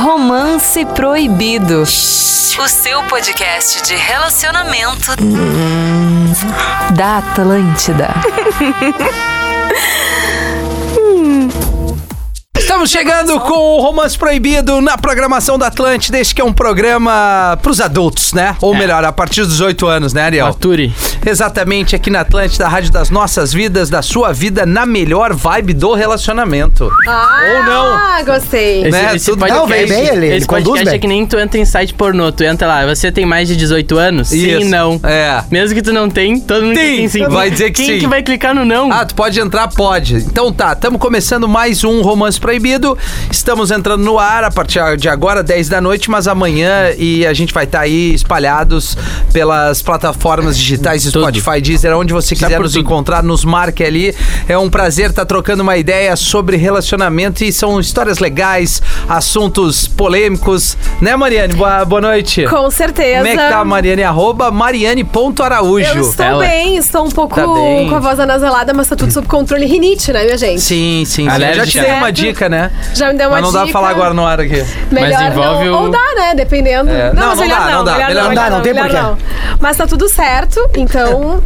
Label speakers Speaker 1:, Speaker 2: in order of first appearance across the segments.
Speaker 1: Romance Proibido. O seu podcast de relacionamento da Atlântida.
Speaker 2: Estamos chegando com o Romance Proibido na programação da Atlântida. Este que é um programa pros adultos, né? Ou melhor, a partir dos 18 anos, né, Ariel?
Speaker 3: Arturi.
Speaker 2: Exatamente, aqui na Atlântida, a rádio das nossas vidas, da sua vida, na melhor vibe do relacionamento. Ou não.
Speaker 4: Ah, gostei.
Speaker 3: Esse,
Speaker 2: Né,
Speaker 3: esse
Speaker 2: tudo-
Speaker 3: podcast,
Speaker 2: Não, vem
Speaker 5: é bem, ele- ele
Speaker 3: esse
Speaker 5: conduz
Speaker 3: podcast
Speaker 5: bem.
Speaker 3: é que nem tu entra em site pornô. Tu entra lá, você tem mais de 18 anos?
Speaker 2: Isso.
Speaker 3: Sim, não.
Speaker 2: É.
Speaker 3: Mesmo que tu não tem, todo mundo
Speaker 2: Tem.
Speaker 3: clica em sim.
Speaker 2: Vai dizer que
Speaker 3: Quem
Speaker 2: sim.
Speaker 3: que vai clicar no não?
Speaker 2: Ah, tu pode entrar? Pode. Então tá, estamos começando mais um Romance Proibido. Estamos entrando no ar a partir de agora, 10 da noite, mas amanhã e a gente vai estar aí espalhados pelas plataformas digitais
Speaker 3: Tudo.
Speaker 2: Spotify, Deezer, onde você quiser
Speaker 3: por
Speaker 2: nos
Speaker 3: tudo.
Speaker 2: encontrar, nos marque ali. É um prazer estar trocando uma ideia sobre relacionamento e são histórias legais, assuntos polêmicos. Né, Mariane? Boa, boa noite.
Speaker 4: Com certeza.
Speaker 2: Como é que tá, a Mariane? Arroba mariane.araújo.
Speaker 4: Eu estou
Speaker 3: Ela-
Speaker 4: bem, estou um pouco
Speaker 2: Tá bem.
Speaker 4: com a voz anasalada, mas tá tudo sob controle. Rinite, né, minha gente?
Speaker 2: Sim, sim, sim. Eu
Speaker 3: Alérgica.
Speaker 2: já te dei uma dica, né?
Speaker 4: Já me deu É uma
Speaker 2: Mas não dá pra
Speaker 4: dica.
Speaker 2: falar agora no ar aqui.
Speaker 4: Melhor
Speaker 3: Mas envolve
Speaker 4: não.
Speaker 3: o-
Speaker 4: Ou dá, né? Dependendo.
Speaker 2: É. Não,
Speaker 4: mas
Speaker 2: não dá, não dá. Melhor
Speaker 5: não dá, não tem
Speaker 4: melhor
Speaker 5: porquê.
Speaker 4: Mas tá tudo certo, então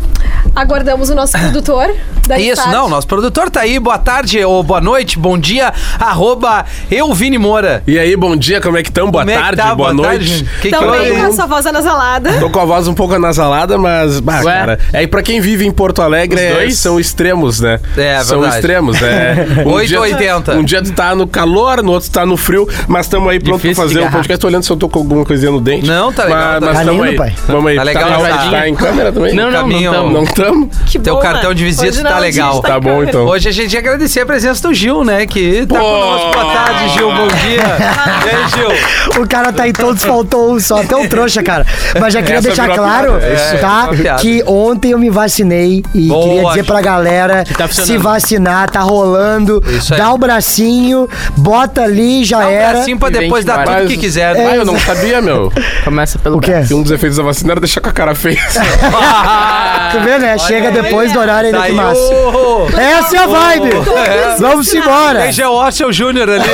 Speaker 4: aguardamos o nosso produtor. da
Speaker 2: Isso,
Speaker 4: Restart.
Speaker 2: não, nosso produtor tá aí. Boa tarde, ou boa noite, bom dia, arroba eu, Vini Moura.
Speaker 6: E aí, bom dia, como é que estão? Boa
Speaker 2: Como é que
Speaker 6: tarde,
Speaker 2: tá?
Speaker 6: boa,
Speaker 2: Boa
Speaker 6: noite.
Speaker 2: tarde. Que que
Speaker 4: Também
Speaker 2: houve?
Speaker 4: com a sua voz anasalada.
Speaker 6: Tô com a voz um pouco anasalada, mas. Bah,
Speaker 3: Ué?
Speaker 6: cara. É, e pra quem vive em Porto Alegre,
Speaker 3: Os
Speaker 6: é-
Speaker 3: dois?
Speaker 6: são extremos, né?
Speaker 2: É,
Speaker 6: São
Speaker 2: verdade.
Speaker 6: extremos, né?
Speaker 2: 8
Speaker 6: dia
Speaker 2: ou
Speaker 6: tu-
Speaker 2: 80.
Speaker 6: Um dia tu tá no calor, no outro tu tá no frio, mas tamo aí pronto
Speaker 3: Difícil
Speaker 6: pra fazer
Speaker 3: de
Speaker 6: o
Speaker 3: agarrar.
Speaker 6: podcast. Tô olhando se eu tô com alguma coisinha no dente.
Speaker 2: Não, tá legal, tá
Speaker 6: Mas, mas
Speaker 5: legal.
Speaker 6: tamo
Speaker 5: Tá lindo,
Speaker 6: aí.
Speaker 5: pai.
Speaker 6: Tamo aí.
Speaker 2: Tá legal,
Speaker 6: tá,
Speaker 2: tá.
Speaker 6: tá em câmera também?
Speaker 3: não, não,
Speaker 2: caminho-
Speaker 3: não,
Speaker 6: Não
Speaker 3: não.
Speaker 6: tamo?
Speaker 4: Que
Speaker 2: Teu
Speaker 4: bom,
Speaker 2: cartão de
Speaker 4: né?
Speaker 2: visita
Speaker 4: Hoje
Speaker 2: tá
Speaker 4: não, a gente
Speaker 2: legal.
Speaker 6: Tá
Speaker 4: em
Speaker 6: bom,
Speaker 4: câmera.
Speaker 6: então.
Speaker 2: Hoje a gente ia agradecer a presença do Gil, né? Que tá
Speaker 6: Pô.
Speaker 2: conosco. Boa tarde, Gil. Bom dia. E aí, Gil?
Speaker 5: O cara tá em todos, faltou um só, até um trouxa, cara. Mas já queria
Speaker 6: Essa
Speaker 5: deixar
Speaker 6: virou a
Speaker 5: claro,
Speaker 6: piada, é
Speaker 2: isso. É,
Speaker 5: tá?
Speaker 2: virou a piada.
Speaker 5: Que ontem eu me vacinei e
Speaker 2: Boa,
Speaker 5: queria dizer
Speaker 2: Ju.
Speaker 5: pra galera
Speaker 3: tá funcionando.
Speaker 5: se vacinar, tá rolando.
Speaker 2: Isso aí.
Speaker 5: Dá o bracinho, bota ali, já era.
Speaker 2: Assim pra
Speaker 3: E vem
Speaker 2: depois
Speaker 3: que
Speaker 2: dar
Speaker 3: vai.
Speaker 2: tudo o que quiser.
Speaker 6: Ah,
Speaker 2: né?
Speaker 6: eu não sabia, meu.
Speaker 3: Começa pelo
Speaker 5: O quê?
Speaker 3: braço.
Speaker 6: Que um dos efeitos da vacina era deixar com a cara feia.
Speaker 5: Tu vê, né? Chega depois do horário ele
Speaker 2: Ah, Tá
Speaker 5: que
Speaker 2: aí
Speaker 5: massa.
Speaker 2: o-
Speaker 5: Essa é a vibe!
Speaker 2: É.
Speaker 5: Vamos embora!
Speaker 2: Tem Geo é Orson Júnior ali.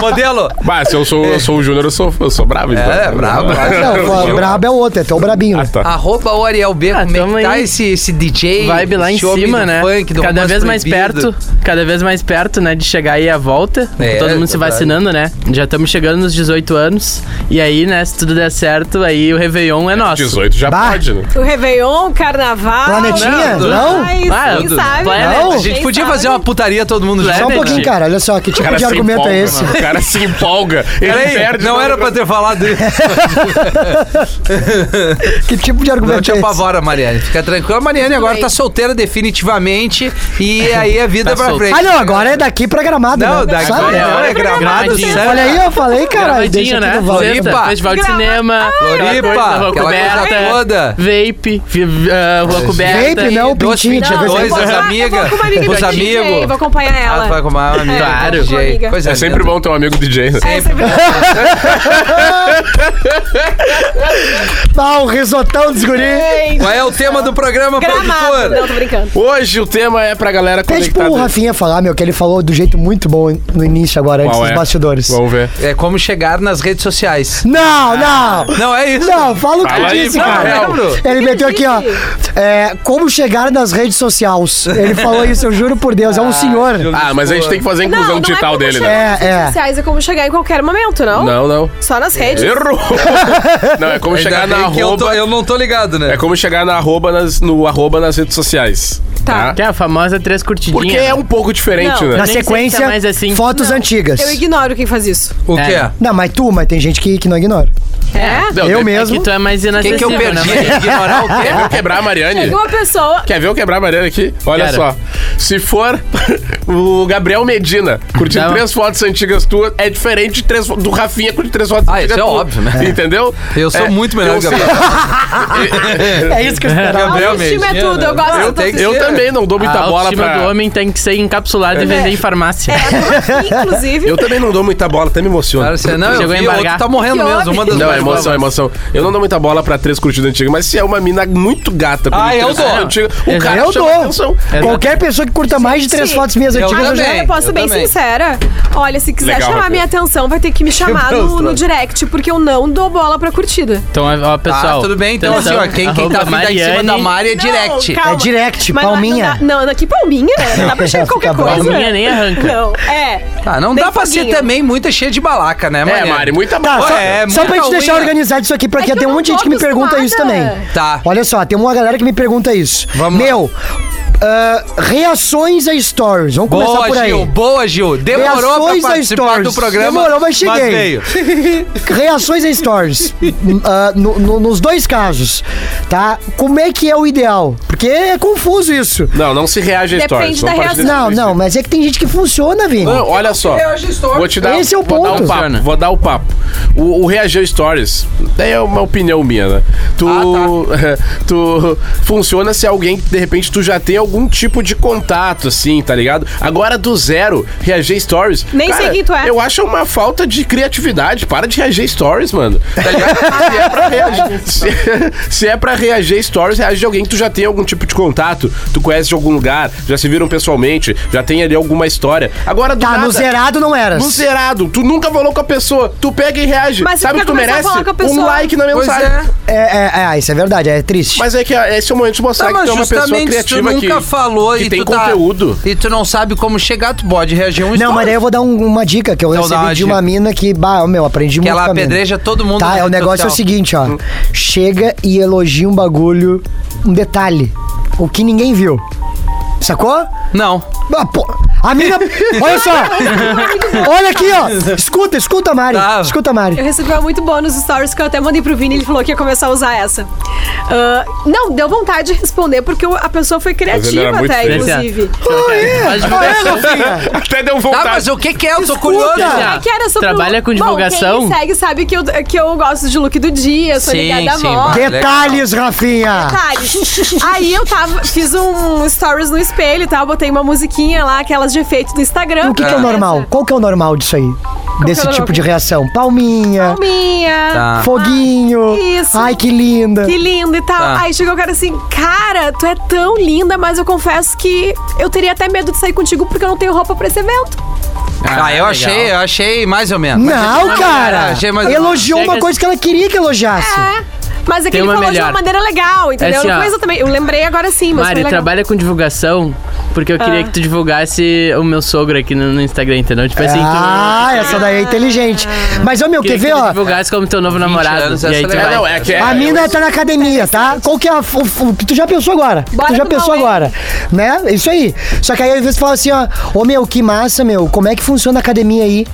Speaker 2: Modelo.
Speaker 6: Bah, se eu sou, eu sou o Júnior, eu sou, eu sou bravo. então.
Speaker 2: É, bravo, bravo.
Speaker 5: Não, pô,
Speaker 6: Gil.
Speaker 5: brabo é o outro, é teu brabinho.
Speaker 6: Ah,
Speaker 5: né?
Speaker 6: tá.
Speaker 2: Arroba o Ariel B,
Speaker 3: Ah,
Speaker 2: como é
Speaker 3: tamo
Speaker 2: que tá
Speaker 3: aí.
Speaker 2: esse, esse DJ?
Speaker 3: Vibe lá em
Speaker 2: esse homem
Speaker 3: cima,
Speaker 2: do
Speaker 3: né?
Speaker 2: funk, do
Speaker 3: cada
Speaker 2: romance
Speaker 3: vez mais
Speaker 2: proibido.
Speaker 3: perto, cada vez mais perto, né, de chegar aí a volta.
Speaker 2: É,
Speaker 3: todo mundo se
Speaker 2: verdade.
Speaker 3: vacinando, né? Já estamos chegando nos 18 anos. E aí, né, se tudo der certo, aí o Réveillon é
Speaker 4: Ah,
Speaker 3: nosso.
Speaker 6: 18 já
Speaker 5: Bah.
Speaker 6: pode, né?
Speaker 4: O Réveillon, o Carnaval.
Speaker 5: Planetinha?
Speaker 4: tudo
Speaker 5: Não?
Speaker 4: mais,
Speaker 3: Ah,
Speaker 4: quem
Speaker 3: tudo.
Speaker 4: sabe?
Speaker 3: Planet.
Speaker 5: Não?
Speaker 2: A gente
Speaker 4: Quem
Speaker 2: podia
Speaker 4: sabe?
Speaker 2: fazer uma putaria todo mundo
Speaker 3: Claro.
Speaker 5: Só
Speaker 2: junto.
Speaker 5: um
Speaker 3: Entendi.
Speaker 5: pouquinho, cara. Olha só, que
Speaker 6: O
Speaker 5: tipo de
Speaker 6: se
Speaker 5: argumento
Speaker 6: empolga,
Speaker 5: é esse?
Speaker 6: mano. O cara se empolga. Ele
Speaker 2: Peraí,
Speaker 6: perde. É
Speaker 2: não
Speaker 6: no-
Speaker 2: era pra ter falado isso.
Speaker 5: Que tipo de
Speaker 2: Não
Speaker 5: argumento
Speaker 2: te
Speaker 5: é esse?
Speaker 2: apavora, Mariane. Fica tranquila. A Mariane agora
Speaker 4: bem.
Speaker 2: tá solteira definitivamente e aí a vida
Speaker 3: Tá
Speaker 2: é pra
Speaker 3: solta.
Speaker 2: frente.
Speaker 5: Ah, não, agora é daqui pra gramado.
Speaker 2: Não,
Speaker 5: né?
Speaker 2: daqui
Speaker 5: Sabe,
Speaker 2: não,
Speaker 5: né?
Speaker 2: é
Speaker 3: Olha pra
Speaker 2: gramado,
Speaker 3: Gramadinho.
Speaker 2: certo?
Speaker 5: Olha aí, eu falei, caralho.
Speaker 3: Gravadinho,
Speaker 5: Deixa aqui
Speaker 3: né?
Speaker 5: no valor.
Speaker 2: Floripa.
Speaker 3: Sexta, Festival de
Speaker 4: Grava-
Speaker 3: cinema.
Speaker 2: Floripa,
Speaker 3: aquela coisa, Rua
Speaker 2: aquela coisa
Speaker 3: coberta.
Speaker 2: toda.
Speaker 3: Vape, vi- vi- ah, rua coberta.
Speaker 5: Vape,
Speaker 3: e-
Speaker 5: não,
Speaker 2: Dois
Speaker 5: pintinho. deixa eu ver se-
Speaker 2: dois,
Speaker 4: eu vou
Speaker 2: as
Speaker 4: com uma- eu
Speaker 2: amigas,
Speaker 4: vou com uma amiga
Speaker 2: os
Speaker 4: do DJ,
Speaker 2: amigos.
Speaker 4: vou acompanhar
Speaker 2: Ah, tu
Speaker 4: ela.
Speaker 2: vai com uma amiga.
Speaker 3: Claro.
Speaker 2: DJ.
Speaker 4: Uma amiga.
Speaker 2: Coisa
Speaker 6: É sempre
Speaker 2: linda.
Speaker 6: bom ter um amigo DJ, né?
Speaker 4: É, sempre-
Speaker 5: Ah, o risotão dos guri.
Speaker 2: Qual é o tema do programa,
Speaker 4: Gramado. Não,
Speaker 2: produtor?
Speaker 4: tô brincando.
Speaker 6: Hoje o tema é pra galera
Speaker 5: Pede pro
Speaker 6: conectada.
Speaker 5: tipo, um Rafinha falar, meu, que ele falou do jeito muito bom no início agora, antes
Speaker 6: Qual
Speaker 5: dos
Speaker 6: é?
Speaker 5: bastidores.
Speaker 6: Vamos ver.
Speaker 2: É como chegar nas redes sociais.
Speaker 5: Não, não!
Speaker 2: Não, é isso.
Speaker 5: Não, fala o que
Speaker 6: Fala
Speaker 5: tu
Speaker 6: aí,
Speaker 5: disse,
Speaker 6: fala,
Speaker 5: cara.
Speaker 6: Rafael.
Speaker 2: Lembro.
Speaker 5: Ele meteu aqui, ó. é, como chegar nas redes sociais. Ele falou isso, eu juro por Deus. É um senhor.
Speaker 6: Ah, mas a gente tem que fazer a
Speaker 4: Não,
Speaker 6: inclusão
Speaker 4: não é
Speaker 6: digital
Speaker 4: como
Speaker 6: dele,
Speaker 4: chegar
Speaker 6: né?
Speaker 5: É,
Speaker 4: nas redes
Speaker 5: é.
Speaker 4: sociais, é como chegar em qualquer momento, não?
Speaker 6: Não, não.
Speaker 4: Só nas redes.
Speaker 6: Errou! não, é como
Speaker 2: Ainda
Speaker 6: chegar na
Speaker 2: bem que eu, tô-
Speaker 6: arroba.
Speaker 2: eu não tô ligado, né?
Speaker 6: É como chegar na arroba nas- no arroba nas redes sociais.
Speaker 4: Tá.
Speaker 3: Que é a famosa três curtidinhas.
Speaker 6: Porque é um pouco diferente,
Speaker 4: Não.
Speaker 5: Na
Speaker 6: né?
Speaker 3: sei se é
Speaker 5: sequência,
Speaker 3: mais assim.
Speaker 5: fotos antigas.
Speaker 4: Eu ignoro quem faz isso.
Speaker 2: O quê?
Speaker 3: É.
Speaker 5: Não, mas tu, mas tem gente que, que não ignora.
Speaker 4: É?
Speaker 6: Não,
Speaker 5: eu
Speaker 6: deve-
Speaker 5: mesmo.
Speaker 3: Que tu é mais
Speaker 2: O que, que
Speaker 3: inacessível,
Speaker 2: eu perdi? É
Speaker 3: né?
Speaker 2: Ignorar o
Speaker 6: Quer
Speaker 2: quê?
Speaker 6: ver eu quebrar a Mariane?
Speaker 4: Chegou É? uma pessoa.
Speaker 6: Quer ver eu quebrar a Mariana aqui? Olha
Speaker 3: Quero.
Speaker 6: só. Se for o Gabriel Medina curtindo
Speaker 3: Não.
Speaker 6: três fotos antigas tuas, é diferente de três, fo- do Rafinha curtir três fotos
Speaker 2: Ah,
Speaker 6: antigas
Speaker 2: isso é
Speaker 6: tuas.
Speaker 2: óbvio, né?
Speaker 6: Entendeu?
Speaker 2: Eu sou
Speaker 6: É,
Speaker 2: muito melhor
Speaker 6: eu
Speaker 2: que o
Speaker 6: sei.
Speaker 2: Gabriel.
Speaker 5: É isso que eu esperava.
Speaker 4: Gabriel Autoestima é
Speaker 2: Medina.
Speaker 4: tudo, eu gosto
Speaker 2: Eu,
Speaker 4: de
Speaker 2: tenho que
Speaker 6: Eu
Speaker 2: ser.
Speaker 6: também não dou muita
Speaker 3: a
Speaker 6: bola
Speaker 3: autoestima
Speaker 6: pra...
Speaker 3: do homem tem que ser encapsulada e vender em farmácia.
Speaker 4: é, Inclusive. tipo,
Speaker 6: Eu também não dou muita bola, até me emociono.
Speaker 2: Claro, você não, eu
Speaker 3: Chegou a
Speaker 2: vi, o
Speaker 3: embargar.
Speaker 2: outro tá morrendo
Speaker 4: Que
Speaker 2: mesmo. Uma das
Speaker 6: Não,
Speaker 2: mais
Speaker 6: é emoção, é
Speaker 2: novas.
Speaker 6: emoção. Eu não dou muita bola pra três curtidas antigas, mas se é uma mina muito gata.
Speaker 2: Ah,
Speaker 6: curtindo
Speaker 2: eu
Speaker 6: três
Speaker 2: dou. É,
Speaker 6: fotos antigas, O cara
Speaker 5: eu
Speaker 6: Ah, chama
Speaker 5: dou.
Speaker 6: atenção.
Speaker 5: Qualquer pessoa que curta mais de três
Speaker 4: Sim.
Speaker 5: fotos minhas
Speaker 2: Eu
Speaker 5: antigas, eu já...
Speaker 2: também.
Speaker 4: Eu posso ser
Speaker 2: eu
Speaker 4: bem
Speaker 2: também.
Speaker 4: sincera. Olha, se quiser
Speaker 6: Legal,
Speaker 4: chamar
Speaker 6: Rafa.
Speaker 4: minha atenção, vai ter que me chamar no, no direct, porque eu não dou bola pra curtida.
Speaker 3: Então, ó, pessoal.
Speaker 2: Tá, tudo bem. Então,
Speaker 3: atenção,
Speaker 2: assim, ó, quem, quem tá
Speaker 3: arroba
Speaker 2: afim tá em cima da
Speaker 3: Mariane-
Speaker 2: Mari é direct.
Speaker 4: Não, calma.
Speaker 5: É direct,
Speaker 4: Mas lá
Speaker 5: palminha.
Speaker 4: Não, dá- não, aqui palminha, né? Dá pra chamar qualquer
Speaker 5: Fica
Speaker 4: coisa.
Speaker 5: bravo.
Speaker 3: Palminha nem arranca.
Speaker 4: Não, é.
Speaker 2: Ah, não
Speaker 4: Tem
Speaker 2: dá pra ser
Speaker 4: foguinho.
Speaker 2: também muita cheia de balaca, né, Mari?
Speaker 6: É, Mari, muita
Speaker 5: Tá,
Speaker 6: boa.
Speaker 5: só,
Speaker 2: é,
Speaker 5: só pra
Speaker 2: muita
Speaker 5: gente deixar
Speaker 2: unha.
Speaker 5: organizado isso aqui, porque
Speaker 4: É que
Speaker 5: tem
Speaker 4: eu
Speaker 5: um
Speaker 4: não
Speaker 5: monte de
Speaker 4: tô
Speaker 5: gente que me pergunta isso também.
Speaker 4: acostumada.
Speaker 2: Tá.
Speaker 5: Olha só, tem uma galera que me pergunta isso.
Speaker 2: Vamos lá.
Speaker 5: Meu, ah, reações a stories. Vamos começar
Speaker 2: Boa,
Speaker 5: por aí.
Speaker 2: Gil. Boa, Gil. Demorou pra
Speaker 5: Reações a
Speaker 2: participar
Speaker 5: stories.
Speaker 2: do programa.
Speaker 5: Demorou, mas cheguei.
Speaker 2: veio.
Speaker 5: Reações a stories. Hum, ah, no- no- nos dois casos, tá? Como é que é o ideal? Porque é confuso isso.
Speaker 6: Não, não se reage a
Speaker 4: Depende
Speaker 6: histórias.
Speaker 4: da
Speaker 6: vamos partir
Speaker 4: reação.
Speaker 6: desse
Speaker 5: Não,
Speaker 6: princípio.
Speaker 5: não, mas é que tem gente que funciona, Vini.
Speaker 6: Não, olha só.
Speaker 2: reage a stories.
Speaker 6: Vou te dar,
Speaker 5: Esse é o
Speaker 6: vou
Speaker 5: ponto.
Speaker 6: Dar um papo,
Speaker 3: Funciona.
Speaker 6: vou dar o papo. O, o reagir a stories, daí é uma opinião minha, né? Tu, tu funciona se alguém que de repente tu já tem algum tipo de contato, assim, tá ligado? Agora do zero, reagir a stories.
Speaker 4: Nem sei quem tu é.
Speaker 6: Eu acho uma falta de criatividade. Para de reagir a stories, mano. Tá ligado? se, é pra reagir, se, se é pra reagir a stories, reage de alguém que tu já tem algum tipo de contato, tu conhece de algum lugar, já se viram pessoalmente, já tem ali alguma história. Agora do
Speaker 5: Tá,
Speaker 6: nada,
Speaker 5: no zerado não era.
Speaker 6: no zerado, tu nunca falou com a pessoa, tu pega e reage.
Speaker 4: Mas
Speaker 6: Sabe o que
Speaker 4: tu
Speaker 6: tu
Speaker 4: quer começar a
Speaker 6: merece?
Speaker 4: falar com a
Speaker 6: Um
Speaker 4: pessoa.
Speaker 6: like na
Speaker 2: Pois
Speaker 6: mensagem.
Speaker 2: é.
Speaker 5: É, é, é, isso é verdade, é triste.
Speaker 6: Mas é que ah, esse é o momento de mostrar
Speaker 2: Tá,
Speaker 6: que
Speaker 2: mas
Speaker 6: tu é uma pessoa
Speaker 2: justamente se tu
Speaker 6: criativa que,
Speaker 2: nunca falou
Speaker 6: que
Speaker 2: e
Speaker 6: tem
Speaker 2: tu tá-
Speaker 6: conteúdo.
Speaker 2: e tu não sabe como chegar, tu pode reagir a um
Speaker 5: Não, mas
Speaker 2: stories.
Speaker 5: daí eu vou dar um- uma dica que eu
Speaker 2: Então dá
Speaker 5: recebi
Speaker 2: uma
Speaker 5: de uma
Speaker 2: dica.
Speaker 5: mina que, bah, meu, aprendi
Speaker 2: Que
Speaker 5: muito.
Speaker 2: ela
Speaker 5: com a mina.
Speaker 2: apedreja todo mundo na
Speaker 5: Tá, é, o
Speaker 2: rede
Speaker 5: negócio é
Speaker 2: social.
Speaker 5: o seguinte, ó. Chega e elogia um bagulho, um detalhe. O que ninguém viu. Sacou?
Speaker 2: Não.
Speaker 5: Ah, pô. A mina. Olha só! Olha aqui, ó! Escuta, escuta, Mari.
Speaker 2: Tá.
Speaker 5: Escuta, Mari.
Speaker 4: Eu recebi uma muito boa nos stories que eu até mandei pro Vini, ele falou que ia começar a usar essa. Ah, não, deu vontade de responder, porque a pessoa foi
Speaker 6: ele era
Speaker 4: criativa
Speaker 6: muito
Speaker 4: até,
Speaker 6: feio.
Speaker 4: inclusive.
Speaker 3: é. Faz
Speaker 5: Ah, é,
Speaker 3: divulgação.
Speaker 5: Rafinha?
Speaker 6: Até deu
Speaker 2: Tá, mas
Speaker 6: vontade.
Speaker 2: o que que é? Eu tô
Speaker 5: Escuta.
Speaker 2: curioso.
Speaker 5: Ah,
Speaker 4: É que era sobre
Speaker 3: Tá. Trabalha
Speaker 4: o-
Speaker 3: com divulgação?
Speaker 4: Bom, quem me segue sabe que eu, que eu gosto de look do dia, sou
Speaker 2: Sim,
Speaker 4: ligada à
Speaker 2: sim,
Speaker 4: moda.
Speaker 2: vai.
Speaker 5: Detalhes, Rafinha!
Speaker 4: detalhes. Aí eu tava, fiz um stories no espelho e tal, botei uma musiquinha lá, aquelas de efeito do Instagram.
Speaker 5: O que, que é o normal? Qual que é o normal disso aí? Desse
Speaker 4: Ah. é o
Speaker 5: tipo
Speaker 4: normal?
Speaker 5: de reação? Palminha,
Speaker 4: Minha.
Speaker 2: Tá.
Speaker 5: foguinho.
Speaker 4: Isso.
Speaker 5: Ai, que linda.
Speaker 4: Que lindo e tal.
Speaker 2: Tá.
Speaker 4: Aí chegou o cara assim, cara, tu é tão linda, mas eu confesso que eu teria até medo de sair contigo porque eu não tenho roupa pra esse evento.
Speaker 2: Ah, eu achei, eu achei mais ou menos. Mas é eu
Speaker 5: Não,
Speaker 2: achei-
Speaker 5: cara!
Speaker 2: Achei mais ou menos.
Speaker 5: Elogiou uma
Speaker 3: Chega-
Speaker 5: coisa que ela queria que elogiasse.
Speaker 4: Mas é que
Speaker 3: Tem
Speaker 4: ele
Speaker 3: uma
Speaker 4: falou de
Speaker 3: melhor.
Speaker 4: uma maneira legal, entendeu?
Speaker 3: É assim,
Speaker 4: não foi
Speaker 3: ó.
Speaker 4: exatamente. Eu lembrei agora sim, mas foi
Speaker 3: Mari,
Speaker 4: legal.
Speaker 3: trabalha com divulgação, porque eu queria que tu divulgasse o meu sogro aqui no, no Instagram, entendeu? Tipo assim, tu-
Speaker 5: Ah, essa daí é inteligente. Mas, ô meu,
Speaker 3: queria
Speaker 5: quer
Speaker 3: é que
Speaker 5: ver,
Speaker 3: tu
Speaker 5: ó?
Speaker 3: divulgasse como teu novo namorado.
Speaker 2: anos,
Speaker 3: E aí
Speaker 2: essa
Speaker 3: tu
Speaker 2: é
Speaker 6: É,
Speaker 3: vai.
Speaker 6: não, é que é.
Speaker 5: A mina tá na academia, tá? Qual que é a. f- f- que tu já pensou agora?
Speaker 4: Bora
Speaker 5: tu já
Speaker 4: pro
Speaker 5: pensou
Speaker 4: Cauê.
Speaker 5: agora. Né? Isso aí. Só que aí às vezes tu fala assim, ó. Ô meu, que massa, meu. Como é que funciona a academia aí?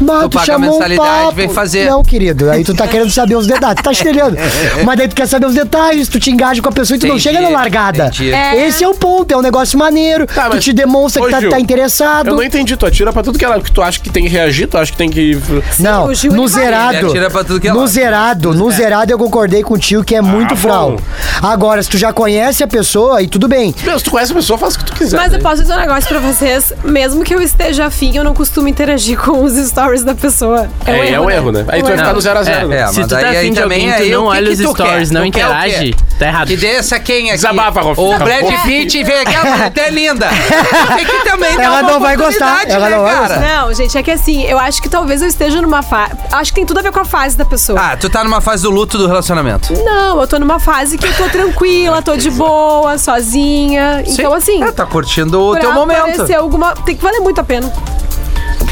Speaker 5: Bah, um
Speaker 2: Tu paga a mensalidade, vem fazer.
Speaker 5: Não, querido. Aí tu tá querendo saber os detalhes. Tu tá estelhando. Mas daí tu quer saber os detalhes, tu te engaja com a pessoa e tu não
Speaker 2: Entendi,
Speaker 5: chega na largada.
Speaker 2: entendi.
Speaker 4: É.
Speaker 5: Esse é o ponto, é um negócio maneiro.
Speaker 6: Tá,
Speaker 5: tu
Speaker 6: mas-
Speaker 5: te demonstra
Speaker 6: Ô,
Speaker 5: que tá,
Speaker 6: Gil,
Speaker 5: tá interessado.
Speaker 6: Eu não entendi, tu atira pra tudo que ela. Que tu acha que tem que reagir, tu acha que tem que.
Speaker 5: Não,
Speaker 4: o Gil, é
Speaker 5: no
Speaker 4: ele vai.
Speaker 5: zerado.
Speaker 2: Ele atira pra tudo que é
Speaker 5: no
Speaker 2: lado.
Speaker 5: zerado,
Speaker 4: É.
Speaker 5: no zerado eu concordei contigo
Speaker 4: Ah,
Speaker 5: que é muito
Speaker 6: bom.
Speaker 5: fral. Agora, se tu já conhece a pessoa, aí tudo bem.
Speaker 6: Meu, se tu conhece a pessoa, faz o que tu quiser.
Speaker 4: Mas eu
Speaker 6: né?
Speaker 4: posso dizer um negócio pra vocês. Mesmo que eu esteja afim, eu não costumo interagir com os stories da pessoa.
Speaker 6: É, é um erro, né? Aí tu vai ficar no zero a zero.
Speaker 3: É,
Speaker 6: né?
Speaker 2: É,
Speaker 3: se
Speaker 2: mas
Speaker 3: tu tá
Speaker 2: aí- aí
Speaker 3: afim de
Speaker 2: também
Speaker 3: alguém,
Speaker 2: aí o
Speaker 3: tu não
Speaker 2: que
Speaker 3: olha
Speaker 2: que
Speaker 3: os
Speaker 2: tu
Speaker 3: stories,
Speaker 2: quer?
Speaker 3: não
Speaker 2: Tu quer o quê?
Speaker 3: interage, tá errado.
Speaker 2: Que desça quem aqui?
Speaker 6: Desabafa, Rafa.
Speaker 2: O
Speaker 6: Acabou.
Speaker 2: Brad Pitt vem aqui, ela até é linda. Tem que também dar
Speaker 5: Ela
Speaker 2: uma
Speaker 5: não vai gostar,
Speaker 2: oportunidade,
Speaker 5: ela
Speaker 2: né,
Speaker 5: não vai
Speaker 2: cara?
Speaker 4: Não, gente, é que assim, eu acho que talvez eu esteja numa fase. Acho que tem tudo a ver com a fase da pessoa.
Speaker 2: Ah, tu tá numa fase do luto do relacionamento.
Speaker 4: Não, eu tô numa fase que eu tô tranquila, tô de boa, sozinha. Então, assim,
Speaker 2: É, tá curtindo o
Speaker 4: pra
Speaker 2: teu momento.
Speaker 4: aparecer alguma. Tem que valer muito a pena.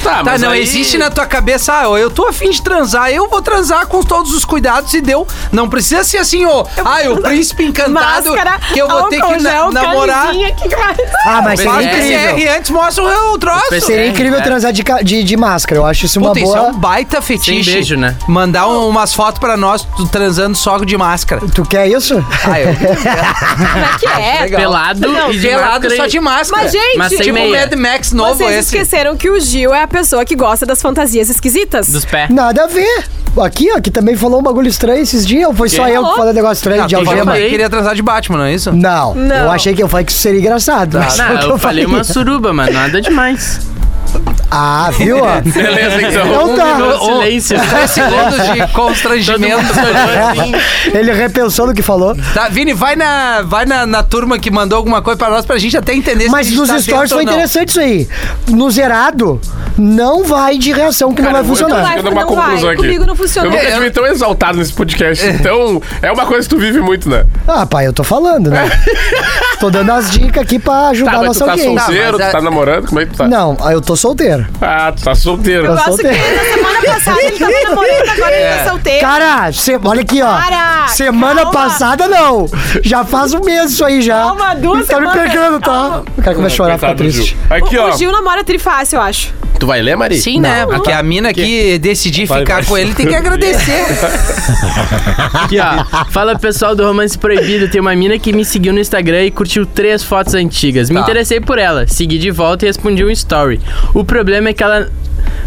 Speaker 6: Tá,
Speaker 2: Tá,
Speaker 6: mas
Speaker 2: não
Speaker 6: aí-
Speaker 2: existe na tua cabeça, ah, eu tô afim de transar, eu vou transar com todos os cuidados e deu. Não precisa ser assim, ó, ah, o príncipe encantado
Speaker 4: Máscara,
Speaker 2: que eu vou ter que
Speaker 4: álcool
Speaker 2: na-
Speaker 4: gel,
Speaker 2: namorar.
Speaker 4: camisinha, que vai-
Speaker 5: Ah, mas
Speaker 2: Faz
Speaker 5: seria
Speaker 2: um
Speaker 5: incrível.
Speaker 2: PCR antes, mostra o, o troço.
Speaker 5: Seria incrível
Speaker 3: É.
Speaker 5: transar de, ca- de, de máscara. Eu acho isso uma
Speaker 2: Puta, isso é
Speaker 5: boa.
Speaker 2: um baita fetiche.
Speaker 3: Sem beijo, né?
Speaker 2: Mandar um- umas fotos pra nós tu transando só de máscara.
Speaker 5: Tu quer isso?
Speaker 2: Ah, eu...
Speaker 4: Como é que é?
Speaker 2: Legal.
Speaker 3: Pelado e de
Speaker 2: Pelado
Speaker 3: máscara
Speaker 2: só
Speaker 3: e-
Speaker 2: de máscara.
Speaker 4: Mas, gente,
Speaker 3: Mas sem
Speaker 2: tipo
Speaker 3: meia.
Speaker 2: Mad Max novo
Speaker 4: Vocês
Speaker 2: esse.
Speaker 4: esqueceram que o Gil é a pessoa que gosta das fantasias esquisitas.
Speaker 3: Dos pés.
Speaker 5: Nada a ver. Aqui, ó, que também falou um bagulho estranho esses dias. Ou foi só eu que falei um negócio estranho
Speaker 2: Ah,
Speaker 5: de
Speaker 2: tu falou
Speaker 5: algema?
Speaker 2: que queria transar de Batman, não é isso?
Speaker 5: Não,
Speaker 4: Não.
Speaker 2: Tá,
Speaker 5: eu achei que eu falei que isso seria engraçado. mas
Speaker 3: Não,
Speaker 5: é o que
Speaker 3: eu falei uma
Speaker 5: falei.
Speaker 3: suruba, mano. Nada demais.
Speaker 5: Ah, viu? ó?
Speaker 6: Beleza, então.
Speaker 2: Um
Speaker 5: Então tá.
Speaker 3: minuto de silêncio.
Speaker 2: Três segundos de
Speaker 3: Todo mundo
Speaker 2: constrangimento.
Speaker 3: olhou assim.
Speaker 5: Ele repensou no que falou.
Speaker 2: Tá, Vini, vai na, vai na, na turma que mandou alguma coisa pra nós pra gente até entender se a
Speaker 5: Mas
Speaker 2: gente
Speaker 5: nos
Speaker 2: tá
Speaker 5: stories
Speaker 2: certo ou
Speaker 5: foi
Speaker 2: não.
Speaker 5: interessante isso aí. No zerado, não vai de reação que não vai
Speaker 6: Eu tô
Speaker 5: funcionar.
Speaker 4: vai.
Speaker 6: chegando a uma
Speaker 4: Não
Speaker 6: conclusão
Speaker 4: vai,
Speaker 6: aqui.
Speaker 4: comigo não funciona.
Speaker 6: Eu nunca tive tão exaltado nesse podcast. Então, é uma coisa que tu vive muito, né?
Speaker 5: Ah, pai, eu tô falando, né? tô dando as dicas aqui pra ajudar
Speaker 6: Tá,
Speaker 5: a
Speaker 6: mas tu
Speaker 5: nossa
Speaker 6: tá
Speaker 5: audiência.
Speaker 6: solteiro,
Speaker 2: Tá, mas
Speaker 6: tu tá
Speaker 2: é-
Speaker 6: namorando, como é que tu tá?
Speaker 5: Não, ah, eu tô solteiro.
Speaker 6: Ah, tu tá solteiro.
Speaker 5: Eu
Speaker 4: Eu gosto que
Speaker 5: solteiro.
Speaker 4: na semana passada ele tava namorando, agora
Speaker 6: É.
Speaker 4: ele tá solteiro.
Speaker 5: Cara, se- olha aqui, ó.
Speaker 4: Cara,
Speaker 5: semana
Speaker 4: calma.
Speaker 5: passada não. Já faz um mês isso aí já.
Speaker 4: Calma, duas
Speaker 5: Tá me
Speaker 4: semanas.
Speaker 5: pegando, tá? O cara começa a chorar, fica
Speaker 6: Coitado do Gil.
Speaker 5: triste.
Speaker 6: Aqui,
Speaker 4: o,
Speaker 6: ó.
Speaker 4: o Gil namora trifácil, eu acho.
Speaker 6: Tu vai ler, Mari?
Speaker 2: Sim, né? Porque a mina que decidir
Speaker 6: Vai,
Speaker 2: ficar
Speaker 6: vai.
Speaker 2: com ele tem que agradecer.
Speaker 3: Aqui, ó. Fala pessoal do Romance Proibido. Tem uma mina que me seguiu no Instagram e curtiu três fotos antigas. Me
Speaker 2: Tá.
Speaker 3: interessei por ela, segui de volta e respondi um story. O problema é que ela.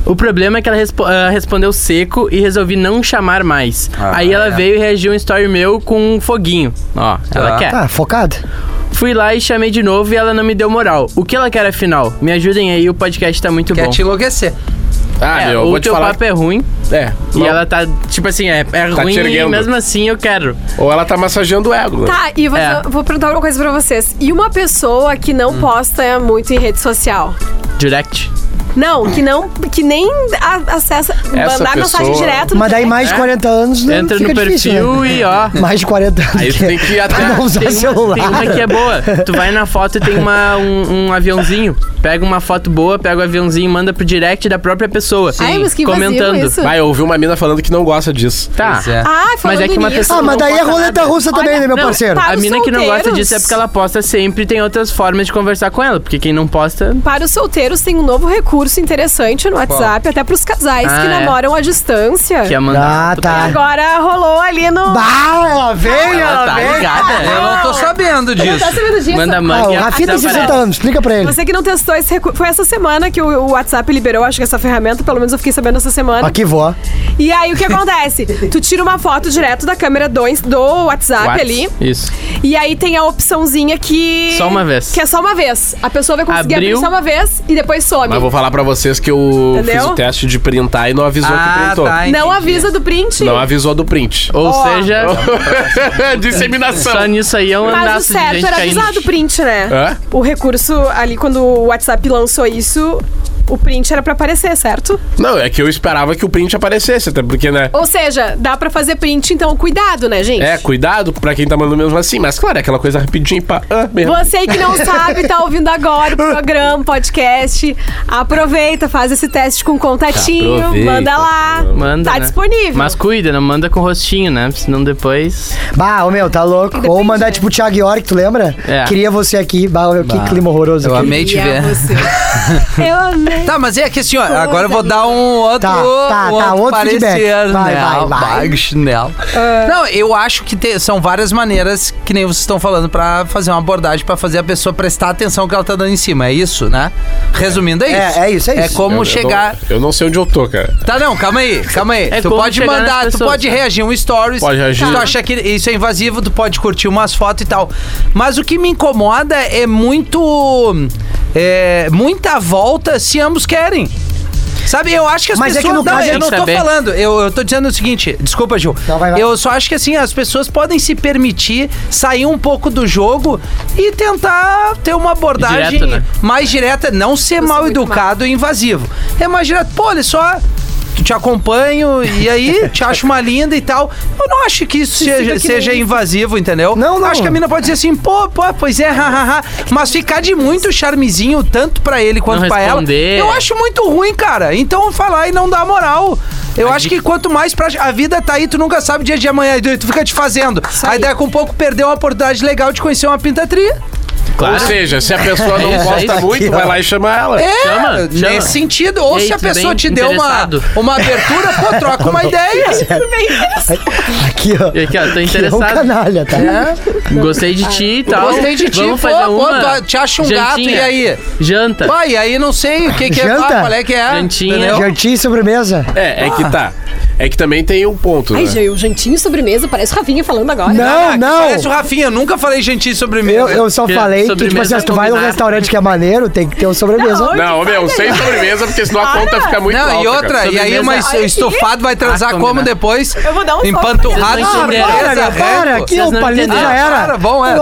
Speaker 3: O problema é que ela respo- ah, respondeu seco e resolvi não chamar mais.
Speaker 2: Ah,
Speaker 3: Aí ela
Speaker 2: é.
Speaker 3: veio e reagiu um story meu com um foguinho. Ó, ela
Speaker 2: Tá.
Speaker 3: quer.
Speaker 5: Tá, focado.
Speaker 3: Fui lá e chamei de novo e ela não me deu moral. O que ela quer afinal? Me ajudem aí, o podcast tá muito
Speaker 2: Quer
Speaker 3: bom.
Speaker 2: te enlouquecer.
Speaker 6: Ah,
Speaker 3: É,
Speaker 6: meu, eu
Speaker 3: o
Speaker 6: vou te
Speaker 3: teu
Speaker 6: falar.
Speaker 3: papo é ruim
Speaker 6: É.
Speaker 3: e ela tá, tipo assim, é, é
Speaker 6: te
Speaker 3: ruim e
Speaker 6: erguendo.
Speaker 3: mesmo assim eu quero.
Speaker 6: Ou ela tá massageando o ego. né?
Speaker 4: Tá, e vou,
Speaker 3: É.
Speaker 4: vou perguntar uma coisa pra vocês. E uma pessoa que
Speaker 2: Hum.
Speaker 4: não posta muito em rede social?
Speaker 3: Direct.
Speaker 4: Não, que não, que nem a- acessa,
Speaker 6: Essa
Speaker 4: mandar mensagem
Speaker 6: pessoa-
Speaker 4: direto. no
Speaker 5: Mas daí
Speaker 4: direct.
Speaker 5: mais de 40 anos né,
Speaker 3: Entra
Speaker 5: fica
Speaker 3: no
Speaker 5: difícil, né?
Speaker 3: perfil e ó.
Speaker 5: Mais de 40 anos.
Speaker 6: Aí tu
Speaker 5: que-
Speaker 6: tem que ir até-
Speaker 5: Não usar
Speaker 3: Tem uma,
Speaker 5: celular.
Speaker 3: tem uma que é boa. Tu vai na foto e tem uma, um, um aviãozinho. Pega uma foto boa, pega o aviãozinho e manda pro direct da própria pessoa.
Speaker 4: Ai, mas que vazio
Speaker 3: comentando.
Speaker 4: isso.
Speaker 6: Vai, eu ouvi uma mina falando que não gosta disso.
Speaker 3: Tá.
Speaker 2: Pois é.
Speaker 4: Ah,
Speaker 3: Mas
Speaker 4: falando
Speaker 3: é que uma
Speaker 4: nisso,
Speaker 3: pessoa-
Speaker 5: Ah, mas daí é
Speaker 3: Não
Speaker 5: roleta
Speaker 3: posta
Speaker 5: russa também, né, meu
Speaker 3: Não,
Speaker 5: parceiro?
Speaker 4: tá.
Speaker 3: A
Speaker 4: Para os
Speaker 3: mina que não gosta
Speaker 4: solteiros.
Speaker 3: disso é porque ela posta sempre e tem outras formas de conversar com ela. Porque quem não posta.
Speaker 4: Para os solteiros tem um novo recurso interessante no WhatsApp, até para os casais
Speaker 3: Ah,
Speaker 4: que
Speaker 3: é.
Speaker 4: namoram à distância.
Speaker 3: Que é mandar.
Speaker 5: Ah,
Speaker 4: E
Speaker 5: tá.
Speaker 4: agora rolou ali no.
Speaker 5: Bah, ela veio, ela,
Speaker 3: Ela tá
Speaker 5: veio.
Speaker 3: ligada.
Speaker 2: É,
Speaker 4: Ah,
Speaker 2: Eu não tô sabendo
Speaker 4: Não
Speaker 2: disso.
Speaker 4: tá sabendo disso?
Speaker 3: Manda
Speaker 5: Ah,
Speaker 3: manga.
Speaker 5: o
Speaker 3: e a
Speaker 5: Rafinha tem
Speaker 3: pessoa
Speaker 5: 60
Speaker 3: aparece.
Speaker 5: anos, explica pra ele.
Speaker 4: Você que não testou esse recurso. Foi essa semana que o o WhatsApp liberou, acho que essa ferramenta, pelo menos eu fiquei sabendo essa semana.
Speaker 5: Aqui vó.
Speaker 4: E aí o que acontece? tu tira uma foto direto da câmera do, ins- do WhatsApp
Speaker 6: Whats.
Speaker 4: ali.
Speaker 3: Isso.
Speaker 4: E aí tem a opçãozinha que.
Speaker 3: Só uma vez.
Speaker 4: Que é só uma vez. A pessoa vai conseguir
Speaker 3: Abriu.
Speaker 4: abrir só uma vez e depois some.
Speaker 6: Mas eu vou falar pra vocês que eu
Speaker 4: Entendeu?
Speaker 6: fiz o teste de printar e não avisou que
Speaker 2: Ah,
Speaker 6: printou.
Speaker 2: tá.
Speaker 4: Não
Speaker 2: entendi.
Speaker 4: avisa do print.
Speaker 6: Não avisou do print.
Speaker 3: Ou
Speaker 4: Ó.
Speaker 3: seja,
Speaker 6: Disseminação.
Speaker 3: só nisso aí é um
Speaker 4: Mas o
Speaker 3: andaço de gente
Speaker 4: certo era
Speaker 3: caindo.
Speaker 4: avisar do print, né?
Speaker 6: Hã?
Speaker 4: O recurso ali, quando o WhatsApp lançou isso, o print era pra aparecer, certo?
Speaker 6: Não, é que eu esperava que o print aparecesse, até porque, né?
Speaker 4: Ou seja, dá pra fazer print, então cuidado, né, gente?
Speaker 6: É, cuidado pra quem tá mandando mesmo assim, mas claro, é aquela coisa rapidinho pá. Ah, mesmo.
Speaker 4: Você que não sabe, tá ouvindo agora o programa, podcast. Aproveita, faz esse teste com o contatinho,
Speaker 6: Aproveita.
Speaker 4: manda lá.
Speaker 3: Manda,
Speaker 4: tá
Speaker 3: né?
Speaker 4: disponível.
Speaker 3: Mas cuida, não manda com rostinho, né? Senão depois.
Speaker 5: Bah, ô meu, tá louco.
Speaker 4: Depende,
Speaker 5: Ou mandar
Speaker 4: né?
Speaker 5: tipo o Thiago York, tu lembra?
Speaker 3: É.
Speaker 5: Queria você aqui. Bah, ô, meu, que clima horroroso
Speaker 2: Eu
Speaker 5: aqui.
Speaker 2: amei te
Speaker 4: E
Speaker 2: ver.
Speaker 4: é você. Eu amei.
Speaker 2: Tá, mas é que assim, ó, agora eu vou dar um outro,
Speaker 5: Tá, tá,
Speaker 2: um
Speaker 5: tá, outro
Speaker 2: parecer,
Speaker 5: feedback. Vai,
Speaker 2: né?
Speaker 5: vai, vai.
Speaker 2: chinelo. Não, eu acho que te- são várias maneiras que nem vocês estão falando pra fazer uma abordagem pra fazer a pessoa prestar atenção no que ela tá dando em cima, é isso, né? Resumindo, é
Speaker 5: É,
Speaker 2: isso.
Speaker 5: é isso, é
Speaker 2: É
Speaker 5: isso.
Speaker 2: como
Speaker 6: Eu- eu
Speaker 2: chegar...
Speaker 6: não- Eu não sei onde eu tô, cara.
Speaker 2: Tá, não, calma aí, calma aí.
Speaker 3: É
Speaker 2: tu
Speaker 3: como
Speaker 2: pode
Speaker 3: chegar nas
Speaker 2: mandar, tu
Speaker 3: pessoas. né?
Speaker 2: pode reagir um stories.
Speaker 6: Pode reagir.
Speaker 2: Se tu achar que isso é invasivo, tu pode curtir umas fotos e tal. Mas o que me incomoda é muito. É, muita volta se ambos querem. Sabe, eu acho que as
Speaker 5: Mas é
Speaker 2: pessoas.
Speaker 5: que no
Speaker 2: não,
Speaker 5: caso
Speaker 2: eu
Speaker 5: é-
Speaker 2: não tô
Speaker 3: Saber.
Speaker 2: falando. Eu, eu tô dizendo o seguinte, desculpa, Gil.
Speaker 5: Não, vai, vai.
Speaker 2: Eu só acho que assim, as pessoas podem se permitir sair um pouco do jogo e tentar ter uma abordagem
Speaker 3: Direto, né?
Speaker 2: mais direta, não ser
Speaker 4: sou
Speaker 2: mal
Speaker 4: muito
Speaker 2: educado e invasivo. É mais direto, pô, olha só. Te acompanho e aí te acho uma linda e tal. Eu não acho que isso seja,
Speaker 4: que
Speaker 2: seja
Speaker 4: nem-
Speaker 2: invasivo, entendeu?
Speaker 5: Não, não.
Speaker 2: Acho que a mina pode dizer assim, pô, pô, pois é, hahaha. Mas ficar de muito charmezinho, tanto pra ele quanto
Speaker 3: Não
Speaker 2: pra ela.
Speaker 3: responder.
Speaker 2: Eu acho muito ruim, cara. Então falar e não dar moral. Eu acho que quanto mais pra. A vida tá aí, tu nunca sabe o dia de amanhã, e tu fica te fazendo. Aí daqui a um pouco perdeu uma oportunidade legal de conhecer uma pintatria.
Speaker 6: Ou seja, se a pessoa não
Speaker 3: É isso, é
Speaker 6: gosta
Speaker 3: isso aqui,
Speaker 6: muito, vai lá e chama ela.
Speaker 2: É,
Speaker 3: Chama,
Speaker 2: nesse
Speaker 3: chama.
Speaker 2: sentido. Ou
Speaker 3: E aí,
Speaker 2: se a
Speaker 3: tudo
Speaker 2: pessoa
Speaker 3: bem?
Speaker 2: te deu uma,
Speaker 3: Interessado?
Speaker 2: uma abertura, pô, troca uma ideia.
Speaker 5: Aqui, ó.
Speaker 3: E aqui, ó, tô
Speaker 5: Que é um
Speaker 3: interessado.
Speaker 5: canalha, tá?
Speaker 3: Gostei de ti e tal.
Speaker 2: Ah, Gostei de ti,
Speaker 3: Vamos
Speaker 2: pô,
Speaker 3: fazer
Speaker 2: pô,
Speaker 3: uma.
Speaker 2: tu- te acha um gato,
Speaker 3: Jantinha.
Speaker 2: e aí?
Speaker 3: Janta.
Speaker 2: Pai, aí não sei o que, que é.
Speaker 5: Janta?
Speaker 2: Ah, qual é que é?
Speaker 3: Jantinha.
Speaker 2: entendeu?
Speaker 5: Jardim e sobremesa.
Speaker 6: É, é que tá. É que também tem um ponto,
Speaker 4: Ai,
Speaker 6: né?
Speaker 4: gente, o jantinho e sobremesa, parece o Ravinha falando agora. né?
Speaker 5: Não, não.
Speaker 2: Ah, Parece o Rafinha, eu nunca falei gentil né?
Speaker 5: Eu,
Speaker 2: sobremesa.
Speaker 5: eu só
Speaker 3: Porque
Speaker 5: falei que, tipo
Speaker 3: sobremesa
Speaker 5: assim, se tu vai num
Speaker 3: combinada.
Speaker 5: restaurante que é maneiro, tem que ter um sobremesa.
Speaker 4: Não,
Speaker 6: Não,
Speaker 4: Onde
Speaker 6: meu,
Speaker 4: vai,
Speaker 6: sem
Speaker 4: galera?
Speaker 6: sobremesa, porque senão a
Speaker 4: Para.
Speaker 6: conta fica muito
Speaker 2: Não,
Speaker 6: alta.
Speaker 2: e outra,
Speaker 6: cara.
Speaker 2: e aí
Speaker 3: Sobremesa.
Speaker 2: mas
Speaker 4: Olha
Speaker 2: o
Speaker 4: que-
Speaker 2: estofado vai transar
Speaker 3: Ah,
Speaker 2: como
Speaker 3: combinar.
Speaker 2: depois?
Speaker 4: Eu vou dar um soco.
Speaker 2: Empanturrado
Speaker 3: Vocês vão entender.
Speaker 2: sobremesa,
Speaker 5: Ah, Para, para,
Speaker 2: reto.
Speaker 5: aqui
Speaker 3: é, Vocês
Speaker 5: o
Speaker 3: não
Speaker 5: palito
Speaker 3: entenderam.
Speaker 5: já
Speaker 2: Para,
Speaker 5: era.
Speaker 2: bom, é.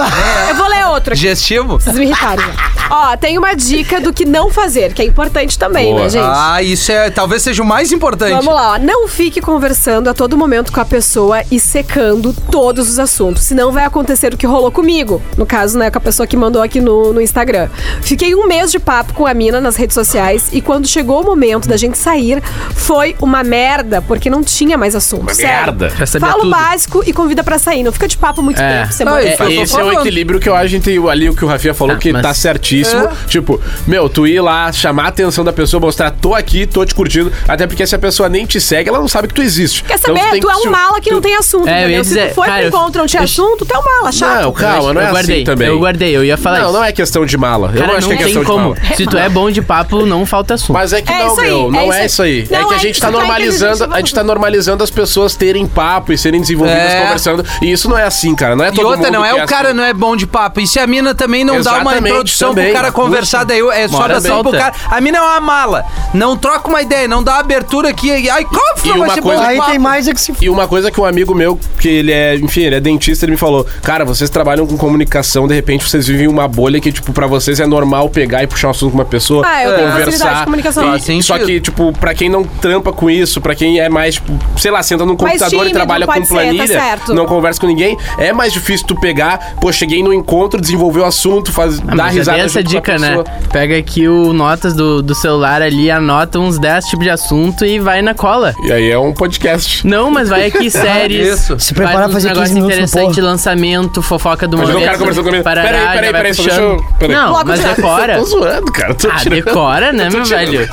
Speaker 4: Eu vou ler outra. aqui.
Speaker 2: Digestivo?
Speaker 4: Vocês me irritaram. já. né? Ó, tem uma dica do que não fazer, que é importante também,
Speaker 6: Boa.
Speaker 4: né, gente?
Speaker 2: Ah, isso é, talvez seja o mais importante.
Speaker 4: Vamos lá, ó. não fique conversando a todo momento com a pessoa e secando todos os assuntos, senão vai acontecer o que rolou comigo. No caso, né, com a pessoa que mandou aqui no, no Instagram. Fiquei um mês de papo com a mina nas redes sociais e quando chegou o momento da gente sair, foi uma merda, porque não tinha mais assunto.
Speaker 6: Uma
Speaker 4: sério.
Speaker 6: merda.
Speaker 3: Já sabia
Speaker 4: Fala o
Speaker 3: tudo.
Speaker 4: básico e convida pra sair, não fica de papo muito
Speaker 3: É.
Speaker 4: tempo. Você
Speaker 2: Não,
Speaker 4: manda-
Speaker 2: isso
Speaker 6: É,
Speaker 2: eu tô
Speaker 6: Esse é o
Speaker 2: falando.
Speaker 6: equilíbrio que eu acho entre o- ali o que o Rafinha falou,
Speaker 3: Ah,
Speaker 6: que
Speaker 3: mas-
Speaker 6: tá certíssimo.
Speaker 2: É.
Speaker 6: Tipo, meu, tu ir lá, chamar a atenção da pessoa, mostrar, tô aqui, tô te curtindo. Até porque se a pessoa nem te segue, ela não sabe que tu existe.
Speaker 4: Quer
Speaker 6: Então,
Speaker 4: saber?
Speaker 6: tem
Speaker 4: tu é
Speaker 6: que se-
Speaker 4: um mala que não tem assunto,
Speaker 3: É, eu ia
Speaker 4: entendeu? Se
Speaker 3: dizer,
Speaker 4: tu foi
Speaker 3: cara,
Speaker 4: pro
Speaker 3: eu-
Speaker 4: encontro, não tinha
Speaker 3: eu-
Speaker 4: assunto, tu é um mala, chato.
Speaker 6: Não, calma, não é
Speaker 3: eu guardei,
Speaker 6: assim também.
Speaker 3: Eu guardei, eu ia falar
Speaker 6: Não,
Speaker 3: isso.
Speaker 6: não é questão de mala. eu
Speaker 3: Cara,
Speaker 6: não
Speaker 3: não,
Speaker 6: acho que é
Speaker 3: tem
Speaker 6: questão
Speaker 3: como.
Speaker 6: de mala.
Speaker 3: Se tu é bom de papo, não falta assunto.
Speaker 6: Mas é que
Speaker 4: É
Speaker 6: não,
Speaker 4: isso aí,
Speaker 6: meu, não é isso aí. É
Speaker 4: Não,
Speaker 6: que a
Speaker 4: é
Speaker 6: gente
Speaker 4: que
Speaker 6: tá
Speaker 4: tu tá
Speaker 6: normalizando,
Speaker 4: inteligente,
Speaker 6: a gente tá normalizando as pessoas terem papo e serem desenvolvidas
Speaker 2: É.
Speaker 6: conversando. E isso não é assim, cara. Não é
Speaker 2: E
Speaker 6: todo
Speaker 2: outra,
Speaker 6: mundo
Speaker 2: não é
Speaker 6: que
Speaker 2: o cara,
Speaker 6: assim.
Speaker 2: não é bom de papo. E se a mina também não dá uma
Speaker 6: Exatamente,
Speaker 2: introdução
Speaker 6: também.
Speaker 2: pro cara conversar, daí é
Speaker 3: Uma
Speaker 2: só
Speaker 3: hora
Speaker 2: dar só pro
Speaker 3: solta.
Speaker 2: cara. A mina é uma mala. Não troca uma ideia, não dá abertura aqui. Ai, como que
Speaker 6: E
Speaker 2: não vai
Speaker 6: uma
Speaker 2: ser
Speaker 6: coisa-
Speaker 2: bom tipo de
Speaker 5: Aí
Speaker 2: papo?
Speaker 5: tem mais é que se
Speaker 6: E uma coisa que um amigo meu, que ele é, enfim, ele é dentista, ele me falou: Cara, vocês trabalham com comunicação, de repente vocês vivem uma bolha que, tipo, pra vocês é normal pegar e puxar um assunto com uma pessoa,
Speaker 4: Ah, eu tenho facilidade
Speaker 6: conversar.
Speaker 4: de comunicação.
Speaker 6: E-
Speaker 2: Faz sentido.
Speaker 6: só que, tipo, pra quem não trampa com isso, pra quem é mais, tipo, sei lá, senta num
Speaker 4: Mais
Speaker 6: computador e
Speaker 4: tímido,
Speaker 6: trabalha
Speaker 4: pode
Speaker 6: com
Speaker 4: ser, tá
Speaker 6: planilha,
Speaker 4: certo.
Speaker 6: não conversa com ninguém, é mais difícil tu pegar, pô, cheguei no encontro, desenvolver o assunto, faz,
Speaker 3: Ah,
Speaker 6: dar
Speaker 3: mas já
Speaker 6: risada.
Speaker 3: dei essa
Speaker 6: junto com a
Speaker 3: dica, né?
Speaker 6: pessoa.
Speaker 3: Pega aqui o notas do, do celular ali, anota uns 10 tipos de assunto e vai na cola.
Speaker 6: E aí é um podcast.
Speaker 3: Não, mas vai aqui séries.
Speaker 2: isso.
Speaker 5: Se preparar pra fazer 15 minutos no
Speaker 3: interessante,
Speaker 5: porra.
Speaker 3: lançamento, fofoca do
Speaker 6: Imagina
Speaker 3: momento.
Speaker 6: o cara conversando comigo.
Speaker 3: Parará,
Speaker 6: Peraí,
Speaker 3: já
Speaker 6: peraí,
Speaker 3: vai
Speaker 6: peraí, só
Speaker 3: puxando.
Speaker 6: deixa eu- peraí.
Speaker 3: Não,
Speaker 4: Logo
Speaker 3: mas
Speaker 4: já.
Speaker 3: decora.
Speaker 6: Tô zoando, cara. Tô
Speaker 3: Ah,
Speaker 6: tirando.
Speaker 3: decora, né,
Speaker 6: Tô
Speaker 3: meu
Speaker 6: tirando.
Speaker 3: velho?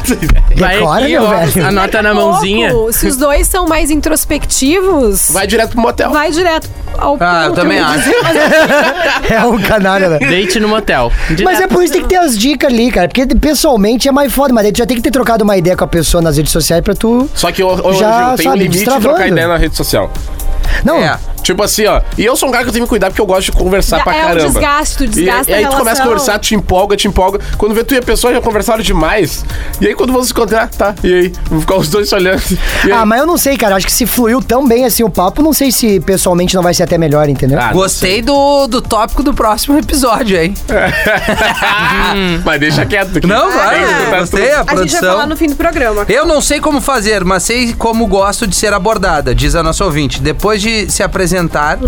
Speaker 3: Vai
Speaker 5: Decora,
Speaker 3: aqui,
Speaker 5: meu
Speaker 3: ó,
Speaker 5: velho.
Speaker 3: anota
Speaker 4: Tá
Speaker 3: na mãozinha.
Speaker 4: Pouco. Se os dois são mais introspectivos, vai,
Speaker 6: Vai direto pro motel.
Speaker 4: direto ao
Speaker 2: Ah, eu
Speaker 4: ao
Speaker 2: também
Speaker 4: conteúdo.
Speaker 2: acho.
Speaker 5: É um canalha, né?
Speaker 3: Date no motel.
Speaker 5: Mas é
Speaker 3: Direto.
Speaker 5: por isso que tem que ter as dicas ali, cara. Porque pessoalmente é mais foda, mas aí tu já tem que ter trocado uma ideia com a pessoa nas redes sociais pra tu.
Speaker 6: Só que, ô, ô,
Speaker 5: Já,
Speaker 6: Gil, tem um
Speaker 5: sabe,
Speaker 6: limite de
Speaker 5: destravando.
Speaker 6: trocar ideia na rede social.
Speaker 5: Não,
Speaker 2: É.
Speaker 6: Tipo assim, ó. E eu sou um cara que eu tenho que cuidar porque eu gosto de conversar
Speaker 4: É
Speaker 6: pra
Speaker 4: o
Speaker 6: caramba.
Speaker 4: desgaste, o desgaste
Speaker 6: E, e
Speaker 4: da
Speaker 6: aí tu começa a
Speaker 4: relação.
Speaker 6: conversar, te empolga, te empolga. Quando vê tu e a pessoa já conversaram demais. E aí quando vão se encontrar, tá. E aí? Vão ficar os dois se olhando. E aí?
Speaker 5: Ah, mas eu não sei, cara. Acho que se fluiu tão bem assim o papo, não sei se pessoalmente não vai ser até melhor, entendeu?
Speaker 6: Ah, não
Speaker 2: Gostei do, do tópico do próximo episódio, hein?
Speaker 6: sei. Ah, mas
Speaker 5: Ah.
Speaker 6: deixa quieto. que-
Speaker 2: Não, vai. é,
Speaker 6: Tem que botar
Speaker 2: Gostei, a
Speaker 4: A gente vai
Speaker 2: produção.
Speaker 4: falar no fim do programa.
Speaker 2: Eu não sei como fazer, mas sei como gosto de ser abordada, diz a nossa ouvinte. Depois de se apresentar,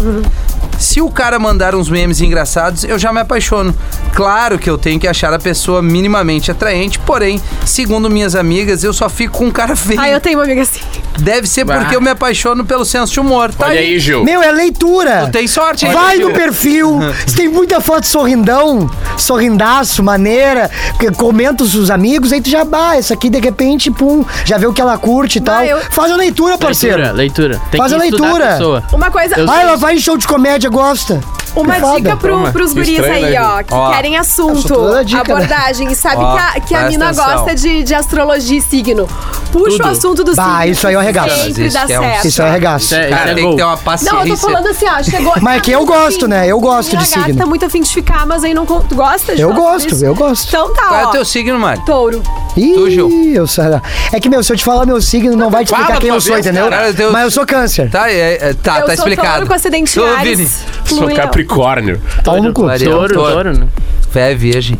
Speaker 2: se o cara mandar uns memes engraçados, eu já me apaixono. Claro que eu tenho que achar a pessoa minimamente atraente, porém, segundo minhas amigas, eu só fico com um cara feio.
Speaker 4: Ah, eu tenho uma amiga assim.
Speaker 2: Deve ser porque eu me apaixono pelo senso de humor. Tá
Speaker 6: Olha aí, Gil.
Speaker 5: Meu, é leitura.
Speaker 2: Tem sorte, hein?
Speaker 5: Vai no perfil, se tem muita foto sorrindão, sorrindaço, maneira, que- comenta os os amigos, aí tu já, bah, isso aqui de repente, pum, já vê o que ela curte e tal.
Speaker 4: eu-
Speaker 5: Faz a leitura, parceiro.
Speaker 3: Leitura, leitura. Tem
Speaker 5: Faz
Speaker 3: que
Speaker 5: a
Speaker 3: estudar
Speaker 5: leitura.
Speaker 3: A pessoa.
Speaker 4: Uma coisa,
Speaker 3: Eu-
Speaker 5: Ah, ela vai em show de comédia, gosta.
Speaker 4: uma
Speaker 5: Que foda.
Speaker 4: dica pro,
Speaker 6: Toma.
Speaker 4: pros
Speaker 6: Que
Speaker 4: guris
Speaker 6: estranho,
Speaker 4: aí,
Speaker 6: né,
Speaker 4: ó,
Speaker 6: Gil?
Speaker 4: que
Speaker 2: Ó.
Speaker 4: querem
Speaker 5: Eu
Speaker 4: assunto,
Speaker 5: sou toda dica, né?
Speaker 4: abordagem. E sabe
Speaker 2: Ó,
Speaker 4: que a, que a
Speaker 2: presta
Speaker 4: mina
Speaker 2: atenção.
Speaker 4: gosta de, de astrologia e signo. Puxa
Speaker 3: Tudo.
Speaker 4: o assunto do signo.
Speaker 5: Bah, isso aí é um arregaço.
Speaker 4: Sempre
Speaker 2: Mas
Speaker 4: dá
Speaker 2: isso é um-
Speaker 4: certo.
Speaker 5: Isso é regaço.
Speaker 3: Isso é, isso
Speaker 2: Cara,
Speaker 3: é
Speaker 2: tem que
Speaker 3: gol.
Speaker 2: ter uma
Speaker 4: Não, eu tô
Speaker 2: paciência.
Speaker 4: falando assim, ó, chegou.
Speaker 5: Mas que eu gosto, né? Eu gosto de
Speaker 4: A
Speaker 5: signo.
Speaker 4: tá muito afim de ficar, mas aí não. con- Tu gosta de
Speaker 5: Eu
Speaker 4: falar
Speaker 5: gosto,
Speaker 4: disso?
Speaker 5: eu gosto.
Speaker 4: Então tá,
Speaker 2: Qual é
Speaker 4: ó.
Speaker 2: o teu signo, Mário?
Speaker 4: Touro.
Speaker 5: Ih,
Speaker 2: Tu, Gil?
Speaker 5: eu sei lá. É que, meu, se eu te falar meu signo, não vai te
Speaker 6: fala
Speaker 5: explicar quem
Speaker 6: tua
Speaker 5: eu sou,
Speaker 6: vez,
Speaker 5: entendeu?
Speaker 2: cara, Deus.
Speaker 5: Mas eu sou câncer.
Speaker 2: Tá, é, é, tá, tá
Speaker 4: eu sou
Speaker 2: explicado.
Speaker 4: touro com acidente
Speaker 2: Ô,
Speaker 4: em
Speaker 2: Vini,
Speaker 4: Ares.
Speaker 6: Sou
Speaker 4: Fluir, ó.
Speaker 6: Capricórnio.
Speaker 5: Pau no cu.
Speaker 2: Maria.
Speaker 3: Touro,
Speaker 2: Touro.
Speaker 3: touro, né?
Speaker 2: Fé é virgem.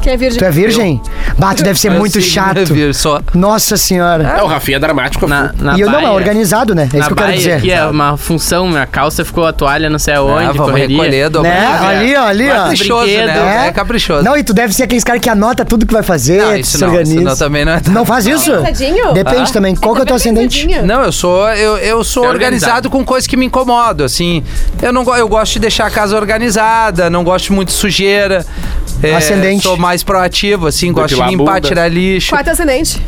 Speaker 4: Que é virgem.
Speaker 5: Tu é virgem? Bah, tu deve ser
Speaker 2: Meu
Speaker 5: muito
Speaker 2: signo é
Speaker 5: chato.
Speaker 2: virgem, só.
Speaker 5: Nossa senhora.
Speaker 6: É, o Rafinha é dramático.
Speaker 3: Na, na
Speaker 5: E eu não, é
Speaker 3: baia.
Speaker 5: organizado, né? É
Speaker 3: na
Speaker 5: isso que eu quero
Speaker 3: baia,
Speaker 5: dizer.
Speaker 3: que é uma função, minha calça ficou a toalha não sei aonde,
Speaker 2: Ah, vamos
Speaker 3: correria.
Speaker 2: recolher, dobrar.
Speaker 5: Né? Ali, ó, ali, ó.
Speaker 2: Caprichoso, né?
Speaker 5: É.
Speaker 2: É, caprichoso.
Speaker 5: Não, e tu deve ser aqueles caras que anota tudo que vai fazer,
Speaker 2: Não,
Speaker 5: tu
Speaker 2: isso
Speaker 5: se
Speaker 2: não,
Speaker 5: organiza.
Speaker 2: isso não também não é.
Speaker 5: Não faz isso?
Speaker 4: Organizadinho?
Speaker 5: Depende
Speaker 2: Ah?
Speaker 5: também. Qual que é o teu
Speaker 4: Tá Você tá bem
Speaker 5: ascendente?
Speaker 4: organizadinho.
Speaker 2: Não, eu sou eu, eu sou
Speaker 3: É
Speaker 2: organizado.
Speaker 3: organizado.
Speaker 2: com coisas que me incomodam, assim. Eu não go- eu gosto de deixar a casa organizada, não gosto muito de sujeira. É,
Speaker 5: Ascendente.
Speaker 2: Sou mais proativo, assim, gosto de
Speaker 6: Depilar a
Speaker 2: limpar,
Speaker 6: bunda.
Speaker 2: tirar lixo.
Speaker 4: Qual é teu ascendente?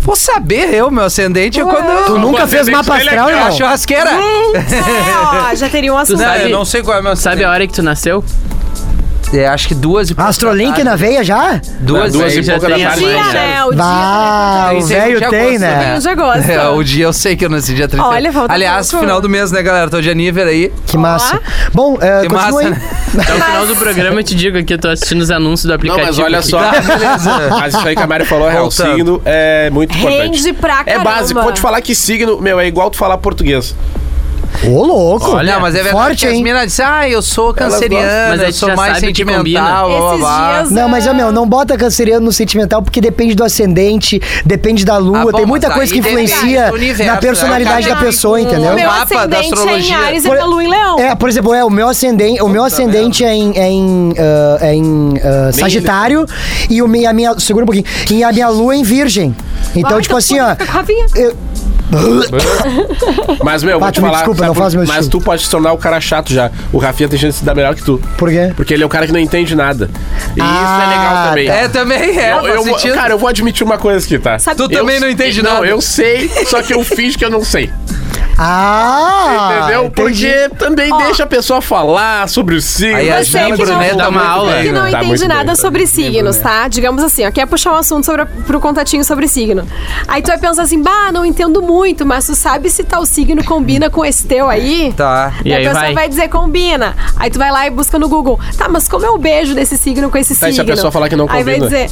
Speaker 2: Vou saber eu, meu ascendente, é
Speaker 4: Ué.
Speaker 2: quando
Speaker 5: Tu
Speaker 2: eu...
Speaker 5: nunca
Speaker 6: você
Speaker 5: fez
Speaker 6: tem
Speaker 5: mapa
Speaker 6: que ser
Speaker 5: astral,
Speaker 6: legal.
Speaker 2: A
Speaker 5: irmão?
Speaker 2: churrasqueira.
Speaker 5: Hum.
Speaker 4: É, ó, já teria um assunto.
Speaker 2: Não,
Speaker 3: sabe-
Speaker 2: eu não sei qual é o meu
Speaker 3: Sabe
Speaker 2: ascendente.
Speaker 3: a hora que tu nasceu?
Speaker 2: é, acho que duas e pouco da
Speaker 5: Astrolink
Speaker 2: tarde.
Speaker 5: na veia já?
Speaker 2: Duas,
Speaker 6: Duas
Speaker 2: aí
Speaker 6: e
Speaker 2: já
Speaker 6: pouco da
Speaker 2: tem
Speaker 4: O
Speaker 6: tarde,
Speaker 2: as
Speaker 4: dia,
Speaker 2: manhãs.
Speaker 4: né? O
Speaker 5: Bah,
Speaker 4: dia.
Speaker 5: o velho
Speaker 2: de
Speaker 5: tem,
Speaker 2: agosto,
Speaker 5: né?
Speaker 4: Eu já gosto.
Speaker 2: É, o dia eu sei que eu nasci dia 30.
Speaker 4: Olha, falta
Speaker 2: Aliás,
Speaker 4: pouco.
Speaker 2: final do mês, né, galera? Tô de aniver aí.
Speaker 5: Que massa. Bom, é,
Speaker 2: Que
Speaker 5: continua
Speaker 2: massa,
Speaker 5: aí.
Speaker 2: né?
Speaker 3: Até o final do programa eu te digo aqui, eu tô assistindo os anúncios do
Speaker 6: Não,
Speaker 3: aplicativo.
Speaker 6: mas olha
Speaker 3: aqui.
Speaker 6: só. mas isso aí que a Mari falou é real.
Speaker 2: Voltando.
Speaker 6: Signo é muito importante.
Speaker 4: Rende pra
Speaker 6: É
Speaker 4: caramba.
Speaker 6: básico. Vou te falar que signo, meu, é igual tu falar português.
Speaker 5: Ô, louco.
Speaker 2: Olha, mas é verdade
Speaker 5: Forte,
Speaker 2: que as
Speaker 5: hein?
Speaker 2: meninas dizem, ah, eu sou
Speaker 3: gostam. Mas
Speaker 2: canceriana,
Speaker 3: a
Speaker 2: eu
Speaker 3: gente
Speaker 2: sou
Speaker 3: já
Speaker 2: mais
Speaker 3: sabe que
Speaker 2: sentimental,
Speaker 4: combina.
Speaker 2: blá,
Speaker 4: Esses
Speaker 2: blá, blá.
Speaker 4: dias-
Speaker 5: Não, mas, ó, meu, não bota canceriano no sentimental porque depende do ascendente, depende da lua,
Speaker 2: Ah, bom,
Speaker 5: tem muita
Speaker 2: mas
Speaker 5: coisa que
Speaker 2: aí depende
Speaker 5: influencia
Speaker 2: do universo,
Speaker 5: na personalidade
Speaker 2: né?
Speaker 5: da pessoa,
Speaker 4: O
Speaker 5: entendeu?
Speaker 4: meu
Speaker 2: mapa da
Speaker 4: ascendente é em
Speaker 2: astrologia.
Speaker 4: Ares e
Speaker 5: Por-
Speaker 4: da Lua em Leão.
Speaker 5: É, por exemplo, é, o meu ascendente, o meu ascendente é em, é em, ah, é em ah, Sagitário e o, mi- a minha. Segura um pouquinho. E a minha lua é em Virgem. Então,
Speaker 4: Ah,
Speaker 5: tipo assim,
Speaker 4: tu
Speaker 5: ó.
Speaker 4: fica com a vinha.
Speaker 5: eu-
Speaker 6: Mas, meu, vou
Speaker 5: Ah,
Speaker 6: te
Speaker 5: tu me
Speaker 6: falar.
Speaker 5: desculpa,
Speaker 6: sabe
Speaker 5: não
Speaker 6: por-
Speaker 5: faz meu
Speaker 6: Mas
Speaker 5: estilo.
Speaker 6: tu pode se tornar o cara chato já. O Rafinha tem chance de se dar melhor que tu.
Speaker 5: Por quê?
Speaker 6: Porque ele é o cara que não entende nada. E isso é
Speaker 5: Ah,
Speaker 6: legal também.
Speaker 2: É, também é.
Speaker 6: Eu-
Speaker 2: faz
Speaker 6: eu vou-
Speaker 2: sentido.
Speaker 6: cara, eu vou admitir uma coisa aqui, tá?
Speaker 4: Sabe-
Speaker 2: tu
Speaker 4: eu-
Speaker 2: também não entende
Speaker 6: Não,
Speaker 2: nada.
Speaker 6: eu sei, só que eu finjo que eu não sei.
Speaker 5: Ah!
Speaker 6: Entendeu?
Speaker 5: entendi.
Speaker 6: Porque também
Speaker 4: Ó.
Speaker 6: deixa a pessoa falar sobre o signo.
Speaker 2: Aí a
Speaker 4: Você
Speaker 2: gente
Speaker 4: que não-
Speaker 6: é
Speaker 2: né, dá uma aula.
Speaker 4: que
Speaker 2: aí,
Speaker 4: não
Speaker 2: né?
Speaker 6: Tá
Speaker 4: entende
Speaker 6: muito
Speaker 4: nada
Speaker 6: bem, tá
Speaker 4: sobre signos, tá? Digamos assim, ó, quer puxar um assunto sobre a, pro contatinho sobre signo. Aí tu vai pensar assim, bah, não entendo muito, mas tu sabe se tal signo combina com esse teu aí?
Speaker 2: Tá.
Speaker 3: E
Speaker 4: a
Speaker 3: aí
Speaker 4: pessoa
Speaker 3: vai.
Speaker 4: vai. dizer combina. Aí tu vai lá e busca no Google. Tá, mas como é o beijo desse signo com esse
Speaker 6: Tá, e
Speaker 4: signo?
Speaker 6: se a pessoa falar que não
Speaker 4: Aí vai
Speaker 6: combina?
Speaker 4: dizer.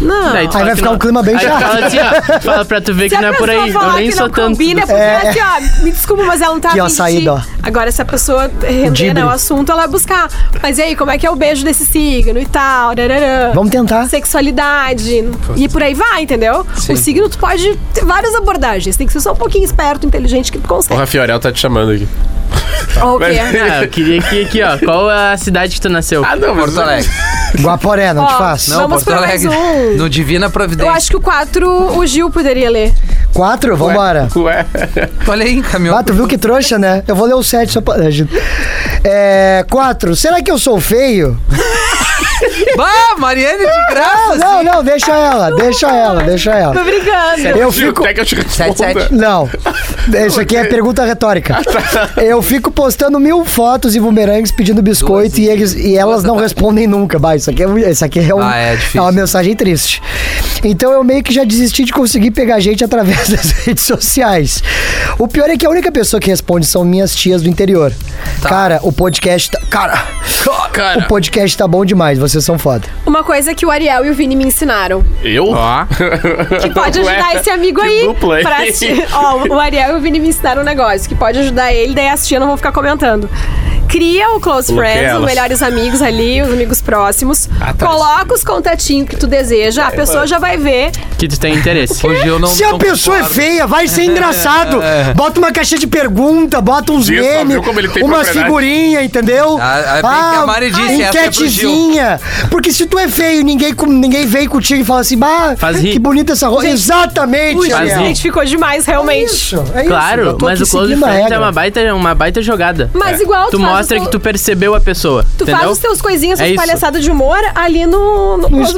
Speaker 4: Não.
Speaker 3: Daí tu
Speaker 5: Aí
Speaker 3: fala
Speaker 5: vai
Speaker 3: que
Speaker 5: ficar
Speaker 3: não-
Speaker 5: um clima bem
Speaker 3: aí tu
Speaker 5: chato.
Speaker 3: Fala assim, ó, fala pra tu ver
Speaker 4: se
Speaker 3: que não
Speaker 4: a
Speaker 3: é por
Speaker 4: pessoa
Speaker 3: aí. Eu
Speaker 4: falar
Speaker 3: nem
Speaker 4: que
Speaker 3: sou
Speaker 4: não
Speaker 3: tanto.
Speaker 4: combina, é porque
Speaker 5: É.
Speaker 4: ela, assim, ó, me desculpa, mas ela não tá
Speaker 5: Que
Speaker 4: afim de
Speaker 5: saída,
Speaker 4: ti.
Speaker 5: ó.
Speaker 4: Agora, se a pessoa render
Speaker 5: Dibre.
Speaker 4: né, o assunto, ela vai buscar. Mas e aí, como é que é o beijo desse signo e tal? rararã.
Speaker 5: Vamos tentar.
Speaker 4: Sexualidade. E por aí vai, entendeu? O signo, tu pode ter várias abordagens. Tem que ser só um pouquinho esperto, inteligente, que tu
Speaker 6: O
Speaker 4: consegue.
Speaker 6: Rafinha Orel tá te chamando aqui.
Speaker 4: Ó, o quê?
Speaker 3: Ah, eu queria aqui, aqui, ó. Qual a cidade que tu nasceu?
Speaker 6: Ah, não, mas...
Speaker 2: Porto Alegre.
Speaker 5: Guaporé, não te
Speaker 4: Ó,
Speaker 5: faço.
Speaker 2: Não,
Speaker 4: Vamos
Speaker 2: Porto
Speaker 4: pra mais
Speaker 2: Alegre.
Speaker 4: um.
Speaker 2: No Divina
Speaker 4: Eu
Speaker 2: Providência.
Speaker 4: acho que o 4 o Gil poderia ler.
Speaker 5: Quatro? Vambora.
Speaker 6: Ué.
Speaker 2: Olha aí, caminhão.
Speaker 5: Ah, tu viu que trouxa, né? Eu vou ler o sete só pra. É. Quatro. Será que eu sou feio?
Speaker 2: Bah, Mariane de graça.
Speaker 5: Não, não, deixa ela, deixa ela, deixa
Speaker 4: Tô
Speaker 5: ela.
Speaker 4: brincando.
Speaker 5: Eu
Speaker 6: Gil,
Speaker 5: fico.
Speaker 6: Até que eu te responda.
Speaker 2: Sete, sete.
Speaker 5: Não. Isso aqui é pergunta retórica.
Speaker 2: Ah, tá.
Speaker 5: Eu fico postando mil fotos e bumerangues pedindo biscoito e, eles, e elas não respondem nunca. Bah, isso aqui é, isso aqui é, um-
Speaker 2: Ah, é difícil.
Speaker 5: uma mensagem triste. Então eu meio que já desisti de conseguir pegar gente através das redes sociais. O pior é que a única pessoa que responde são minhas tias do interior.
Speaker 2: Tá.
Speaker 5: Cara, o podcast tá. Cara, o
Speaker 3: Cara.
Speaker 5: podcast tá bom demais, vocês são foda.
Speaker 4: Uma coisa que o Ariel e o Vini me ensinaram.
Speaker 6: Eu?
Speaker 3: Ó.
Speaker 4: que pode ajudar
Speaker 3: é
Speaker 6: Ué,
Speaker 4: esse amigo
Speaker 6: que
Speaker 4: aí.
Speaker 6: dupla, hein?
Speaker 4: pra assistir. Ó, o Ariel e o Vini me ensinaram um negócio que pode ajudar ele, daí as tias não vão ficar comentando. Cria o Close
Speaker 6: Coloquei
Speaker 4: Friends,
Speaker 6: elas.
Speaker 4: os melhores amigos ali, os amigos próximos.
Speaker 6: Ah, tá.
Speaker 4: Coloca os contatinhos que tu deseja, a pessoa já vai ver.
Speaker 3: É. Que tu tem interesse.
Speaker 2: Hoje eu não.
Speaker 5: Se a
Speaker 2: não
Speaker 5: pessoa é
Speaker 2: concordo. É,
Speaker 5: feia, vai ser engraçado. Bota uma caixa de pergunta, bota uns
Speaker 6: Viu? Só
Speaker 5: memes,
Speaker 6: viu como ele tem
Speaker 5: umas
Speaker 6: propriedade.
Speaker 5: figurinhas, entendeu?
Speaker 2: Ah, é bem que a Mari disse, essa é pro Gil.
Speaker 5: enquetezinha. Porque se tu é feio e ninguém, com- ninguém veio contigo e fala assim, bah,
Speaker 3: Faz rir."
Speaker 5: que bonita essa roupa. Exatamente,
Speaker 4: Ui, a
Speaker 5: Ariel.
Speaker 4: gente ficou demais, realmente.
Speaker 5: Isso, é isso. Eu
Speaker 3: Claro,
Speaker 5: tô
Speaker 3: mas
Speaker 5: aqui
Speaker 3: o Close
Speaker 5: seguindo a
Speaker 3: Friends
Speaker 5: regra.
Speaker 3: é uma baita, uma baita jogada.
Speaker 4: Mas igual
Speaker 3: É. Tu
Speaker 4: faz os
Speaker 3: mostra
Speaker 4: teu-
Speaker 3: que tu percebeu a pessoa.
Speaker 4: Tu
Speaker 3: entendeu?
Speaker 4: faz os teus coisinhas,
Speaker 3: É
Speaker 4: suas
Speaker 3: isso.
Speaker 4: palhaçadas de humor ali no, no
Speaker 5: No
Speaker 4: Close Friends.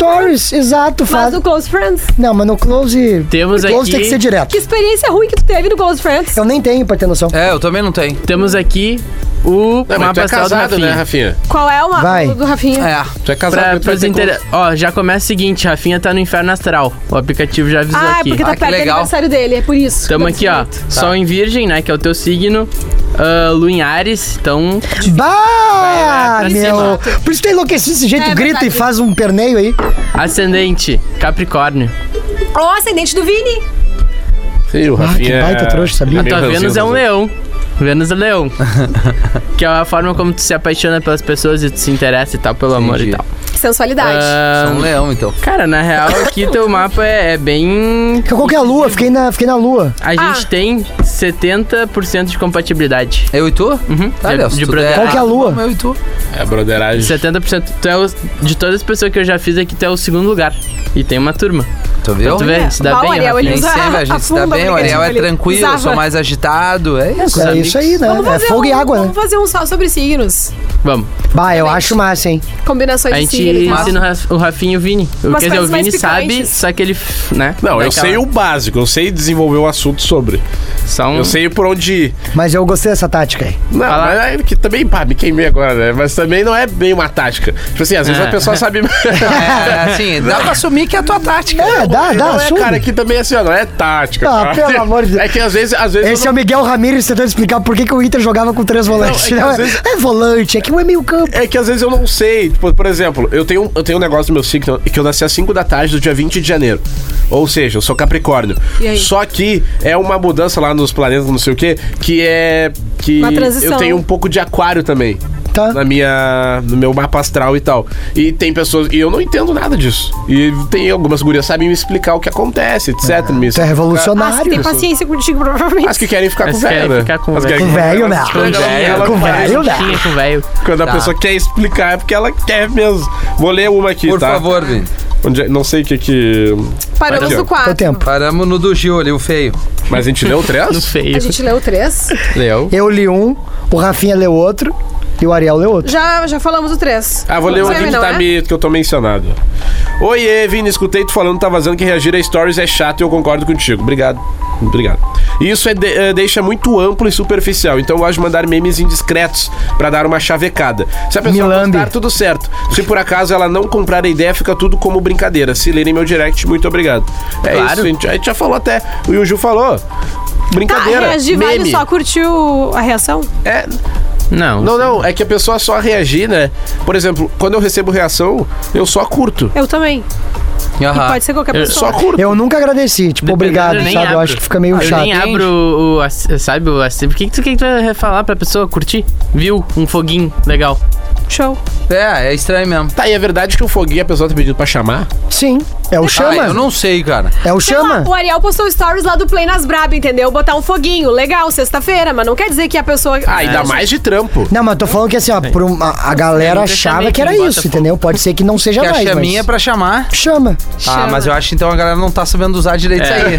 Speaker 5: Stories, exato.
Speaker 4: Mas
Speaker 5: Faz...
Speaker 4: no Close Friends.
Speaker 5: Não, mas no Close...
Speaker 3: Temos
Speaker 5: no
Speaker 3: aqui-
Speaker 5: close tem que ser
Speaker 4: Que
Speaker 5: direto.
Speaker 4: experiência ruim que tu teve no Close Friends.
Speaker 5: Eu nem tenho pra ter noção.
Speaker 2: É, eu também não tenho.
Speaker 3: Temos aqui o
Speaker 6: Não, mas tu
Speaker 3: mapa
Speaker 6: é
Speaker 3: astral do
Speaker 6: casado, né,
Speaker 3: Rafinha.
Speaker 6: Rafinha?
Speaker 4: Qual é o mapa
Speaker 5: Vai.
Speaker 4: do Rafinha?
Speaker 2: É.
Speaker 6: Tu é casado.
Speaker 3: Pra,
Speaker 6: tu vai
Speaker 3: pros
Speaker 6: ter
Speaker 3: inter... Ó, já começa o seguinte, Rafinha tá no inferno astral. O aplicativo já avisou
Speaker 4: Ah, é
Speaker 3: aqui.
Speaker 4: porque
Speaker 2: Ah,
Speaker 4: tá
Speaker 2: que
Speaker 4: perto do
Speaker 2: legal.
Speaker 4: aniversário dele, é por isso.
Speaker 3: Tamo aqui, ó. Tá. Sol em Virgem, né? Que é o teu signo. Ah, Lua em Ares, então.
Speaker 5: Bah,
Speaker 3: Vai, vai,
Speaker 5: meu.
Speaker 3: vai.
Speaker 5: Por isso que tá enlouquecido desse jeito.
Speaker 4: É
Speaker 5: grita e
Speaker 4: verdade.
Speaker 5: faz um perneio aí.
Speaker 3: Ascendente, Capricórnio.
Speaker 4: Ó, ascendente do Vini.
Speaker 6: Sim, o Rafinha.
Speaker 5: Ah, que baita trouxa, sabia?
Speaker 6: é
Speaker 3: A
Speaker 6: meio
Speaker 3: tua Vênus
Speaker 6: ranzinza,
Speaker 3: é um
Speaker 6: né?
Speaker 3: leão. Vênus é leão. que é a forma como tu se apaixona pelas pessoas e tu se interessa e tal, pelo amor e
Speaker 2: Entendi.
Speaker 3: tal.
Speaker 4: Sensualidade.
Speaker 3: Ah,
Speaker 2: Sou um leão, então.
Speaker 3: cara, na real, aqui teu mapa é, é bem.
Speaker 5: Qual que é a lua? Fiquei na, fiquei na lua.
Speaker 3: A
Speaker 4: Ah.
Speaker 3: gente tem 70% de compatibilidade.
Speaker 2: Eu e tu? Uhum. Tá,
Speaker 3: De-
Speaker 2: Léo, se
Speaker 3: de
Speaker 2: tu
Speaker 3: proteção.
Speaker 2: der
Speaker 5: Qual que é a
Speaker 2: errado,
Speaker 5: lua?
Speaker 2: vamos Eu e tu.
Speaker 6: É, broderagem.
Speaker 3: 70%. Tu é o, de todas as pessoas que eu já fiz aqui, tu é o segundo lugar. E tem uma turma.
Speaker 2: Tu viu?
Speaker 3: Tu vê, se dá
Speaker 4: Bah,
Speaker 3: bem,
Speaker 4: olha,
Speaker 3: Rafinha.
Speaker 4: ele
Speaker 2: Nem
Speaker 4: usa
Speaker 2: sempre a gente se dá
Speaker 4: afunda
Speaker 2: bem, o Ariel é
Speaker 4: aplicativo, ele
Speaker 2: tranquilo, eu sou
Speaker 4: usava.
Speaker 2: mais agitado. É isso.
Speaker 5: É
Speaker 3: amigos.
Speaker 5: isso aí, né?
Speaker 4: Vamos
Speaker 5: É
Speaker 4: fazer
Speaker 5: fogo
Speaker 4: um,
Speaker 5: e água, né?
Speaker 4: Vamos fazer um só sobre signos.
Speaker 3: Vamos.
Speaker 5: Bah, eu acho massa, hein?
Speaker 4: Combinações
Speaker 3: A
Speaker 4: de
Speaker 3: gente
Speaker 4: signos. e tal.
Speaker 3: ensina o Raf- o Rafinha e o Vini. O-
Speaker 4: Umas
Speaker 3: Quer dizer, o
Speaker 4: coisas tá. mais
Speaker 3: Vini sabe,
Speaker 4: picantes.
Speaker 3: só que ele. f- Né?
Speaker 6: Não,
Speaker 3: Dá
Speaker 6: eu
Speaker 3: aquela-
Speaker 6: sei o básico, eu sei desenvolver o assunto sobre.
Speaker 3: São...
Speaker 6: Eu sei por onde ir.
Speaker 5: Mas eu gostei dessa tática aí.
Speaker 6: Não,
Speaker 3: Hum. Fala.
Speaker 6: mas é que também, pá, me queimei agora, né? Mas também não é bem uma tática. Tipo assim, às vezes
Speaker 3: É.
Speaker 6: a pessoa sabe.
Speaker 2: É, assim, dá pra assumir que é a tua tática.
Speaker 5: É, dá, dá,
Speaker 6: não é,
Speaker 5: assume.
Speaker 6: cara, aqui também é assim, ó, não é tática.
Speaker 5: Ah,
Speaker 6: cara.
Speaker 5: pelo amor de Deus.
Speaker 6: É que às vezes. Às vezes
Speaker 5: Esse
Speaker 6: eu
Speaker 5: é o Miguel Ramirez tentando explicar por que, que o Inter jogava com três volantes.
Speaker 6: Não, é que
Speaker 5: Não,
Speaker 6: às
Speaker 5: é,
Speaker 6: vezes-
Speaker 5: é volante, é que um é meio campo.
Speaker 6: não- é que às vezes eu não sei. Tipo, por exemplo, eu tenho, eu tenho um negócio do meu signo que eu nasci às 5 da tarde do dia 20 de janeiro. Ou seja, eu sou Capricórnio.
Speaker 4: E aí?
Speaker 6: Só que é uma mudança lá nos planetas, não sei o quê, que é. Que
Speaker 4: Uma transição.
Speaker 6: eu tenho um pouco de aquário também.
Speaker 5: Tá.
Speaker 6: Na minha, no meu mapa astral e tal. E tem pessoas. E eu não entendo nada disso. E tem algumas gurias que sabem me explicar o que acontece, etc. me
Speaker 5: Tu é
Speaker 6: explicar.
Speaker 4: Ah, você tem
Speaker 5: revolucionário.
Speaker 4: paciência contigo, provavelmente.
Speaker 6: As que querem ficar com
Speaker 3: As que
Speaker 6: o
Speaker 3: querem
Speaker 6: velho. né?
Speaker 3: ficar com
Speaker 6: As que
Speaker 3: velho.
Speaker 6: querem
Speaker 5: Com
Speaker 6: ficar
Speaker 5: velho,
Speaker 6: elas-
Speaker 5: né?
Speaker 3: Com
Speaker 6: elas-
Speaker 3: velho,
Speaker 6: elas
Speaker 5: com
Speaker 6: parecem-
Speaker 5: velho, né?
Speaker 3: Tinha com velho.
Speaker 6: Quando
Speaker 2: Tá.
Speaker 6: a pessoa quer explicar é porque ela quer mesmo. Vou ler uma aqui,
Speaker 2: Por
Speaker 6: tá?
Speaker 2: favor, Vini.
Speaker 6: Onde é- não sei o que que...
Speaker 4: Paramos
Speaker 6: Aqui, ó.
Speaker 4: no quatro.
Speaker 5: Teu tempo.
Speaker 2: Paramos no do Gil ali, o feio.
Speaker 6: Mas a gente leu
Speaker 3: No
Speaker 6: três?
Speaker 3: feio.
Speaker 4: A gente leu três.
Speaker 2: Leu.
Speaker 5: Eu li um, o Rafinha leu outro e o Ariel leu outro.
Speaker 4: Já, já falamos o três.
Speaker 6: Ah, vou ler um
Speaker 4: Você
Speaker 6: aqui que,
Speaker 4: não
Speaker 6: tá
Speaker 4: é?
Speaker 6: me, que eu tô mencionado. Oiê, Vini, escutei tu falando, tá vazando que reagir a stories é chato e eu concordo contigo. Obrigado. Obrigado. Isso é de- eh, deixa muito amplo e superficial, então eu gosto de mandar memes indiscretos pra dar uma chavecada. Se a pessoa
Speaker 5: Milambe.
Speaker 6: gostar, tudo certo. Se por acaso ela não comprar a ideia, fica tudo como brincadeira. Se lerem meu direct, muito obrigado. É
Speaker 3: Claro.
Speaker 6: isso, a gente, a gente já falou até. O Yuju falou.
Speaker 4: Tá,
Speaker 6: Brincadeira.
Speaker 4: reagir
Speaker 6: meme.
Speaker 4: vale só curtiu a reação?
Speaker 6: É,
Speaker 3: Não.
Speaker 6: não, não, é que a pessoa só reagir, né? Por exemplo, quando eu recebo reação, eu só curto.
Speaker 4: Eu também. E pode ser qualquer
Speaker 3: Eu
Speaker 4: pessoa.
Speaker 6: Só curto.
Speaker 5: Eu nunca agradeci, tipo,
Speaker 3: Dependendo,
Speaker 5: obrigado,
Speaker 3: eu nem
Speaker 5: sabe? Eu
Speaker 3: abro.
Speaker 5: acho que fica meio
Speaker 3: Eu
Speaker 5: chato.
Speaker 3: nem abro o, o ass- sabe, o ass- O que que tu, que que tu vai falar pra pessoa curtir? Viu? Um foguinho legal.
Speaker 4: Show.
Speaker 2: É, é estranho mesmo.
Speaker 6: Tá, e é verdade que o foguinho a pessoa tá pedindo pra chamar?
Speaker 5: Sim, é o chama.
Speaker 2: Ah, eu não sei, cara.
Speaker 5: É o
Speaker 4: Sei
Speaker 5: chama.
Speaker 4: lá, o Ariel postou stories lá do Play nas Braba, entendeu? Botar um foguinho. Legal, sexta-feira, mas não quer dizer que a pessoa.
Speaker 6: Ah, ainda mais de trampo.
Speaker 5: Não, mas eu tô falando que assim, ó, por uma- a
Speaker 3: Eu
Speaker 5: galera
Speaker 3: nunca
Speaker 5: achava
Speaker 3: chamei
Speaker 5: que era
Speaker 3: quem
Speaker 5: isso,
Speaker 3: bota
Speaker 5: entendeu? Pode ser que não seja
Speaker 2: Que a
Speaker 5: mais,
Speaker 2: chaminha é
Speaker 5: mas...
Speaker 2: pra chamar.
Speaker 5: Chama.
Speaker 2: Ah, mas eu acho que então a galera não tá sabendo usar direito
Speaker 6: É.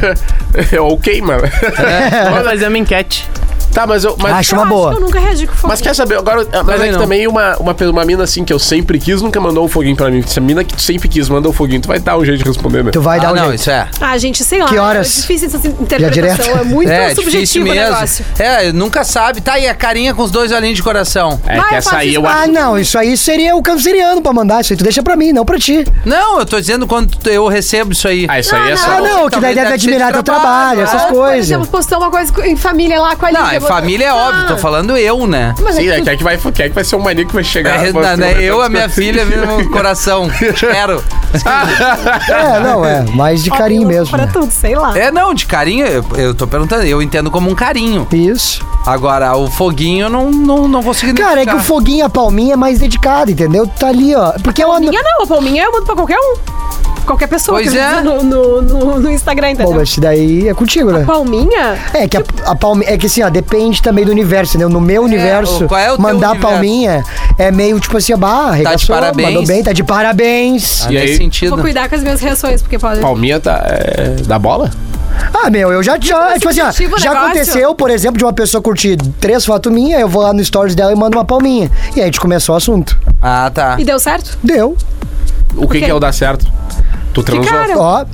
Speaker 2: isso aí.
Speaker 6: Ou queima.
Speaker 5: É.
Speaker 3: Vamos fazer é uma enquete.
Speaker 6: tá, mas eu. Mas,
Speaker 5: Acho é uma
Speaker 4: Eu
Speaker 5: boa.
Speaker 4: Acho que eu nunca reagi com foguinho.
Speaker 6: mas quer saber, agora. Mas é que
Speaker 2: não.
Speaker 6: também uma, uma, pe- uma mina assim que eu sempre quis nunca mandou um foguinho pra mim. Se a mina que tu sempre quis mandou um foguinho, tu vai dar um jeito de responder, né?
Speaker 5: Tu vai dar
Speaker 2: ah,
Speaker 5: um
Speaker 2: não,
Speaker 5: jeito.
Speaker 2: isso é.
Speaker 4: Ah, gente, sei lá.
Speaker 5: Que horas?
Speaker 4: É difícil essa
Speaker 5: direto?
Speaker 4: interpretação. É
Speaker 5: Então,
Speaker 4: muito
Speaker 2: é, difícil
Speaker 4: subjetivo o
Speaker 2: mesmo.
Speaker 4: negócio.
Speaker 2: É, nunca sabe. Tá aí a carinha com os dois olhinhos de coração.
Speaker 6: É
Speaker 4: Vai,
Speaker 6: que
Speaker 4: eu
Speaker 6: essa
Speaker 4: faço
Speaker 6: aí
Speaker 4: isso.
Speaker 6: eu
Speaker 5: Ah,
Speaker 6: acho.
Speaker 5: não, isso aí seria o canceriano pra mandar. Isso aí tu deixa pra mim, não pra ti.
Speaker 2: Não, eu tô dizendo quando eu recebo isso aí.
Speaker 6: Ah, isso aí é
Speaker 4: Não,
Speaker 6: só.
Speaker 5: Ah, não, que daí
Speaker 2: talvez
Speaker 5: deve
Speaker 2: deve ser de
Speaker 5: admirar teu trabalho,
Speaker 2: trabalho,
Speaker 5: essas
Speaker 4: Ah, Por
Speaker 5: coisas.
Speaker 4: exemplo, postou uma coisa em família lá com a
Speaker 2: não,
Speaker 4: Lívia,
Speaker 2: é
Speaker 4: botou-
Speaker 2: família é óbvio, tô
Speaker 4: Ah,
Speaker 2: falando eu, né?
Speaker 4: Mas
Speaker 6: Sim,
Speaker 4: é
Speaker 6: é,
Speaker 4: que
Speaker 6: quem, é que vai, quem é que vai ser o maníaco que vai chegar?
Speaker 2: É,
Speaker 6: Vai-
Speaker 2: não, né? Eu, a minha
Speaker 6: Assim.
Speaker 2: filha, meu coração. Quero.
Speaker 5: É, não, é. Mais de carinho
Speaker 4: Apenas
Speaker 5: mesmo.
Speaker 4: Pra
Speaker 5: né?
Speaker 4: tudo, sei lá.
Speaker 2: É, não, de carinho, eu, eu tô perguntando, eu entendo como um carinho.
Speaker 5: Isso.
Speaker 2: Agora, o foguinho eu não, não, não consigo
Speaker 5: Cara, é que o
Speaker 2: identificar.
Speaker 5: Foguinho, a palminha é mais dedicado, entendeu? Tu Tá ali, ó. Porque é uma.
Speaker 4: Minha não, a palminha eu mando pra qualquer um. Qualquer pessoa
Speaker 2: Pois
Speaker 4: que eu
Speaker 2: é.
Speaker 4: uso no, no, no- no Instagram,
Speaker 5: Pô,
Speaker 4: entendeu?
Speaker 5: mas isso daí é contigo, né?
Speaker 4: Palminha?
Speaker 5: É que a, a palminha. É que assim, ó, depende também do universo, entendeu? No meu universo,
Speaker 2: o- qual é o teu
Speaker 5: mandar
Speaker 2: universo?
Speaker 5: palminha é meio tipo assim, ó, bah, arregaçou,
Speaker 2: parabéns.
Speaker 5: mandou bem, tá de parabéns.
Speaker 2: Ah,
Speaker 6: E
Speaker 2: nesse
Speaker 6: aí?
Speaker 4: Vou
Speaker 2: sentido.
Speaker 4: cuidar com as minhas reações, porque pode.
Speaker 6: Palminha tá. É, da bola?
Speaker 5: Ah, meu, eu já. já
Speaker 4: mais
Speaker 5: tipo assim, ó,
Speaker 4: subjetivo o
Speaker 5: já
Speaker 4: negócio.
Speaker 5: aconteceu, por exemplo, de uma pessoa curtir três fotos minhas, eu vou lá no stories dela e mando uma palminha. E aí a gente começou o assunto.
Speaker 2: Ah, tá.
Speaker 4: E deu certo?
Speaker 5: Deu.
Speaker 6: O que,
Speaker 4: quê?
Speaker 6: que é o dar certo? Tu transou?
Speaker 4: cara-
Speaker 5: Ó.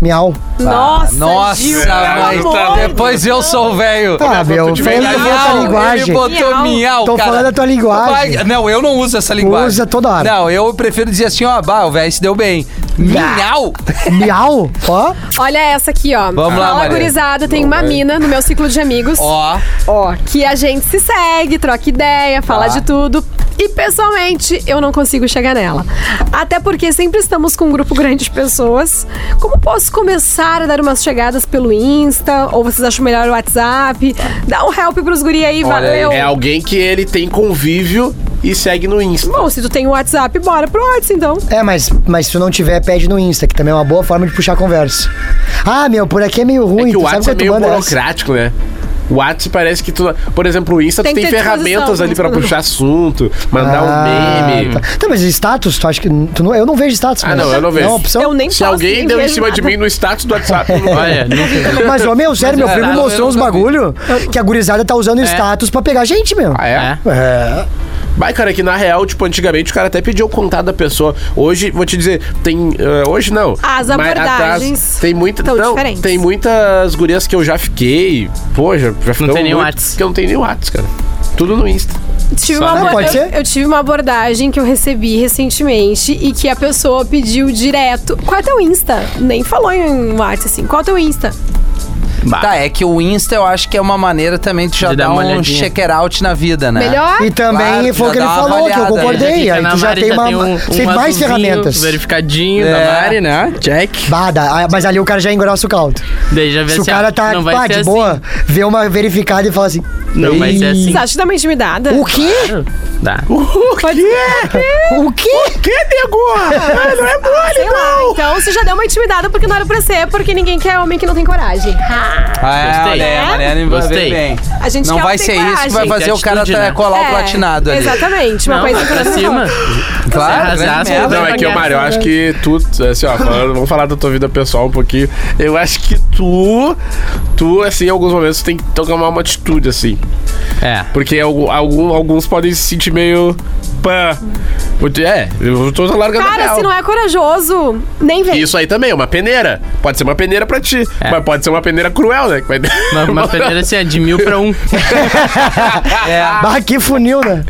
Speaker 5: Miau.
Speaker 4: Nossa,
Speaker 2: Ah, Nossa,
Speaker 4: Gil,
Speaker 2: mas tá
Speaker 4: pelo amor de Tá,
Speaker 2: depois eu sou o velho.
Speaker 5: Ah, meu,
Speaker 6: de
Speaker 5: falando
Speaker 6: verdade.
Speaker 5: a
Speaker 2: Miau,
Speaker 5: linguagem.
Speaker 2: Ele botou
Speaker 4: Miau.
Speaker 2: miau,
Speaker 5: Tô
Speaker 2: cara.
Speaker 5: falando a tua linguagem.
Speaker 2: Vai- Não, eu não uso essa linguagem.
Speaker 5: Usa toda hora.
Speaker 2: Não, eu prefiro dizer assim, ó, bah, o velho se deu bem. Miau.
Speaker 5: Miau. Ó.
Speaker 4: Olha essa aqui, ó.
Speaker 2: Vamos lá,
Speaker 4: Fala,
Speaker 2: Maria.
Speaker 4: gurizada, tem uma mina no meu ciclo de amigos.
Speaker 2: Ó,
Speaker 4: Ó, que a gente se segue, troca ideia, fala
Speaker 2: Tá.
Speaker 4: de tudo. E pessoalmente, eu não consigo chegar nela. Até porque sempre estamos com um grupo grande de pessoas. Como posso começar a dar umas chegadas pelo Insta? Ou vocês acham melhor o WhatsApp? Dá um help pros guri aí,
Speaker 2: Olha aí,
Speaker 4: valeu.
Speaker 6: É alguém que ele tem convívio e segue no Insta.
Speaker 4: Bom, se tu tem o WhatsApp, bora pro WhatsApp então.
Speaker 5: É, mas, mas se tu não tiver, pede no Insta, que também é uma boa forma de puxar a conversa. Ah, meu, por aqui é meio ruim.
Speaker 6: É que o
Speaker 5: tu sabe
Speaker 6: WhatsApp é
Speaker 5: quanto
Speaker 6: meio
Speaker 5: manda essa?
Speaker 6: burocrático, né? O WhatsApp parece que tu. Por exemplo, o Insta
Speaker 4: Tem
Speaker 6: tu
Speaker 4: que
Speaker 6: tem
Speaker 4: ter disposição,
Speaker 6: ferramentas ali pra
Speaker 4: né?
Speaker 6: puxar assunto, mandar
Speaker 5: Ah,
Speaker 6: um meme.
Speaker 5: Tá. Tá, mas status, tu acha que. Tu não, eu não vejo status,
Speaker 6: Ah,
Speaker 5: mas-
Speaker 6: não, eu não vejo.
Speaker 5: É uma opção.
Speaker 4: eu nem
Speaker 6: Se
Speaker 4: posso,
Speaker 6: alguém
Speaker 4: nem
Speaker 6: deu em
Speaker 4: vejo
Speaker 6: cima de
Speaker 4: nada.
Speaker 6: mim no status do WhatsApp,
Speaker 4: É.
Speaker 6: eu não-
Speaker 3: Olha, nunca.
Speaker 5: Mas, ô, meu, sério, meu
Speaker 2: Mas,
Speaker 5: primo
Speaker 2: caralho,
Speaker 5: mostrou
Speaker 2: eu
Speaker 5: uns
Speaker 2: nunca vi.
Speaker 6: é?
Speaker 5: bagulho que a gurizada tá usando status pra pegar gente, meu.
Speaker 6: Ah, é?
Speaker 3: É.
Speaker 5: É.
Speaker 6: Vai, cara, que na real, tipo, antigamente o cara até pediu o contato da pessoa. Hoje, vou te dizer, tem. eh, hoje não.
Speaker 4: As
Speaker 6: Mas
Speaker 4: abordagens
Speaker 6: tem muita,
Speaker 4: tão
Speaker 6: não,
Speaker 4: diferentes.
Speaker 6: Tem muitas gurias que eu já fiquei. Pô, já, já ficamos
Speaker 3: tem nem
Speaker 6: muito-
Speaker 3: Whats.
Speaker 6: Que eu não tenho nem Whats, cara. Tudo no Insta.
Speaker 4: Tive
Speaker 6: Só
Speaker 4: uma
Speaker 6: não
Speaker 4: aborda-
Speaker 5: pode ser?
Speaker 4: Eu, eu tive uma abordagem que eu recebi recentemente e que a pessoa pediu direto. Qual é teu Insta? Nem falou em WhatsApp assim. Qual é teu Insta?
Speaker 2: Tá, é que o Insta eu acho que é uma maneira também de já
Speaker 3: De dar
Speaker 2: dar
Speaker 3: uma
Speaker 2: um
Speaker 3: olhadinha.
Speaker 2: checker out na vida, né?
Speaker 4: Melhor?
Speaker 5: E também
Speaker 2: Claro,
Speaker 5: foi
Speaker 2: já
Speaker 5: o que ele
Speaker 2: dá uma
Speaker 5: falou, que eu
Speaker 2: avaliada,
Speaker 5: concordei.
Speaker 3: fica
Speaker 5: aí
Speaker 3: na
Speaker 5: tu já
Speaker 3: Mari,
Speaker 5: tem, uma,
Speaker 3: um- um
Speaker 5: tem mais
Speaker 3: azulzinho
Speaker 5: ferramentas.
Speaker 3: Verificadinho
Speaker 2: É.
Speaker 3: da Mari, né? Check.
Speaker 5: Bah, dá- ah, mas ali o cara já engrossa o caldo.
Speaker 3: Daí já vê
Speaker 5: Se o
Speaker 3: assim,
Speaker 5: cara
Speaker 3: ah,
Speaker 5: tá
Speaker 3: não vai
Speaker 5: pá,
Speaker 3: ser
Speaker 5: de
Speaker 3: assim.
Speaker 5: boa, vê uma verificada e fala assim.
Speaker 3: Não vai ser
Speaker 5: "Ei,
Speaker 3: assim.
Speaker 4: Vocês acham que dá uma intimidada?
Speaker 5: O quê?
Speaker 3: Dá.
Speaker 6: O quê?
Speaker 5: O quê?
Speaker 6: Que nego? Ah, não é mole,
Speaker 4: Sei lá,
Speaker 6: não!
Speaker 4: então você já deu uma intimidada porque não era pra ser, porque ninguém quer homem que não tem coragem.
Speaker 2: Ah,
Speaker 3: Gostei.
Speaker 2: olha aí, a Mariana vai ver
Speaker 3: Gostei.
Speaker 2: bem.
Speaker 4: A gente
Speaker 2: Não
Speaker 4: quer
Speaker 2: vai
Speaker 4: ter
Speaker 2: ser isso que vai
Speaker 4: coragem.
Speaker 2: fazer o cara
Speaker 3: Atitude,
Speaker 2: tá-
Speaker 3: né?
Speaker 2: colar o
Speaker 4: É,
Speaker 2: platinado ali.
Speaker 4: Exatamente, uma
Speaker 3: Não,
Speaker 4: coisa
Speaker 3: vai pra
Speaker 4: pra
Speaker 3: cima.
Speaker 2: Claro,
Speaker 3: Arrasar
Speaker 2: grande
Speaker 3: as
Speaker 4: Tá
Speaker 2: merda.
Speaker 3: coisas.
Speaker 6: Não, é que o Mário, eu acho que tu, assim, ó, falando- vamos falar da tua vida pessoal um pouquinho. Eu acho que tu, tu, assim, em alguns momentos, tem que tomar uma atitude, assim.
Speaker 3: É.
Speaker 6: Porque algu- algum- alguns podem se sentir meio. Pã. Muito- É, eu tô largando a
Speaker 4: Cara,
Speaker 6: real.
Speaker 4: se não é corajoso, nem vem.
Speaker 6: Isso aí também, é uma peneira. Pode ser uma peneira pra ti,
Speaker 3: É.
Speaker 6: mas pode ser uma peneira cruel, né? Que vai-
Speaker 3: Uma, uma peneira assim, é de mil pra um.
Speaker 5: Bah, que funil, né?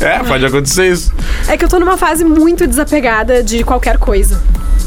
Speaker 6: É, pode acontecer isso.
Speaker 4: É que eu tô numa fase muito desapegada de qualquer coisa.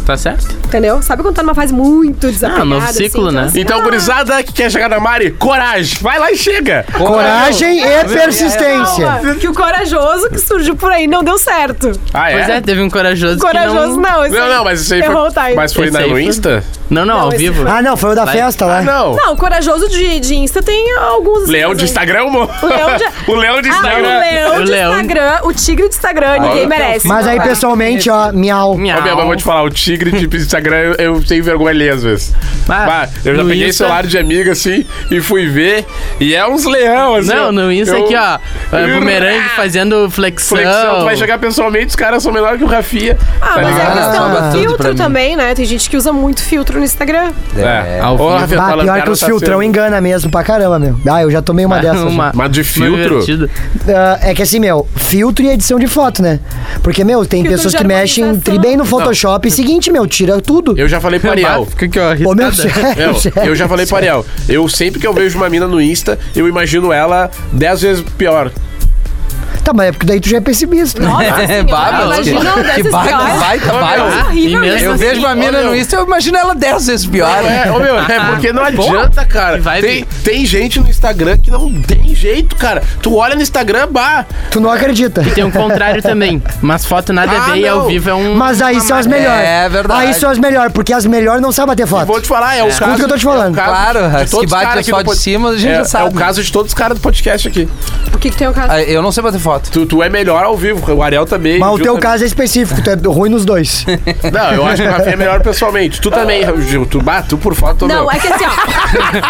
Speaker 3: Tá certo?
Speaker 4: Entendeu? Sabe quando tá numa fase muito desapegada?
Speaker 3: Ah, novo
Speaker 4: assim,
Speaker 3: ciclo,
Speaker 4: então,
Speaker 3: né?
Speaker 4: assim,
Speaker 6: Então,
Speaker 4: ah,
Speaker 6: gurizada que quer chegar na Mari, coragem, vai lá e chega.
Speaker 5: Coragem e persistência.
Speaker 4: calma, Que o corajoso que surgiu por aí não deu certo.
Speaker 6: Ah, é?
Speaker 3: Pois é, teve um corajoso.
Speaker 4: Corajoso
Speaker 3: que não.
Speaker 4: não. esse
Speaker 6: Não, não, mas isso aí
Speaker 4: errou
Speaker 6: foi.
Speaker 4: o time.
Speaker 6: Mas foi
Speaker 3: Esse
Speaker 6: na,
Speaker 3: aí
Speaker 6: no
Speaker 3: foi-
Speaker 6: Insta?
Speaker 3: Não, não, ao
Speaker 4: esse
Speaker 3: vivo.
Speaker 5: Ah, não, foi o da
Speaker 3: Vai.
Speaker 5: festa lá.
Speaker 6: Ah, não.
Speaker 4: Não, o corajoso de, de Insta tem alguns.
Speaker 6: Leão
Speaker 4: assim,
Speaker 6: de Instagram, amor?
Speaker 4: O leão de-
Speaker 6: o leão de
Speaker 4: Ah, o
Speaker 6: Instagram.
Speaker 4: leão
Speaker 3: O
Speaker 4: de
Speaker 3: leão.
Speaker 4: Instagram, o tigre de Instagram, ninguém
Speaker 6: não.
Speaker 4: merece. Ah,
Speaker 5: Mas aí,
Speaker 4: Vai.
Speaker 5: pessoalmente, ó, miau.
Speaker 6: Ô, minha, mas vou te falar, o tigre de Instagram eu, eu tenho vergonha ali às vezes.
Speaker 3: Ah,
Speaker 6: Bah, eu já
Speaker 3: no
Speaker 6: peguei
Speaker 3: Insta-
Speaker 6: celular de amiga assim e fui ver. E é uns leão, assim.
Speaker 3: Não, no Insta
Speaker 6: eu-
Speaker 3: aqui, ó. é,
Speaker 6: Eu-
Speaker 3: Bumerangue fazendo flexão.
Speaker 6: Flexão, tu é vai chegar pessoalmente, os caras são melhores que o Rafinha. Tá
Speaker 4: Ah, mas é
Speaker 2: Ah,
Speaker 4: a questão
Speaker 2: sobra
Speaker 4: do
Speaker 2: tudo pra
Speaker 4: filtro
Speaker 2: mim.
Speaker 4: também, né? Tem gente que usa muito filtro no Instagram.
Speaker 6: É.
Speaker 3: Ao
Speaker 6: Ô,
Speaker 3: vivo.
Speaker 6: Rafinha, tua
Speaker 5: Bah, pior
Speaker 6: lanterna
Speaker 5: que os
Speaker 6: tá
Speaker 5: filtrão
Speaker 6: acesa.
Speaker 5: engana mesmo pra caramba, meu. Ah, eu já tomei uma dessas. já.
Speaker 3: Uma-
Speaker 6: Mas de
Speaker 2: é
Speaker 3: uma
Speaker 6: filtro?
Speaker 3: divertida.
Speaker 5: Ah, é que assim, meu, filtro e edição de foto, né? Porque, meu, tem
Speaker 4: Filtro
Speaker 5: pessoas
Speaker 4: de
Speaker 5: que mexem
Speaker 4: harmonização.
Speaker 5: tri bem no Photoshop. E seguinte, meu, tira tudo.
Speaker 6: Eu já
Speaker 2: É
Speaker 6: falei pro
Speaker 3: Bah,
Speaker 6: Ariel.
Speaker 3: Fica aqui, ó.
Speaker 5: Ô, meu,
Speaker 3: riscada.
Speaker 5: sério,
Speaker 6: É, Eu,
Speaker 5: sério.
Speaker 6: eu já falei pro Ariel. Eu sempre que eu vejo uma mina no Insta, eu imagino ela 10 vezes pior.
Speaker 5: Tá, mas é porque daí tu já é pessimista. né?
Speaker 2: É,
Speaker 4: Ah,
Speaker 2: baba,
Speaker 4: imagina
Speaker 2: que-
Speaker 4: um desses
Speaker 2: que baita,
Speaker 4: piores.
Speaker 2: baita,
Speaker 4: É
Speaker 2: baita.
Speaker 4: horrível
Speaker 3: E Ah, mesmo assim.
Speaker 2: Eu
Speaker 4: mesmo.
Speaker 2: vejo uma mina no Insta, eu imagino ela dez vezes pior.
Speaker 6: É, ô meu, é porque não adianta, cara.
Speaker 3: que vibe.
Speaker 6: Tem, tem gente no Instagram que não tem jeito, cara. Tu olha no Instagram, bah.
Speaker 5: Tu não acredita.
Speaker 6: é
Speaker 3: Tem um contrário também. Mas foto nada
Speaker 6: Ah,
Speaker 3: a ver e
Speaker 6: não.
Speaker 3: ao vivo é um.
Speaker 5: Mas aí são as melhores.
Speaker 2: É verdade.
Speaker 5: Aí são as melhores, porque as melhores não sabem bater foto.
Speaker 6: Vou te falar, é o caso.
Speaker 5: o que eu tô te falando.
Speaker 6: é o caso
Speaker 2: Claro,
Speaker 6: de
Speaker 2: as
Speaker 6: todos
Speaker 2: que
Speaker 6: os
Speaker 2: batem
Speaker 6: caras aqui
Speaker 2: só
Speaker 6: do
Speaker 2: de
Speaker 6: pod-
Speaker 2: cima, a gente
Speaker 6: é,
Speaker 2: já sabe.
Speaker 6: É o caso de todos os caras do podcast aqui.
Speaker 4: O que, que tem o caso?
Speaker 2: Ah, Eu não sei bater foto.
Speaker 6: Tu, tu é melhor ao vivo, o Ariel também.
Speaker 5: Mas o
Speaker 6: Gil
Speaker 5: teu
Speaker 6: também.
Speaker 5: caso é específico, tu é ruim nos dois.
Speaker 6: Não, eu acho que o Rafinha é melhor pessoalmente. Tu também, Gil. Tu, bah, tu por foto,
Speaker 4: não,
Speaker 6: meu.
Speaker 4: é que assim, ó.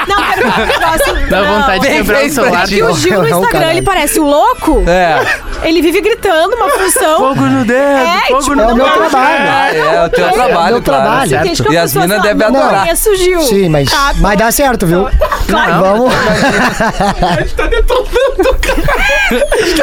Speaker 4: não, é porque o negócio.
Speaker 3: Dá
Speaker 4: não.
Speaker 3: vontade de
Speaker 2: Bem
Speaker 3: quebrar o
Speaker 2: feito,
Speaker 3: celular.
Speaker 2: Brasil.
Speaker 4: E o Gil no
Speaker 5: Não,
Speaker 4: Instagram,
Speaker 5: caralho.
Speaker 4: ele parece um louco.
Speaker 2: É.
Speaker 4: Ele vive gritando uma função.
Speaker 3: Fogo no dedo,
Speaker 4: É,
Speaker 3: fogo
Speaker 4: tipo,
Speaker 3: no
Speaker 5: É o
Speaker 4: não
Speaker 5: meu
Speaker 4: dá.
Speaker 5: trabalho.
Speaker 2: Ah, é, o teu trabalho, claro.
Speaker 5: meu trabalho.
Speaker 4: Você entende que a
Speaker 2: E
Speaker 4: pessoa
Speaker 2: as minas
Speaker 4: fala,
Speaker 2: devem
Speaker 4: "Não
Speaker 2: adorar."
Speaker 4: conheço o Gil.
Speaker 5: Sim, mas,
Speaker 4: Tá,
Speaker 5: mas dá certo, viu?
Speaker 4: Claro.
Speaker 5: Vamos.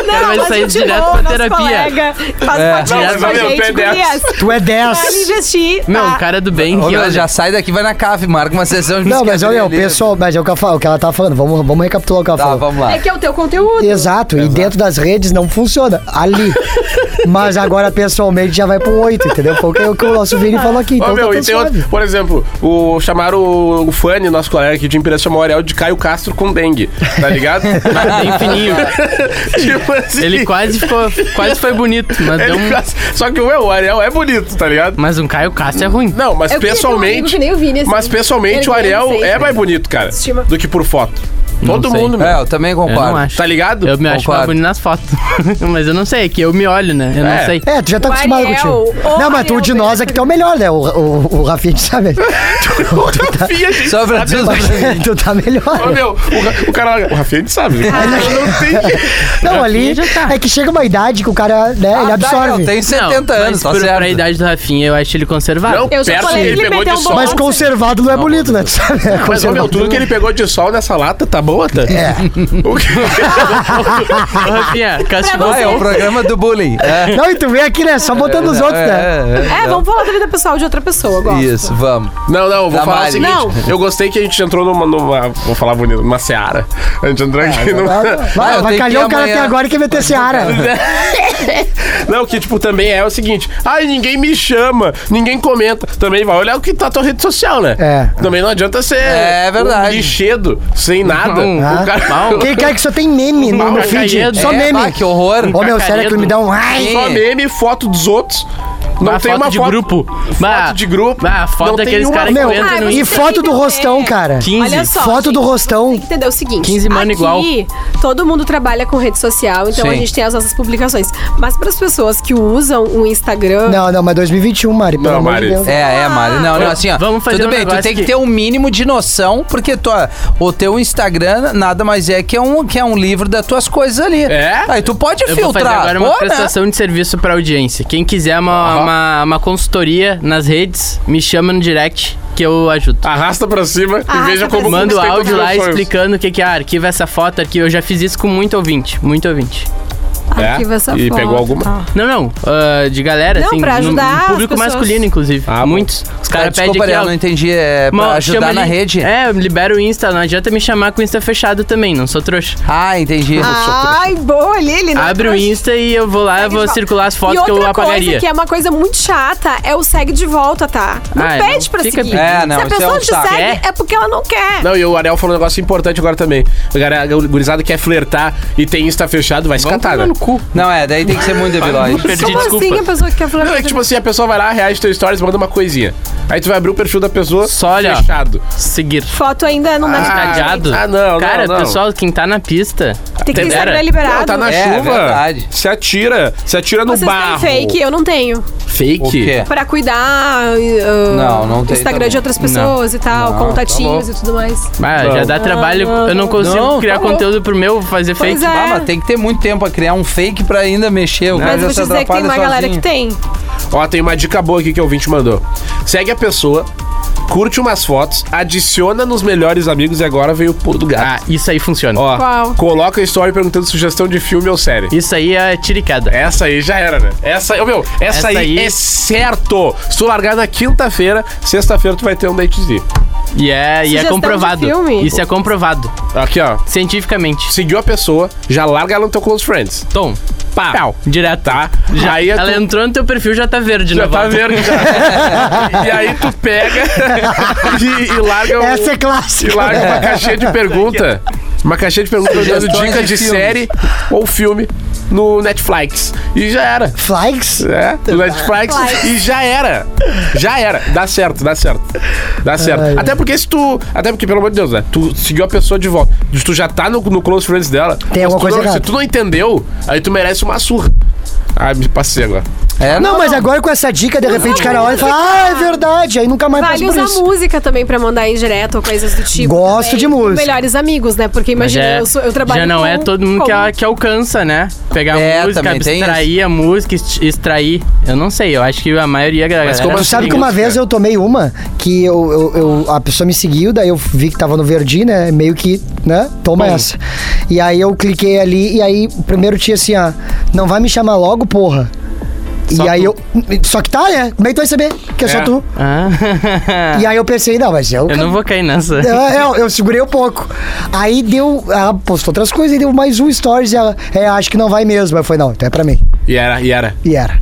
Speaker 4: Não,
Speaker 3: vai
Speaker 4: mas
Speaker 3: sair
Speaker 4: a gente
Speaker 3: direto
Speaker 4: voa,
Speaker 3: pra
Speaker 4: nosso
Speaker 3: terapia.
Speaker 4: Colega, faz
Speaker 2: É.
Speaker 4: podcast
Speaker 6: Não,
Speaker 4: com a
Speaker 6: mas, meu,
Speaker 4: gente,
Speaker 6: tu é
Speaker 4: gurias.
Speaker 5: Tu
Speaker 4: Vale
Speaker 5: é 10.
Speaker 4: investir.
Speaker 3: Meu,
Speaker 4: tá?
Speaker 3: um cara do bem.
Speaker 2: Ô,
Speaker 3: que
Speaker 2: meu,
Speaker 3: olha-
Speaker 2: já sai daqui, vai na cave, marca uma sessão de
Speaker 5: Não, mas olha, o
Speaker 2: psiquiatria ali.
Speaker 5: pessoal, mas é o que, eu falo, o que ela tá falando. Vamos, vamos recapitular o que ela
Speaker 2: Tá,
Speaker 5: falou.
Speaker 2: vamos lá.
Speaker 4: É que é o teu conteúdo.
Speaker 5: Exato, e dentro das redes não funciona. Ali. Mas agora, pessoalmente, já vai pra um 8, entendeu? Foi o que- o que o nosso Vini falou aqui. Então
Speaker 6: Ó, meu,
Speaker 5: tá
Speaker 6: e
Speaker 5: tudo
Speaker 6: tem outro-
Speaker 5: suave.
Speaker 6: por exemplo, o, chamaram o, o Fanny, nosso colega aqui de imprensa, chamou o Ariel de Caio Castro com dengue, tá ligado?
Speaker 3: Bem fininho.
Speaker 6: tipo assim.
Speaker 3: Ele quase ficou. Quase foi bonito, mas
Speaker 6: ele
Speaker 3: deu um.
Speaker 6: quase- Só que meu, o Ariel é bonito, tá ligado?
Speaker 3: Mas um Caio Castro é ruim.
Speaker 6: Não, mas
Speaker 4: Eu queria ter um amigo
Speaker 6: pessoalmente.
Speaker 4: que nem o Vini, assim.
Speaker 6: mas pessoalmente
Speaker 4: Ele
Speaker 6: o Ariel
Speaker 4: grande,
Speaker 6: é
Speaker 4: sempre.
Speaker 6: mais bonito, cara.
Speaker 4: Estima.
Speaker 6: Do que por foto.
Speaker 3: Não
Speaker 6: Todo
Speaker 3: sei.
Speaker 6: mundo, meu.
Speaker 2: É, eu também
Speaker 3: Eu não
Speaker 2: concordo.
Speaker 3: acho.
Speaker 6: Tá ligado?
Speaker 3: Eu me acho mais
Speaker 2: Concordo.
Speaker 3: bonito nas fotos. Mas eu não sei, é que eu me olho, né? Eu
Speaker 6: É.
Speaker 3: não sei.
Speaker 5: É, tu já tá acostumado
Speaker 4: Ariel,
Speaker 5: contigo.
Speaker 4: o
Speaker 5: não, mas tu
Speaker 4: Ariel
Speaker 5: de nós é que tu é o melhor, né? O, o, o Rafinha, tu sabe.
Speaker 6: Rafinha, gente.
Speaker 2: Só pra tu-
Speaker 5: tu tá melhor.
Speaker 6: Ô,
Speaker 5: né?
Speaker 6: meu, o, Ra- o cara. O Rafinha a gente sabe. né?
Speaker 4: Ah,
Speaker 6: não tem jeito.
Speaker 5: Não, ali
Speaker 3: já tá.
Speaker 5: é que chega uma idade que o cara, né, ele
Speaker 2: Ah, tá,
Speaker 5: absorve.
Speaker 2: eu tenho 70
Speaker 3: mas
Speaker 2: anos, tá
Speaker 3: por,
Speaker 2: certo.
Speaker 3: pra idade do Rafinha, eu acho ele conservado.
Speaker 6: Não,
Speaker 4: Eu só
Speaker 6: perto
Speaker 4: falei,
Speaker 6: ele
Speaker 4: ele
Speaker 6: pegou
Speaker 4: meteu
Speaker 6: de
Speaker 4: um
Speaker 6: sol.
Speaker 4: bom-
Speaker 5: Mas conservado não é bonito, né? Tu sabe,
Speaker 6: Mas, ô,
Speaker 5: né?
Speaker 6: meu,
Speaker 5: Conservado.
Speaker 6: tudo que ele pegou de sol nessa lata tá bom rota.
Speaker 5: É.
Speaker 6: O que-
Speaker 3: Ô, Rafinha, castigou
Speaker 2: Ah, é o programa do bullying. É.
Speaker 5: Não, e tu vem aqui, né? Só botando os outros, né?
Speaker 4: É, vamos falar da vida pessoal de outra pessoa agora.
Speaker 2: Isso, vamos.
Speaker 6: Não, não, eu vou
Speaker 2: Da
Speaker 6: falar
Speaker 2: Mari.
Speaker 6: o seguinte.
Speaker 4: Não.
Speaker 6: Eu gostei que a gente entrou numa. numa- vou falar bonito, numa seara. A gente
Speaker 3: É,
Speaker 6: entrou aqui numa.
Speaker 5: Vai,
Speaker 2: Ah,
Speaker 5: vai,
Speaker 2: eu tenho que ir
Speaker 5: calhar o cara
Speaker 2: amanhã.
Speaker 5: até agora que meter Seara.
Speaker 6: Não, que, tipo, também é o seguinte. Ai, ninguém me chama, ninguém comenta. Também vai olhar o que tá a tua rede social, né?
Speaker 5: É.
Speaker 6: Também não adianta ser
Speaker 2: É verdade.
Speaker 6: um lixedo, sem nada.
Speaker 3: Não.
Speaker 6: O cara-
Speaker 5: Quem quer que só tem meme no, no feed?
Speaker 3: Cacaredo.
Speaker 5: Só
Speaker 2: É,
Speaker 5: meme.
Speaker 2: bah, que horror.
Speaker 5: Ô, meu cérebro me dá um. Ai.
Speaker 6: Só
Speaker 2: Sim.
Speaker 6: meme, foto dos outros. Não
Speaker 3: Uma
Speaker 6: tem
Speaker 3: foto
Speaker 6: uma
Speaker 3: de
Speaker 6: foto
Speaker 3: grupo. Bah,
Speaker 6: de grupo.
Speaker 3: bah, foto
Speaker 6: Não tem
Speaker 3: daqueles
Speaker 6: uma-
Speaker 3: caras que
Speaker 5: Meu,
Speaker 4: Ah,
Speaker 3: entra no
Speaker 5: e
Speaker 4: Instagram.
Speaker 5: foto do rostão, cara.
Speaker 3: 15.
Speaker 4: é. Olha só.
Speaker 5: Foto do
Speaker 4: gente,
Speaker 5: rostão.
Speaker 4: Tem que entender o seguinte:
Speaker 3: 15 mano
Speaker 4: aqui,
Speaker 3: igual.
Speaker 4: Todo mundo trabalha com rede social, então
Speaker 2: Sim.
Speaker 4: a gente tem as nossas publicações. Mas para as pessoas que usam o Instagram.
Speaker 5: Não, não, mas 2021, Mari, pelo
Speaker 6: Não,
Speaker 5: amor
Speaker 6: Mari.
Speaker 5: de Deus.
Speaker 2: É, é, Mari. Não, não, assim, ó.
Speaker 3: Vamos fazer
Speaker 2: tudo
Speaker 3: um
Speaker 2: bem, tu
Speaker 3: negócio
Speaker 2: tem que...
Speaker 3: que-
Speaker 2: ter um mínimo de noção, porque tua, o teu Instagram nada mais é que é um, que é um livro das tuas coisas ali.
Speaker 6: É?
Speaker 2: Aí tu pode
Speaker 3: Eu vou fazer
Speaker 2: filtrar.
Speaker 3: agora
Speaker 2: Pô,
Speaker 3: uma assim,
Speaker 2: né?
Speaker 3: prestação de serviço pra audiência. Quem quiser uma, uma, uma consultoria nas redes, me chama no direct que eu ajudo.
Speaker 6: Arrasta pra cima e
Speaker 4: Arrasta
Speaker 6: veja
Speaker 4: pra
Speaker 6: como
Speaker 4: cima.
Speaker 3: Manda o
Speaker 6: tem todos
Speaker 3: áudio
Speaker 6: os
Speaker 3: lá
Speaker 6: meus sonhos.
Speaker 3: explicando o que, que é. Ah, arquiva essa foto, arquiva. Eu já fiz isso com muito ouvinte, muito ouvinte.
Speaker 6: É?
Speaker 4: Arquiva essa
Speaker 6: E
Speaker 4: foto,
Speaker 6: pegou alguma?
Speaker 4: tá.
Speaker 3: Não, não, ah, de galera,
Speaker 4: Não,
Speaker 3: assim.
Speaker 4: pra
Speaker 3: no-
Speaker 4: ajudar
Speaker 3: no
Speaker 4: as
Speaker 3: público
Speaker 4: pessoas.
Speaker 3: masculino, inclusive.
Speaker 6: Ah, bom.
Speaker 3: Muitos. Os
Speaker 2: Cara,
Speaker 3: caras pedem
Speaker 2: desculpa,
Speaker 3: aqui,
Speaker 2: Ariel,
Speaker 3: ó,
Speaker 2: não entendi. É pra
Speaker 3: uma- chama
Speaker 2: ajudar na
Speaker 3: ali-
Speaker 2: rede?
Speaker 3: É, libera o Insta, não adianta me chamar com o Insta fechado também, não sou trouxa.
Speaker 2: Ah, entendi.
Speaker 4: Ai, boa, Lili. não
Speaker 3: Abre o
Speaker 4: trouxe.
Speaker 3: Insta e eu vou lá, eu
Speaker 4: Segue
Speaker 3: vou
Speaker 4: de volta.
Speaker 3: circular as
Speaker 4: e
Speaker 3: fotos que
Speaker 4: outra
Speaker 3: eu
Speaker 4: coisa
Speaker 3: apagaria.
Speaker 4: que é uma coisa muito chata é o segue de volta, tá? Não
Speaker 3: Ah, é,
Speaker 4: pede
Speaker 3: não
Speaker 4: pra
Speaker 3: fica
Speaker 4: seguir.
Speaker 3: pedindo.
Speaker 2: É, não,
Speaker 4: Se a
Speaker 2: isso é
Speaker 4: pessoa
Speaker 2: um
Speaker 4: te
Speaker 2: saco.
Speaker 4: segue,
Speaker 3: Quer?
Speaker 4: é porque ela não quer.
Speaker 6: Não, e o Ariel falou um negócio importante agora também. O cara, o gurizado quer flertar e tem Insta fechado, vai se catar, né?
Speaker 3: cu.
Speaker 2: Não, é, daí tem que ser muito debilóide.
Speaker 3: Perdi,
Speaker 4: Como
Speaker 3: desculpa.
Speaker 4: assim a pessoa que quer falar?
Speaker 6: Não, é que, tipo assim, a pessoa vai lá, reage teu stories, manda uma coisinha. Aí tu vai abrir o perfil da pessoa
Speaker 3: Só olha.
Speaker 6: fechado.
Speaker 4: é-
Speaker 3: Seguir.
Speaker 4: Foto ainda não dá de cara.
Speaker 3: Cadeado.
Speaker 6: Ah, não,
Speaker 3: Cara,
Speaker 6: não, não.
Speaker 3: pessoal, quem tá na pista.
Speaker 4: Tem que ter
Speaker 3: Até
Speaker 4: Instagram
Speaker 3: dera.
Speaker 4: liberado.
Speaker 6: Não, tá na
Speaker 2: É,
Speaker 6: chuva.
Speaker 2: verdade.
Speaker 6: Se atira. Se atira no
Speaker 4: Vocês
Speaker 6: barro.
Speaker 4: têm fake, eu não tenho.
Speaker 6: Fake?
Speaker 2: O quê?
Speaker 4: Pra cuidar uh,
Speaker 2: Não, não tem
Speaker 4: Instagram
Speaker 2: também.
Speaker 4: de outras pessoas e tal,
Speaker 2: Não,
Speaker 4: contatinhos
Speaker 2: tá
Speaker 4: e tudo mais.
Speaker 3: Ah, já dá trabalho.
Speaker 4: não,
Speaker 3: eu não
Speaker 4: não.
Speaker 3: consigo
Speaker 2: Não,
Speaker 3: criar
Speaker 2: tá bom.
Speaker 3: conteúdo pro meu fazer
Speaker 4: Pois
Speaker 3: fake.
Speaker 4: é.
Speaker 2: Ah, mas tem que ter muito tempo pra criar um fake pra ainda mexer. O cara
Speaker 4: Mas eu
Speaker 2: já
Speaker 4: vou te
Speaker 2: se
Speaker 4: dizer que tem
Speaker 2: atrapalha É
Speaker 4: uma galera que
Speaker 2: sozinho.
Speaker 4: tem.
Speaker 6: Ó, tem uma dica boa aqui que o ouvinte mandou. Segue a pessoa, curte umas fotos, adiciona nos melhores amigos e agora veio o pulo do
Speaker 3: Ah,
Speaker 6: gato.
Speaker 3: isso aí funciona.
Speaker 6: Ó,
Speaker 4: Qual?
Speaker 6: coloca a story perguntando sugestão de filme ou série.
Speaker 3: Isso aí é tiricada.
Speaker 6: Essa aí já era, né? Essa, ô, meu, essa,
Speaker 3: Essa
Speaker 6: aí,
Speaker 3: aí-
Speaker 6: é certo. Se tu largar na quinta-feira, sexta-feira tu vai ter um datezinho.
Speaker 3: E é, e é
Speaker 4: Sugestão
Speaker 3: comprovado.
Speaker 4: de filme.
Speaker 3: Isso é comprovado.
Speaker 6: Aqui, ó.
Speaker 3: Cientificamente.
Speaker 6: Seguiu a pessoa, já larga ela no teu close friends.
Speaker 3: Tom,
Speaker 6: Pá.
Speaker 3: Tchau. direto.
Speaker 6: Tá? Já aí
Speaker 3: Ela
Speaker 6: tu-
Speaker 3: entrou no teu perfil, já tá verde
Speaker 6: Já
Speaker 3: na
Speaker 6: tá
Speaker 3: volta.
Speaker 6: verde já. e aí tu pega e, e larga o-
Speaker 5: Essa é
Speaker 6: E
Speaker 5: clássica.
Speaker 6: larga uma caixinha de pergunta. Uma caixinha de pergunta dando
Speaker 2: Sugestões
Speaker 6: dica
Speaker 2: de
Speaker 6: de
Speaker 2: filmes.
Speaker 6: série ou filme no Netflix. E já era.
Speaker 5: Flags?
Speaker 6: É, do Netflix e já era. Já era. Dá certo, dá certo. Dá certo.
Speaker 5: Ai,
Speaker 6: até porque se tu. Até porque, pelo amor de Deus, né? Tu seguiu a pessoa de volta. Tu já tá no, no close friends dela. Mas
Speaker 5: Tem alguma
Speaker 6: tu
Speaker 5: coisa
Speaker 6: não- Se
Speaker 5: errada.
Speaker 6: tu não entendeu, aí tu merece uma surra. Ai, me passei agora.
Speaker 2: É,
Speaker 5: Não, mas agora com essa dica, de repente o cara olha e fala, ah, é verdade, aí nunca mais
Speaker 4: Vale
Speaker 5: passa por
Speaker 4: usar
Speaker 5: isso.
Speaker 4: música também pra mandar indireta ou coisas do tipo.
Speaker 5: Gosto
Speaker 4: também.
Speaker 5: de música.
Speaker 4: Melhores amigos, né? Porque
Speaker 3: Mas
Speaker 4: imagina,
Speaker 3: é-
Speaker 4: eu, sou- eu trabalho
Speaker 3: Já não é
Speaker 4: com-
Speaker 3: todo mundo que,
Speaker 4: com-
Speaker 3: a- que alcança, né? Pegar
Speaker 2: É,
Speaker 3: a música,
Speaker 2: também tem
Speaker 3: abstrair a música, est- extrair. Eu não sei, eu acho que a maioria da galera...
Speaker 6: como
Speaker 5: Tu sabe que
Speaker 6: Sim,
Speaker 5: uma
Speaker 6: isso,
Speaker 5: vez
Speaker 6: cara.
Speaker 5: eu tomei uma que eu, eu- eu- a pessoa me seguiu, daí eu vi que tava no Verdi, né? Meio que, né? Toma essa. E aí eu cliquei ali e aí primeiro tinha assim, ó, não vai me chamar logo, porra. e aí eu. Só que tá, né? Como é que tu vai saber? Que é, só
Speaker 6: É.
Speaker 5: tu.
Speaker 3: Ah,
Speaker 5: E aí eu pensei, não, mas eu.
Speaker 3: eu não vou cair nessa. Ah,
Speaker 5: É, eu, eu segurei um pouco. Aí deu. Ela postou outras coisas e deu mais um stories. E ela, é, acho que não vai mesmo. Eu falei, não, então é pra mim.
Speaker 6: E era, e era,
Speaker 5: E era.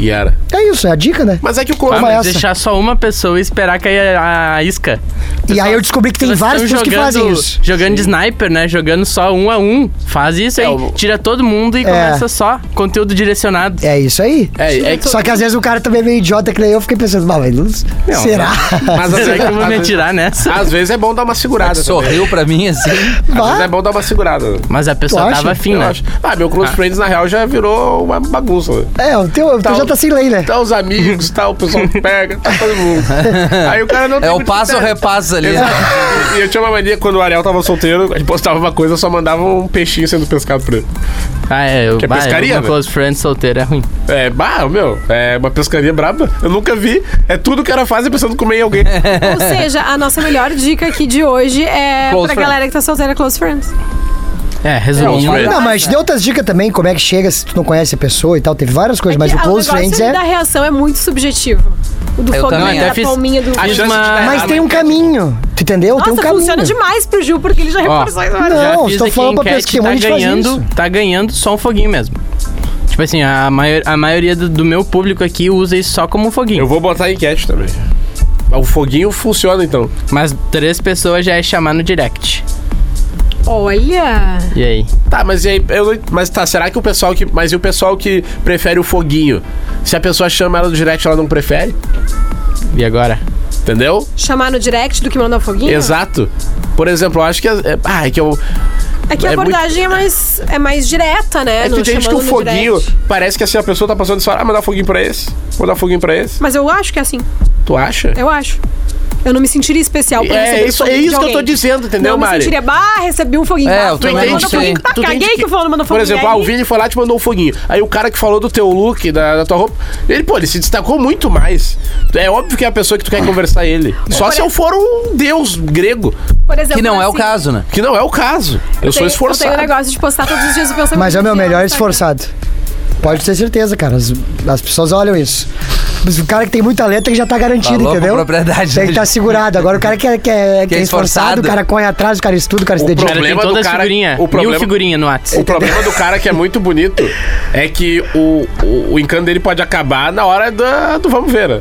Speaker 6: e era.
Speaker 5: É isso, é a dica, né?
Speaker 6: Mas é que o close
Speaker 5: Ah,
Speaker 3: Mas
Speaker 5: essa.
Speaker 3: deixar só uma pessoa e esperar cair a, a isca.
Speaker 5: e aí eu descobri que tem
Speaker 3: Elas
Speaker 5: várias
Speaker 3: estão
Speaker 5: pessoas que fazem isso.
Speaker 3: Jogando de sniper, né? Jogando só um a um. Faz isso aí.
Speaker 6: É, o-
Speaker 3: Tira todo mundo e começa só. Conteúdo direcionado.
Speaker 5: É isso aí.
Speaker 6: É, é que.
Speaker 5: Só que às vezes o cara também é meio idiota que nem eu, eu fiquei pensando, "Bah, mas não- será?
Speaker 6: Mas às
Speaker 3: Será
Speaker 6: vezes,
Speaker 3: que eu vou
Speaker 6: às
Speaker 3: me
Speaker 6: vezes-
Speaker 3: atirar nessa?
Speaker 6: às vezes é bom dar uma segurada. também.
Speaker 2: Sorriu pra mim assim.
Speaker 6: Às
Speaker 5: Bah,
Speaker 6: vezes é bom dar uma segurada.
Speaker 3: Mas a pessoa
Speaker 5: acha?
Speaker 3: tava afim,
Speaker 6: Eu
Speaker 3: né?
Speaker 6: acho. Ah, meu close friends na real já virou uma bagunça.
Speaker 5: é, o teu, o teu já Brasil tá sem lei, né?
Speaker 6: Tá os amigos, tá o pessoal que pega, tá todo mundo. Aí o cara não
Speaker 2: É
Speaker 6: tem
Speaker 2: o
Speaker 6: muito
Speaker 2: passo ou
Speaker 6: critério.
Speaker 2: repasso ali. né?
Speaker 6: Exato. E eu tinha uma mania quando o Ariel tava solteiro, ele postava uma coisa, eu só mandava um peixinho sendo pescado pra ele.
Speaker 3: Ah, é. Eu,
Speaker 6: Que é
Speaker 3: bah, eu-
Speaker 6: pescaria,
Speaker 3: meu
Speaker 6: velho?
Speaker 3: close friend solteiro é ruim.
Speaker 6: É, bah, meu, é uma pescaria braba. Eu nunca vi. É tudo que o cara faz é pensando em comer em alguém.
Speaker 4: Ou seja, a nossa melhor dica aqui de hoje é
Speaker 2: Close
Speaker 4: pra
Speaker 2: friends.
Speaker 4: galera que tá solteira close friends.
Speaker 3: É, resumindo.
Speaker 6: É,
Speaker 5: Não, mas deu outras dicas também, como é que chega se tu não conhece a pessoa e tal. Teve várias coisas, mas
Speaker 4: É que
Speaker 5: o Close
Speaker 4: negócio
Speaker 5: Friends
Speaker 4: da
Speaker 5: é.
Speaker 4: reação é muito subjetivo. O do
Speaker 2: Eu também,
Speaker 4: foguinho,
Speaker 2: até
Speaker 4: da
Speaker 3: fiz-
Speaker 4: palminha do...
Speaker 6: A
Speaker 3: Fiz
Speaker 6: chance de
Speaker 3: uma-
Speaker 6: dar
Speaker 3: Ah, Mas
Speaker 5: Mas
Speaker 6: errado.
Speaker 5: tem um caminho, tu entendeu? tem um
Speaker 4: Nossa,
Speaker 5: caminho.
Speaker 4: funciona demais pro Gil, porque ele já reforçou isso várias
Speaker 5: Não,
Speaker 3: Já
Speaker 5: vocês
Speaker 3: fiz
Speaker 5: estão
Speaker 3: aqui
Speaker 5: falando
Speaker 3: a
Speaker 5: pra
Speaker 3: enquete,
Speaker 5: pesquisa, um
Speaker 3: tá
Speaker 5: monte de faz
Speaker 3: ganhando,
Speaker 5: isso.
Speaker 3: tá ganhando só um foguinho mesmo. Tipo assim, a, maior, a maioria do, do meu público aqui usa isso só como um
Speaker 6: Eu
Speaker 3: foguinho.
Speaker 6: vou botar enquete também. Ah, O foguinho funciona então.
Speaker 3: Mas três pessoas já é chamar no direct.
Speaker 4: Olha...
Speaker 3: E aí?
Speaker 6: Tá, mas e aí, eu não- mas tá, será que o pessoal que, mas e o pessoal que prefere o foguinho? Se a pessoa chama ela no direct, ela não prefere?
Speaker 3: E agora?
Speaker 6: Entendeu?
Speaker 4: Chamar no direct do que mandar um foguinho?
Speaker 6: Exato. Por exemplo, eu acho que é, é- ah, é que eu
Speaker 4: É que a
Speaker 6: É muito-
Speaker 4: abordagem é, mais, é mais direta, né?
Speaker 6: é que
Speaker 4: Não
Speaker 6: tem gente que o
Speaker 4: chamando no
Speaker 6: foguinho
Speaker 4: direct.
Speaker 6: parece que assim a pessoa tá passando e fala: "Ah, mandar foguinho pra esse. Vou dar foguinho pra esse".
Speaker 4: Mas eu acho que é assim.
Speaker 6: Tu acha?
Speaker 4: Eu acho. Eu não me sentiria especial por
Speaker 6: É
Speaker 4: receber
Speaker 6: isso,
Speaker 4: um
Speaker 6: é
Speaker 4: foguinho
Speaker 6: isso
Speaker 4: de
Speaker 6: que eu tô
Speaker 4: alguém.
Speaker 6: dizendo, entendeu,
Speaker 4: não me
Speaker 6: Mari?
Speaker 4: sentiria, bah, recebi um foguinho.
Speaker 2: É,
Speaker 4: Ah,
Speaker 2: eu também
Speaker 4: fulano mandou
Speaker 2: sei.
Speaker 4: foguinho. Tá,
Speaker 6: Tu entende
Speaker 4: caguei que o fulano mandou
Speaker 6: Por
Speaker 4: foguinho.
Speaker 6: exemplo,
Speaker 4: aí-
Speaker 6: ah, o Vini foi lá e te mandou um foguinho. Aí o cara que falou do teu look, da, da tua roupa, ele, pô, ele se destacou muito mais. É óbvio que é a pessoa que tu quer conversar ele.
Speaker 4: É.
Speaker 6: Só se eu for um deus grego,
Speaker 4: Por exemplo,
Speaker 2: Que não é o
Speaker 4: assim,
Speaker 2: caso, né?
Speaker 6: que não é o caso. Eu,
Speaker 4: tenho-
Speaker 6: sou esforçado.
Speaker 4: Eu tenho o negócio de postar todos os dias o pensamento.
Speaker 5: Mas é o meu
Speaker 4: no
Speaker 5: melhor
Speaker 4: Instagram.
Speaker 5: esforçado. Pode ter certeza, cara. As, as pessoas olham isso. Mas o cara que tem muito talento é que já tá garantido,
Speaker 2: Falou com
Speaker 5: entendeu?
Speaker 2: propriedade,
Speaker 5: Tem que
Speaker 2: né,
Speaker 5: estar
Speaker 2: gente?
Speaker 5: segurado. Agora o cara que é, que é, que é
Speaker 2: esforçado.
Speaker 5: esforçado, o cara corre atrás, o cara estuda, o cara se
Speaker 6: O
Speaker 5: dedica.
Speaker 3: Cara, tem
Speaker 6: problema
Speaker 3: toda
Speaker 6: do
Speaker 3: a
Speaker 6: cara-
Speaker 3: figurinha.
Speaker 6: o problema-
Speaker 3: Mil figurinha no
Speaker 6: O
Speaker 3: WhatsApp.
Speaker 6: problema do cara que é muito bonito é que o, o, o encanto dele pode acabar na hora da- do vamos ver. né?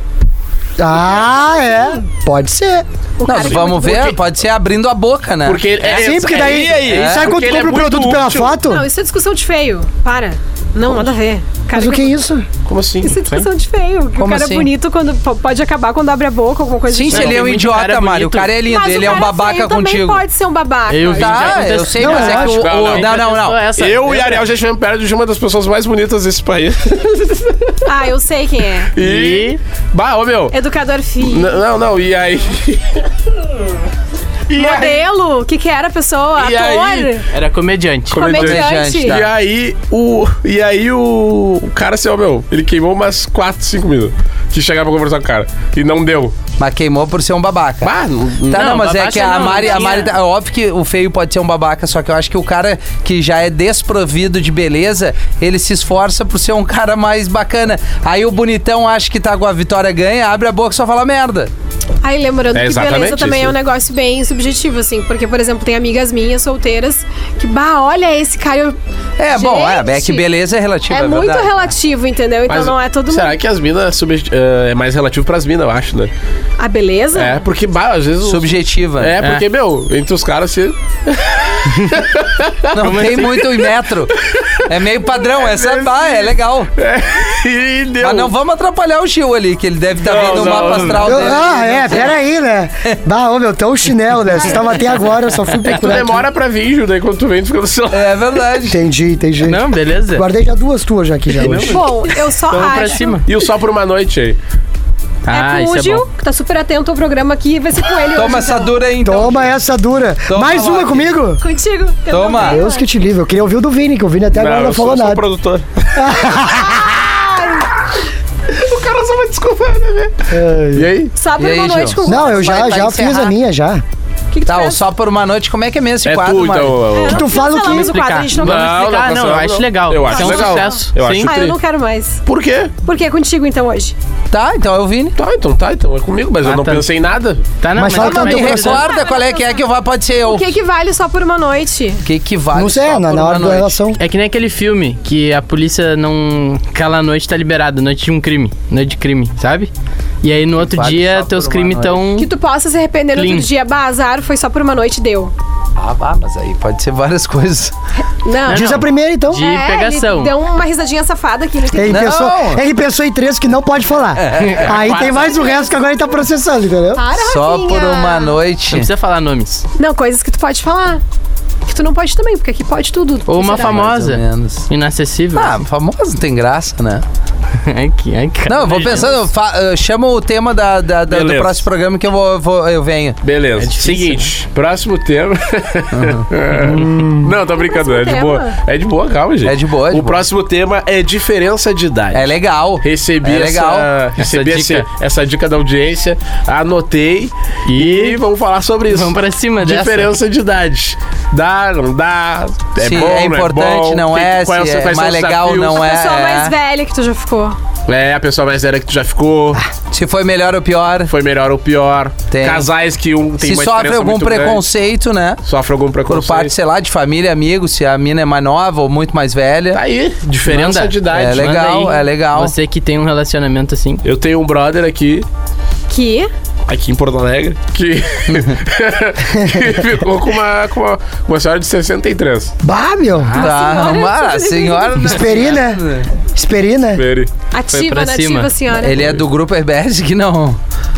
Speaker 5: Ah, é. Pode ser.
Speaker 2: Não,
Speaker 4: O cara que-
Speaker 2: vamos ver, pode ser abrindo a boca, né?
Speaker 6: Porque ele- é,
Speaker 5: Sim, porque daí.
Speaker 6: é, é, é,
Speaker 5: sabe quando
Speaker 6: porque
Speaker 5: tu
Speaker 6: ele
Speaker 5: compra
Speaker 6: é
Speaker 5: o produto
Speaker 6: muito
Speaker 5: pela
Speaker 6: útil.
Speaker 5: foto?
Speaker 4: Não, isso é discussão de feio. Para. Não, nada a ver. Cara,
Speaker 5: Mas o que é isso?
Speaker 6: Como assim?
Speaker 4: Isso é
Speaker 6: Sim.
Speaker 4: discussão de feio. Que o
Speaker 2: Como
Speaker 4: cara
Speaker 2: assim?
Speaker 4: é bonito quando p- pode acabar quando abre a boca, alguma coisa
Speaker 2: Sim,
Speaker 4: do
Speaker 2: se
Speaker 4: tipo.
Speaker 2: ele é um
Speaker 3: Muito
Speaker 2: idiota,
Speaker 3: cara
Speaker 2: Mário. O
Speaker 3: bonito.
Speaker 2: cara é lindo,
Speaker 4: Mas
Speaker 2: ele
Speaker 4: o
Speaker 2: é um
Speaker 4: cara
Speaker 2: babaca
Speaker 4: feio também
Speaker 2: contigo.
Speaker 4: pode ser um babaca.
Speaker 3: Eu vi já
Speaker 2: Tá,
Speaker 3: aconteceu.
Speaker 2: eu sei,
Speaker 5: Não,
Speaker 2: mas
Speaker 5: eu
Speaker 2: é que
Speaker 5: acho.
Speaker 2: o. o- Não,
Speaker 6: Não,
Speaker 2: não, não.
Speaker 3: Essa-
Speaker 6: Eu e
Speaker 3: essa-
Speaker 6: Ariel já estivemos perto de uma das pessoas mais bonitas desse país.
Speaker 4: Ah, eu sei quem é.
Speaker 6: E. Bah, ô meu.
Speaker 4: Educador filho.
Speaker 6: N- Não, não, e aí? e aí?
Speaker 4: Modelo? O que, que era a pessoa?
Speaker 6: E
Speaker 4: Ator?
Speaker 6: aí?
Speaker 3: Era comediante.
Speaker 2: Comediante,
Speaker 4: Comediante?
Speaker 2: tá.
Speaker 6: E aí, o. E aí o. O cara, assim, ó, meu, ele queimou umas 4, 5 minutos. Que chegava pra conversar com o cara. E não deu.
Speaker 2: Mas queimou por ser um babaca.
Speaker 6: Bah, não.
Speaker 2: Tá, não,
Speaker 3: Não,
Speaker 2: mas é
Speaker 3: babaca
Speaker 2: que a
Speaker 3: não,
Speaker 2: Mari, a
Speaker 3: não
Speaker 2: Mari,
Speaker 3: tinha.
Speaker 2: é óbvio que o feio pode ser um babaca, só que eu acho que o cara que já é desprovido de beleza, ele se esforça por ser um cara mais bacana. Aí o bonitão acha que tá com a vitória ganha, abre a boca e só fala merda.
Speaker 4: Aí lembrando
Speaker 6: É
Speaker 4: que
Speaker 6: exatamente
Speaker 4: beleza também
Speaker 6: isso.
Speaker 4: é um negócio bem subjetivo, assim. Porque, por exemplo, tem amigas minhas solteiras que, bah, olha esse cara. eu-
Speaker 2: É, bom, é, é
Speaker 4: Gente,
Speaker 2: que beleza é relativa,
Speaker 4: É
Speaker 2: é
Speaker 4: muito
Speaker 2: verdade.
Speaker 4: relativo, entendeu? Então
Speaker 6: Mas
Speaker 4: não é todo mundo.
Speaker 6: Será que as minas subjeti- eh, é mais relativo pras minas, eu acho, né?
Speaker 4: A Ah, beleza?
Speaker 6: É, porque bah, às vezes. os-
Speaker 2: Subjetiva.
Speaker 6: É, porque, meu, entre os caras, assim.
Speaker 2: Não tem muito em metro. É meio padrão, essa é, pá, é legal.
Speaker 6: É, e deu.
Speaker 2: Mas não vamos atrapalhar o Gil ali, que ele deve estar
Speaker 6: Não,
Speaker 2: vendo o
Speaker 6: não,
Speaker 2: mapa
Speaker 6: não.
Speaker 2: astral
Speaker 5: Eu-
Speaker 2: dele.
Speaker 5: ah, é, peraí, né? Bah, ô meu, tão um chinelo, né? Vocês estavam até agora, eu só fui
Speaker 6: Tu
Speaker 5: procurar. aqui.
Speaker 6: demora pra vir, Ju, daí quando tu vem, tu fica no celular.
Speaker 2: É verdade.
Speaker 5: Entendi, entendi.
Speaker 3: Não, beleza.
Speaker 5: Guardei já duas tuas já aqui já hoje.
Speaker 4: Bom, eu só
Speaker 3: Vamos
Speaker 4: acho.
Speaker 3: Então, pra cima.
Speaker 6: E o só por uma noite aí.
Speaker 3: Ah,
Speaker 4: É com
Speaker 3: isso
Speaker 4: o
Speaker 3: é
Speaker 4: Gil,
Speaker 3: bom.
Speaker 4: que tá super atento ao programa aqui, vai ser com ele
Speaker 2: Toma
Speaker 4: hoje.
Speaker 2: essa dura aí, então.
Speaker 5: Toma essa dura.
Speaker 2: Toma
Speaker 5: Mais uma
Speaker 2: lá.
Speaker 5: comigo?
Speaker 4: Contigo.
Speaker 2: Toma.
Speaker 4: Tentando-
Speaker 5: Deus que te livre. Eu queria ouvir o do Vini, que o Vini até
Speaker 2: um
Speaker 5: agora não,
Speaker 6: eu sou-
Speaker 5: falou
Speaker 6: sou
Speaker 5: nada.
Speaker 6: produtor. o cara só vai desculpar, né, velho?
Speaker 2: É.
Speaker 6: E aí?
Speaker 4: Só por
Speaker 2: E
Speaker 4: uma
Speaker 2: aí,
Speaker 4: noite
Speaker 2: Gil?
Speaker 4: com
Speaker 5: É. Não, eu já,
Speaker 2: Vai- vai
Speaker 5: já fiz
Speaker 2: encerrar.
Speaker 5: a minha já.
Speaker 4: O que que
Speaker 2: Tá,
Speaker 4: tu
Speaker 2: o
Speaker 4: fez?
Speaker 2: só por uma noite, como é que é mesmo esse
Speaker 6: É
Speaker 2: quadro,
Speaker 6: tu,
Speaker 2: Mari?
Speaker 6: então.
Speaker 5: Tu fala o
Speaker 4: Não,
Speaker 5: quê?
Speaker 4: mas o quadro a gente não,
Speaker 3: Não,
Speaker 4: vai
Speaker 3: não,
Speaker 4: explicar.
Speaker 3: não, eu acho legal.
Speaker 6: Eu acho
Speaker 3: Isso é um
Speaker 6: legal.
Speaker 3: sucesso.
Speaker 6: Eu
Speaker 3: Sim.
Speaker 6: acho
Speaker 4: Ah, eu
Speaker 6: tri.
Speaker 4: não quero mais.
Speaker 6: Por quê?
Speaker 4: Porque é contigo então hoje.
Speaker 2: Tá, então eu vi.
Speaker 6: Tá, então tá, então é comigo, mas eu
Speaker 3: Ah,
Speaker 6: não
Speaker 3: tá.
Speaker 6: pensei em nada.
Speaker 3: Tá, não,
Speaker 5: Mas fala
Speaker 3: também
Speaker 5: tanto
Speaker 2: Me
Speaker 5: Não,
Speaker 3: resolve.
Speaker 2: recorda qual é que é que eu vou, pode ser eu.
Speaker 4: O que que vale só por uma noite?
Speaker 2: que, que vale?
Speaker 5: Não sei,
Speaker 2: só
Speaker 5: na,
Speaker 2: por
Speaker 5: na
Speaker 2: uma
Speaker 5: hora da
Speaker 2: noite?
Speaker 5: relação.
Speaker 3: É que nem aquele filme que a polícia não. Aquela noite tá liberada, noite de um crime. Noite de crime, sabe? E aí no outro
Speaker 2: Vale só
Speaker 3: dia
Speaker 2: por
Speaker 3: teus
Speaker 2: uma
Speaker 3: crimes
Speaker 2: noite.
Speaker 3: tão.
Speaker 4: Que tu possa se arrepender no
Speaker 3: Clean.
Speaker 4: outro dia. Bah, azar, foi só por uma noite e deu.
Speaker 2: Ah, vá, mas aí pode ser várias coisas.
Speaker 4: Não. É,
Speaker 5: Diz a primeira, então.
Speaker 3: De- pegação.
Speaker 4: Ele deu uma risadinha safada aqui. Ele tem...
Speaker 5: Ele
Speaker 2: Não.
Speaker 5: pensou, ele pensou em três que não pode falar. Aí tem mais o resto que agora ele tá processando, entendeu?
Speaker 4: Para,
Speaker 2: Só
Speaker 4: Rafinha.
Speaker 2: por uma noite.
Speaker 3: Não precisa falar nomes.
Speaker 4: Não, coisas que tu pode falar. Que tu não pode também, porque aqui pode tudo.
Speaker 3: Ou uma
Speaker 4: Será?
Speaker 2: Mais ou Ah.
Speaker 3: famosa.
Speaker 2: menos.
Speaker 3: Inacessível.
Speaker 2: Ah, famoso não tem graça, né?
Speaker 3: Ai, que- ai, cara,
Speaker 2: Não, eu vou
Speaker 3: imagina.
Speaker 2: pensando, eu fa- eu chamo o tema da, da- da- do
Speaker 6: Beleza.
Speaker 2: próximo programa que eu, vou, vou- eu venho.
Speaker 6: Beleza.
Speaker 3: É difícil,
Speaker 6: Seguinte, próximo tema. Não, tô brincando,
Speaker 4: próximo
Speaker 6: é de
Speaker 4: tema?
Speaker 6: boa. É de boa, calma, gente.
Speaker 2: É de boa, é de
Speaker 6: O
Speaker 2: boa.
Speaker 6: próximo tema é diferença de idade.
Speaker 2: É legal.
Speaker 6: Recebi,
Speaker 2: é legal.
Speaker 6: Essa, recebi essa
Speaker 3: dica.
Speaker 6: dica. Essa, dica da audiência, anotei e, vamos falar sobre isso.
Speaker 3: Vamos pra cima dessa.
Speaker 6: Diferença de idade. Dá, não dá, é
Speaker 2: se
Speaker 6: bom,
Speaker 2: é
Speaker 6: não
Speaker 2: importante,
Speaker 6: bom,
Speaker 2: não
Speaker 6: que-
Speaker 2: é,
Speaker 6: quais
Speaker 2: se
Speaker 6: são-
Speaker 2: é
Speaker 6: quais são
Speaker 2: mais
Speaker 6: os
Speaker 2: legal,
Speaker 6: desafios?
Speaker 2: não
Speaker 4: A
Speaker 2: é.
Speaker 4: pessoa mais
Speaker 2: é.
Speaker 4: velha que tu já ficou.
Speaker 6: É, a pessoa mais velha que tu já ficou,
Speaker 2: Se foi melhor ou pior,
Speaker 6: foi melhor ou pior.
Speaker 2: Ah. Tem.
Speaker 6: Casais que um tem
Speaker 2: se
Speaker 6: uma
Speaker 2: sofre
Speaker 6: diferença
Speaker 2: algum
Speaker 6: muito grande.
Speaker 2: preconceito, né?
Speaker 6: Sofre algum
Speaker 2: Por
Speaker 6: preconceito.
Speaker 2: parte, sei lá, de família, amigo, se a mina é mais nova ou muito mais velha.
Speaker 6: Tá
Speaker 4: Ah,
Speaker 6: aí, diferença
Speaker 3: Manda.
Speaker 6: de idade.
Speaker 2: É legal.
Speaker 3: Manda
Speaker 2: é legal.
Speaker 3: Você que tem um relacionamento assim.
Speaker 6: Eu tenho um brother aqui,
Speaker 4: Que?
Speaker 6: aqui em Porto Alegre, que, que ficou com uma, com, uma, uma senhora de 63.
Speaker 5: Bah, meu.
Speaker 2: Tá,
Speaker 4: senhora,
Speaker 2: mas a
Speaker 4: você-
Speaker 2: senhora.
Speaker 5: Esperina. Esperina.
Speaker 6: Ele,
Speaker 4: Ativa,
Speaker 3: pra cima.
Speaker 4: nativa, senhora.
Speaker 2: Ele é do grupo Herbert que não.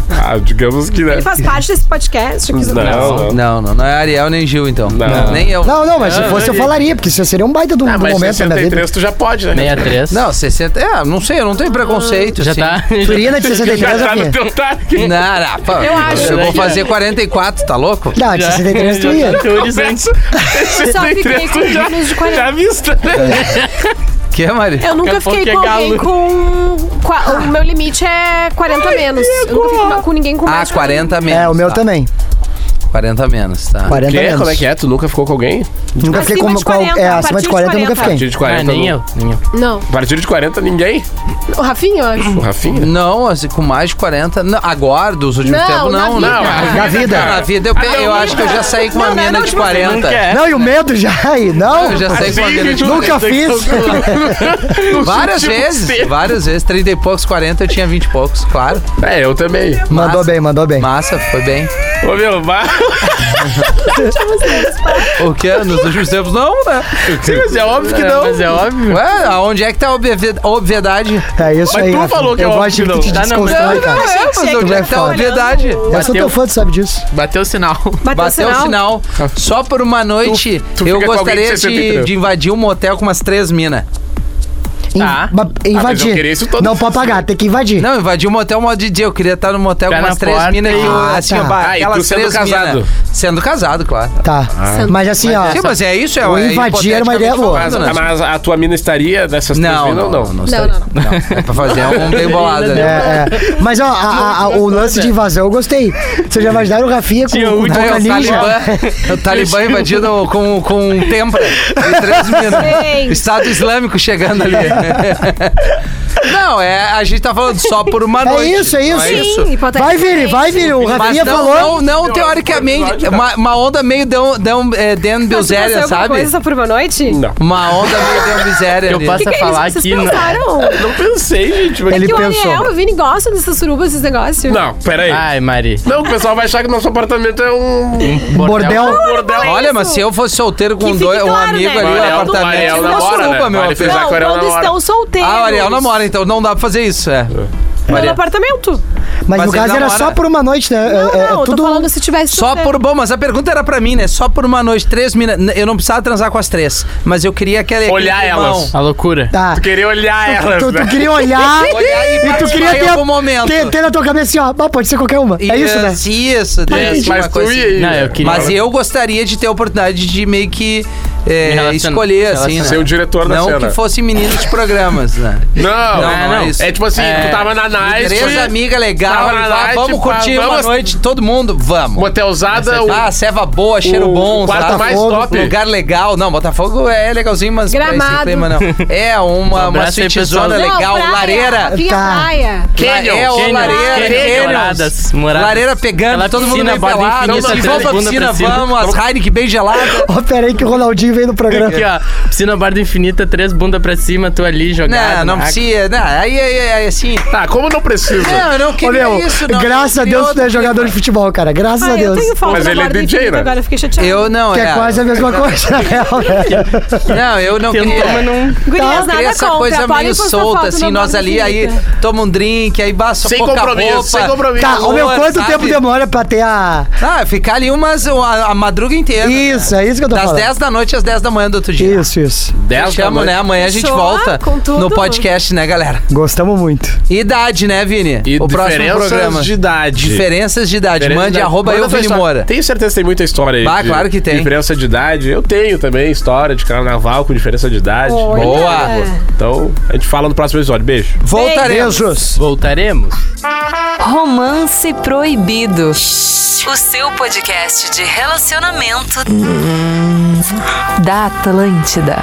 Speaker 6: ah, digamos que, né?
Speaker 4: Ele faz parte desse podcast. Aqui
Speaker 6: Não, não.
Speaker 2: Não, não, não é Ariel nem Gil, então.
Speaker 6: Não.
Speaker 2: Nem eu.
Speaker 5: Não, não, mas se
Speaker 3: Não,
Speaker 5: fosse
Speaker 3: não,
Speaker 5: eu
Speaker 3: gente.
Speaker 5: falaria, porque isso seria um baita de um
Speaker 6: Ah, mas
Speaker 5: momento da minha vida.
Speaker 6: 63 tu já pode, né?
Speaker 3: 63.
Speaker 2: Não, 60. É, não sei, eu não tenho preconceito.
Speaker 3: Já
Speaker 2: assim.
Speaker 3: tá.
Speaker 5: Esperina de
Speaker 6: Já
Speaker 5: 63,
Speaker 6: tá no
Speaker 5: Rafinha.
Speaker 6: teu target.
Speaker 2: Não, não, pô,
Speaker 4: Eu acho.
Speaker 2: Eu vou fazer 44, tá louco?
Speaker 5: Não, de 63 tu ia.
Speaker 3: autorizante.
Speaker 4: Só fiquei
Speaker 6: 63
Speaker 4: com
Speaker 6: tu já,
Speaker 4: menos de 40.
Speaker 6: já vista, né?
Speaker 2: Que, Mari?
Speaker 4: Eu nunca
Speaker 3: a pouco
Speaker 4: fiquei
Speaker 3: é
Speaker 4: com alguém
Speaker 3: galo.
Speaker 4: com. qua- O meu limite é 40 menos. Eu nunca fiquei com- com ninguém com
Speaker 2: Ah,
Speaker 4: mais. de
Speaker 2: 40 menos.
Speaker 5: É, o meu
Speaker 2: tá.
Speaker 5: também.
Speaker 2: 40 menos, tá.
Speaker 5: 40
Speaker 6: Que?
Speaker 5: menos.
Speaker 6: Como é que é? Tu nunca ficou com alguém? A
Speaker 5: Nunca fiquei
Speaker 4: Acima
Speaker 5: como
Speaker 4: de
Speaker 5: qual.
Speaker 4: 40,
Speaker 5: É,
Speaker 4: a
Speaker 5: acima de
Speaker 4: partir de
Speaker 5: 40 eu nunca
Speaker 4: 40.
Speaker 5: fiquei.
Speaker 6: partir de
Speaker 3: Ah,
Speaker 6: 40.
Speaker 3: nem
Speaker 6: não-
Speaker 3: eu, nem eu.
Speaker 4: Não.
Speaker 6: A partir de 40, ninguém?
Speaker 4: O Rafinha, eu acho.
Speaker 6: O Rafinha?
Speaker 2: Não, assim, com mais de 40. Não, agora, dos últimos
Speaker 4: Não,
Speaker 2: tempos, não,
Speaker 4: na
Speaker 2: não.
Speaker 4: vida.
Speaker 2: Não,
Speaker 5: Na vida.
Speaker 2: Na vida, eu, pe- eu acho que eu já saí com uma
Speaker 4: Não, não,
Speaker 2: mina
Speaker 4: não,
Speaker 2: de
Speaker 4: tipo assim,
Speaker 2: 40.
Speaker 6: É.
Speaker 5: Não, e o medo já aí, não?
Speaker 2: Eu já saí com uma mina de 40.
Speaker 5: Nunca fiz.
Speaker 2: Várias
Speaker 6: Tipo,
Speaker 2: vezes, várias vezes. 30 e poucos, 40, eu tinha 20 e poucos, claro.
Speaker 6: É, eu também.
Speaker 5: Mandou bem, mandou bem.
Speaker 2: Massa, foi bem.
Speaker 6: Ô, meu, vai.
Speaker 2: O que? Nos últimos tempos, não, né?
Speaker 6: Sim, mas é óbvio que
Speaker 3: É,
Speaker 6: não.
Speaker 3: Mas é óbvio.
Speaker 2: Ué, aonde é que tá a obvie- a obviedade?
Speaker 5: É isso
Speaker 6: Mas
Speaker 5: aí.
Speaker 6: tu
Speaker 5: Rafa.
Speaker 6: falou que
Speaker 5: eu
Speaker 6: é
Speaker 5: gosto de
Speaker 6: óbvio
Speaker 5: que
Speaker 6: que
Speaker 5: tu te
Speaker 3: não. Ah, não, mas-
Speaker 5: desconstrói,
Speaker 2: Não,
Speaker 5: cara.
Speaker 2: é, mas onde é que tá a obviedade?
Speaker 5: Eu sou teu
Speaker 3: Bateu.
Speaker 5: fã, tu sabe disso.
Speaker 6: Tá.
Speaker 3: Bateu o sinal.
Speaker 4: Bateu o
Speaker 2: Bateu o
Speaker 4: sinal.
Speaker 2: sinal. Só por uma noite,
Speaker 6: Tu- tu
Speaker 2: eu
Speaker 6: fica com alguém
Speaker 2: gostaria
Speaker 6: de
Speaker 2: de,
Speaker 6: 63.
Speaker 2: de invadir um motel com umas três minas.
Speaker 5: In-
Speaker 3: Tá.
Speaker 5: ma-
Speaker 6: Ah, mas eu
Speaker 5: Invadir.
Speaker 6: queria isso todo.
Speaker 5: Não pode pagar, tem que invadir.
Speaker 2: Não, invadir um motel modo de dia. Eu queria estar no motel
Speaker 3: Pé
Speaker 2: com umas
Speaker 3: na
Speaker 2: três
Speaker 3: porta
Speaker 2: minas e eu,
Speaker 5: Ah,
Speaker 2: assim,
Speaker 5: tá.
Speaker 2: ó, bah,
Speaker 6: Ah, e tu
Speaker 2: aquelas
Speaker 6: sendo
Speaker 2: três
Speaker 6: casado.
Speaker 2: mina. Sendo casado, claro.
Speaker 5: Tá.
Speaker 6: Ah.
Speaker 5: Mas assim, ó.
Speaker 2: Sim, mas é isso, é
Speaker 5: O
Speaker 2: é
Speaker 5: invadir era uma ideia
Speaker 2: hipoteticamente
Speaker 5: boa.
Speaker 6: Mas,
Speaker 2: falando, né?
Speaker 6: mas a tua mina estaria nessas três
Speaker 2: Não,
Speaker 6: minas
Speaker 2: não,
Speaker 6: ou
Speaker 2: não, não,
Speaker 4: Não, não, não.
Speaker 2: não. É pra fazer um bem bolado.
Speaker 5: É,
Speaker 2: né?
Speaker 5: é. Mas ó, a- a- a- o lance de invasão eu gostei. Vocês já imaginaram o Rafinha com
Speaker 3: Tinha
Speaker 5: com
Speaker 3: o
Speaker 2: Aí,
Speaker 5: boca
Speaker 2: É o Talibã,
Speaker 5: ninja?
Speaker 2: o Talibã invadindo com, com um tempra e três
Speaker 4: Gente.
Speaker 2: minas. Estado Islâmico chegando ali. Não, é, a gente tá falando só por uma noite.
Speaker 5: isso, é
Speaker 2: não
Speaker 5: isso.
Speaker 4: Sim, hipoteticamente.
Speaker 5: Vai, Vini, vai, Vini. O
Speaker 2: Mas
Speaker 5: Rafinha
Speaker 2: não,
Speaker 5: falou.
Speaker 2: não, não teoricamente, uma, uma onda meio Dan, Dan, eh, Dan
Speaker 4: Mas tu passou
Speaker 2: Bilzerian,
Speaker 4: alguma
Speaker 2: sabe?
Speaker 4: coisa só por uma noite?
Speaker 6: Não.
Speaker 2: Uma onda meio Dan Bilzerian
Speaker 3: Eu
Speaker 2: ali.
Speaker 3: passo a
Speaker 4: Que é
Speaker 3: falar é.
Speaker 4: isso?
Speaker 3: aqui. né?
Speaker 4: Vocês pensaram?
Speaker 6: Não pensei, gente. Mas...
Speaker 5: Ele
Speaker 4: que o Ariel e
Speaker 5: pensou.
Speaker 4: o Vini gostam dessas surubas, esses negócios?
Speaker 6: Não, peraí.
Speaker 2: Ah.
Speaker 3: Ai, Mari.
Speaker 6: Não, o pessoal vai achar que nosso apartamento é um
Speaker 5: Bordel.
Speaker 6: bordel.
Speaker 4: é
Speaker 2: Olha,
Speaker 4: isso.
Speaker 2: mas se eu fosse solteiro
Speaker 4: Que
Speaker 2: com
Speaker 4: fique
Speaker 2: dois, um
Speaker 4: claro,
Speaker 2: amigo
Speaker 4: né?
Speaker 2: ali
Speaker 6: Ariel-
Speaker 2: no apartamento,
Speaker 6: Ariel
Speaker 2: não
Speaker 6: namora,
Speaker 2: desculpa,
Speaker 6: né?
Speaker 2: meu.
Speaker 6: Vale
Speaker 2: filho.
Speaker 6: frisar.
Speaker 4: Não,
Speaker 6: que o Ariel
Speaker 4: quando
Speaker 6: namora.
Speaker 4: estão solteiros. Tá
Speaker 2: Ah, o Ariel namora, então não dá pra fazer isso, é.
Speaker 4: No
Speaker 2: Maria.
Speaker 4: apartamento.
Speaker 5: Mas,
Speaker 2: Mas
Speaker 5: no
Speaker 2: ele
Speaker 5: caso era
Speaker 2: namora.
Speaker 5: só por uma noite, né?
Speaker 4: Não,
Speaker 5: É- é
Speaker 4: não, eu tô
Speaker 5: tudo-
Speaker 4: falando se tivesse
Speaker 2: um Só
Speaker 4: solteiro.
Speaker 2: por. Bom, mas a pergunta era pra mim, né? Só por uma noite, três minas. Eu não precisava transar com as três, mas eu queria aquele. aquele
Speaker 6: Olhar
Speaker 2: climão.
Speaker 6: elas.
Speaker 3: A loucura.
Speaker 5: Tá.
Speaker 6: Tu queria olhar elas,
Speaker 5: Tu,
Speaker 6: né?
Speaker 5: tu queria olhar
Speaker 2: Olhar e
Speaker 5: e tu
Speaker 2: participar
Speaker 5: queria
Speaker 2: em
Speaker 5: ter,
Speaker 2: algum momento.
Speaker 5: ter, ter na tua cabeça assim, ó, "Ah, pode ser qualquer uma. É isso, né?
Speaker 2: Yes, Isso, yes,
Speaker 6: mas
Speaker 2: uma
Speaker 6: tu
Speaker 2: coisa
Speaker 6: ia
Speaker 2: assim.
Speaker 6: ir,
Speaker 3: Não,
Speaker 6: né?
Speaker 3: eu queria-
Speaker 2: Mas eu gostaria de ter a oportunidade de meio que é,
Speaker 3: Me relacionar.
Speaker 2: escolher, assim, né?
Speaker 6: Ser o diretor da
Speaker 2: Não
Speaker 6: cena.
Speaker 2: que fosse menino de programas, né?
Speaker 6: Não,
Speaker 2: Não,
Speaker 6: é,
Speaker 2: não é
Speaker 6: não.
Speaker 2: isso.
Speaker 6: É tipo assim, tu tava na night.
Speaker 2: Três amigas legal,
Speaker 6: Tava na
Speaker 2: e fala,
Speaker 6: night,
Speaker 2: vamos
Speaker 6: pá,
Speaker 2: curtir uma
Speaker 6: vamos-
Speaker 2: noite, todo mundo, vamos.
Speaker 6: Motelzada, um o
Speaker 2: Ah, ceva boa, cheiro
Speaker 6: o
Speaker 2: bom,
Speaker 6: quarto
Speaker 2: sabe? Um
Speaker 6: mais
Speaker 5: Botafogo,
Speaker 6: top.
Speaker 2: Lugar legal. Não, Botafogo é legalzinho, mas pra
Speaker 4: Gramado.
Speaker 2: esse clima não. É uma,
Speaker 3: Um
Speaker 2: uma
Speaker 3: abraço aí,
Speaker 2: suítezona
Speaker 3: pessoal.
Speaker 4: Não,
Speaker 2: legal,
Speaker 4: praia,
Speaker 2: lareira.
Speaker 4: Rafinha,
Speaker 5: Tá.
Speaker 4: praia.
Speaker 6: Canyon,
Speaker 2: É, o
Speaker 3: Canyon,
Speaker 2: lareira,
Speaker 3: Canyon,
Speaker 2: Canyons.
Speaker 3: moradas, moradas.
Speaker 2: Lareira pegando,
Speaker 3: Aquela
Speaker 2: todo mundo
Speaker 3: piscina,
Speaker 2: meio
Speaker 3: borda
Speaker 2: pelado.
Speaker 3: infinita,
Speaker 2: E vamos pra
Speaker 3: bunda
Speaker 2: piscina,
Speaker 3: pra cima.
Speaker 2: vamos. As Heineken bem geladas.
Speaker 5: Ó, pera aí que o Ronaldinho veio no programa.
Speaker 3: Aqui, ó. Piscina Barda Infinita, três bunda pra cima, tu ali jogado.
Speaker 2: Não, não
Speaker 3: na água.
Speaker 2: precisa. Não, aí, aí, aí, assim...
Speaker 6: Tá, como não precisa?
Speaker 2: Não, eu não
Speaker 5: Ô,
Speaker 2: queria
Speaker 4: é
Speaker 5: meu,
Speaker 2: isso, não.
Speaker 5: graças
Speaker 2: Eu
Speaker 5: a Deus
Speaker 2: queria
Speaker 5: tu é
Speaker 2: outro
Speaker 5: jogador de futebol, cara. Graças
Speaker 4: Ah,
Speaker 5: a
Speaker 4: eu
Speaker 5: Deus.
Speaker 4: tenho falta
Speaker 6: Mas
Speaker 4: da
Speaker 6: ele é
Speaker 4: borda
Speaker 6: DJ,
Speaker 4: infinita
Speaker 6: né?
Speaker 4: Agora eu fiquei
Speaker 2: clima.
Speaker 4: chateada.
Speaker 2: Eu não,
Speaker 5: Que é quase a mesma coisa, na real, né?
Speaker 2: Não, eu não
Speaker 3: Tentou,
Speaker 2: queria...
Speaker 3: mas não.
Speaker 4: Gurias,
Speaker 2: Cria
Speaker 4: nada
Speaker 2: essa
Speaker 4: contra.
Speaker 2: coisa
Speaker 4: Podem
Speaker 2: meio
Speaker 4: postar
Speaker 2: solta,
Speaker 4: foto
Speaker 2: assim,
Speaker 4: na
Speaker 2: nós
Speaker 4: borda
Speaker 2: ali, aí
Speaker 4: infinita.
Speaker 2: toma um drink, aí basta
Speaker 6: Sem
Speaker 2: pouca
Speaker 6: compromisso,
Speaker 2: roupa.
Speaker 6: sem compromisso.
Speaker 5: Tá, ô meu,
Speaker 2: calor,
Speaker 5: quanto
Speaker 2: sabe?
Speaker 5: tempo demora pra ter a.
Speaker 2: Ah, ficar ali umas, a, a madruga inteira.
Speaker 5: Isso, é isso que eu tô
Speaker 2: Das
Speaker 5: falando.
Speaker 2: 10 da noite às 10 da manhã do outro dia.
Speaker 5: Isso, isso.
Speaker 6: 10 da
Speaker 2: Fechamos,
Speaker 6: noite.
Speaker 2: né? Amanhã a gente
Speaker 4: Fechou?
Speaker 2: volta
Speaker 4: Com tudo?
Speaker 2: no podcast, né, galera?
Speaker 5: Gostamos muito.
Speaker 2: Idade, né, Vini?
Speaker 6: E
Speaker 2: o próximo
Speaker 6: diferenças
Speaker 2: programa.
Speaker 6: de idade.
Speaker 2: Diferenças de idade.
Speaker 6: Diferença
Speaker 2: Mande
Speaker 6: de idade.
Speaker 2: arroba
Speaker 6: Manda
Speaker 2: eu,
Speaker 6: tua
Speaker 2: Vini
Speaker 6: história.
Speaker 2: Moura.
Speaker 6: Tenho certeza que tem muita história aí.
Speaker 2: Ah,
Speaker 6: de-
Speaker 2: claro que tem.
Speaker 6: Diferença de idade. Eu tenho também história de carnaval com diferença de idade.
Speaker 4: Olha.
Speaker 2: Boa.
Speaker 4: é.
Speaker 6: Então, a gente fala no próximo episódio. Beijo.
Speaker 2: Voltaremos.
Speaker 5: Beijos.
Speaker 3: Voltaremos.
Speaker 1: Romance Proibido. O seu podcast de relacionamento da Atlântida.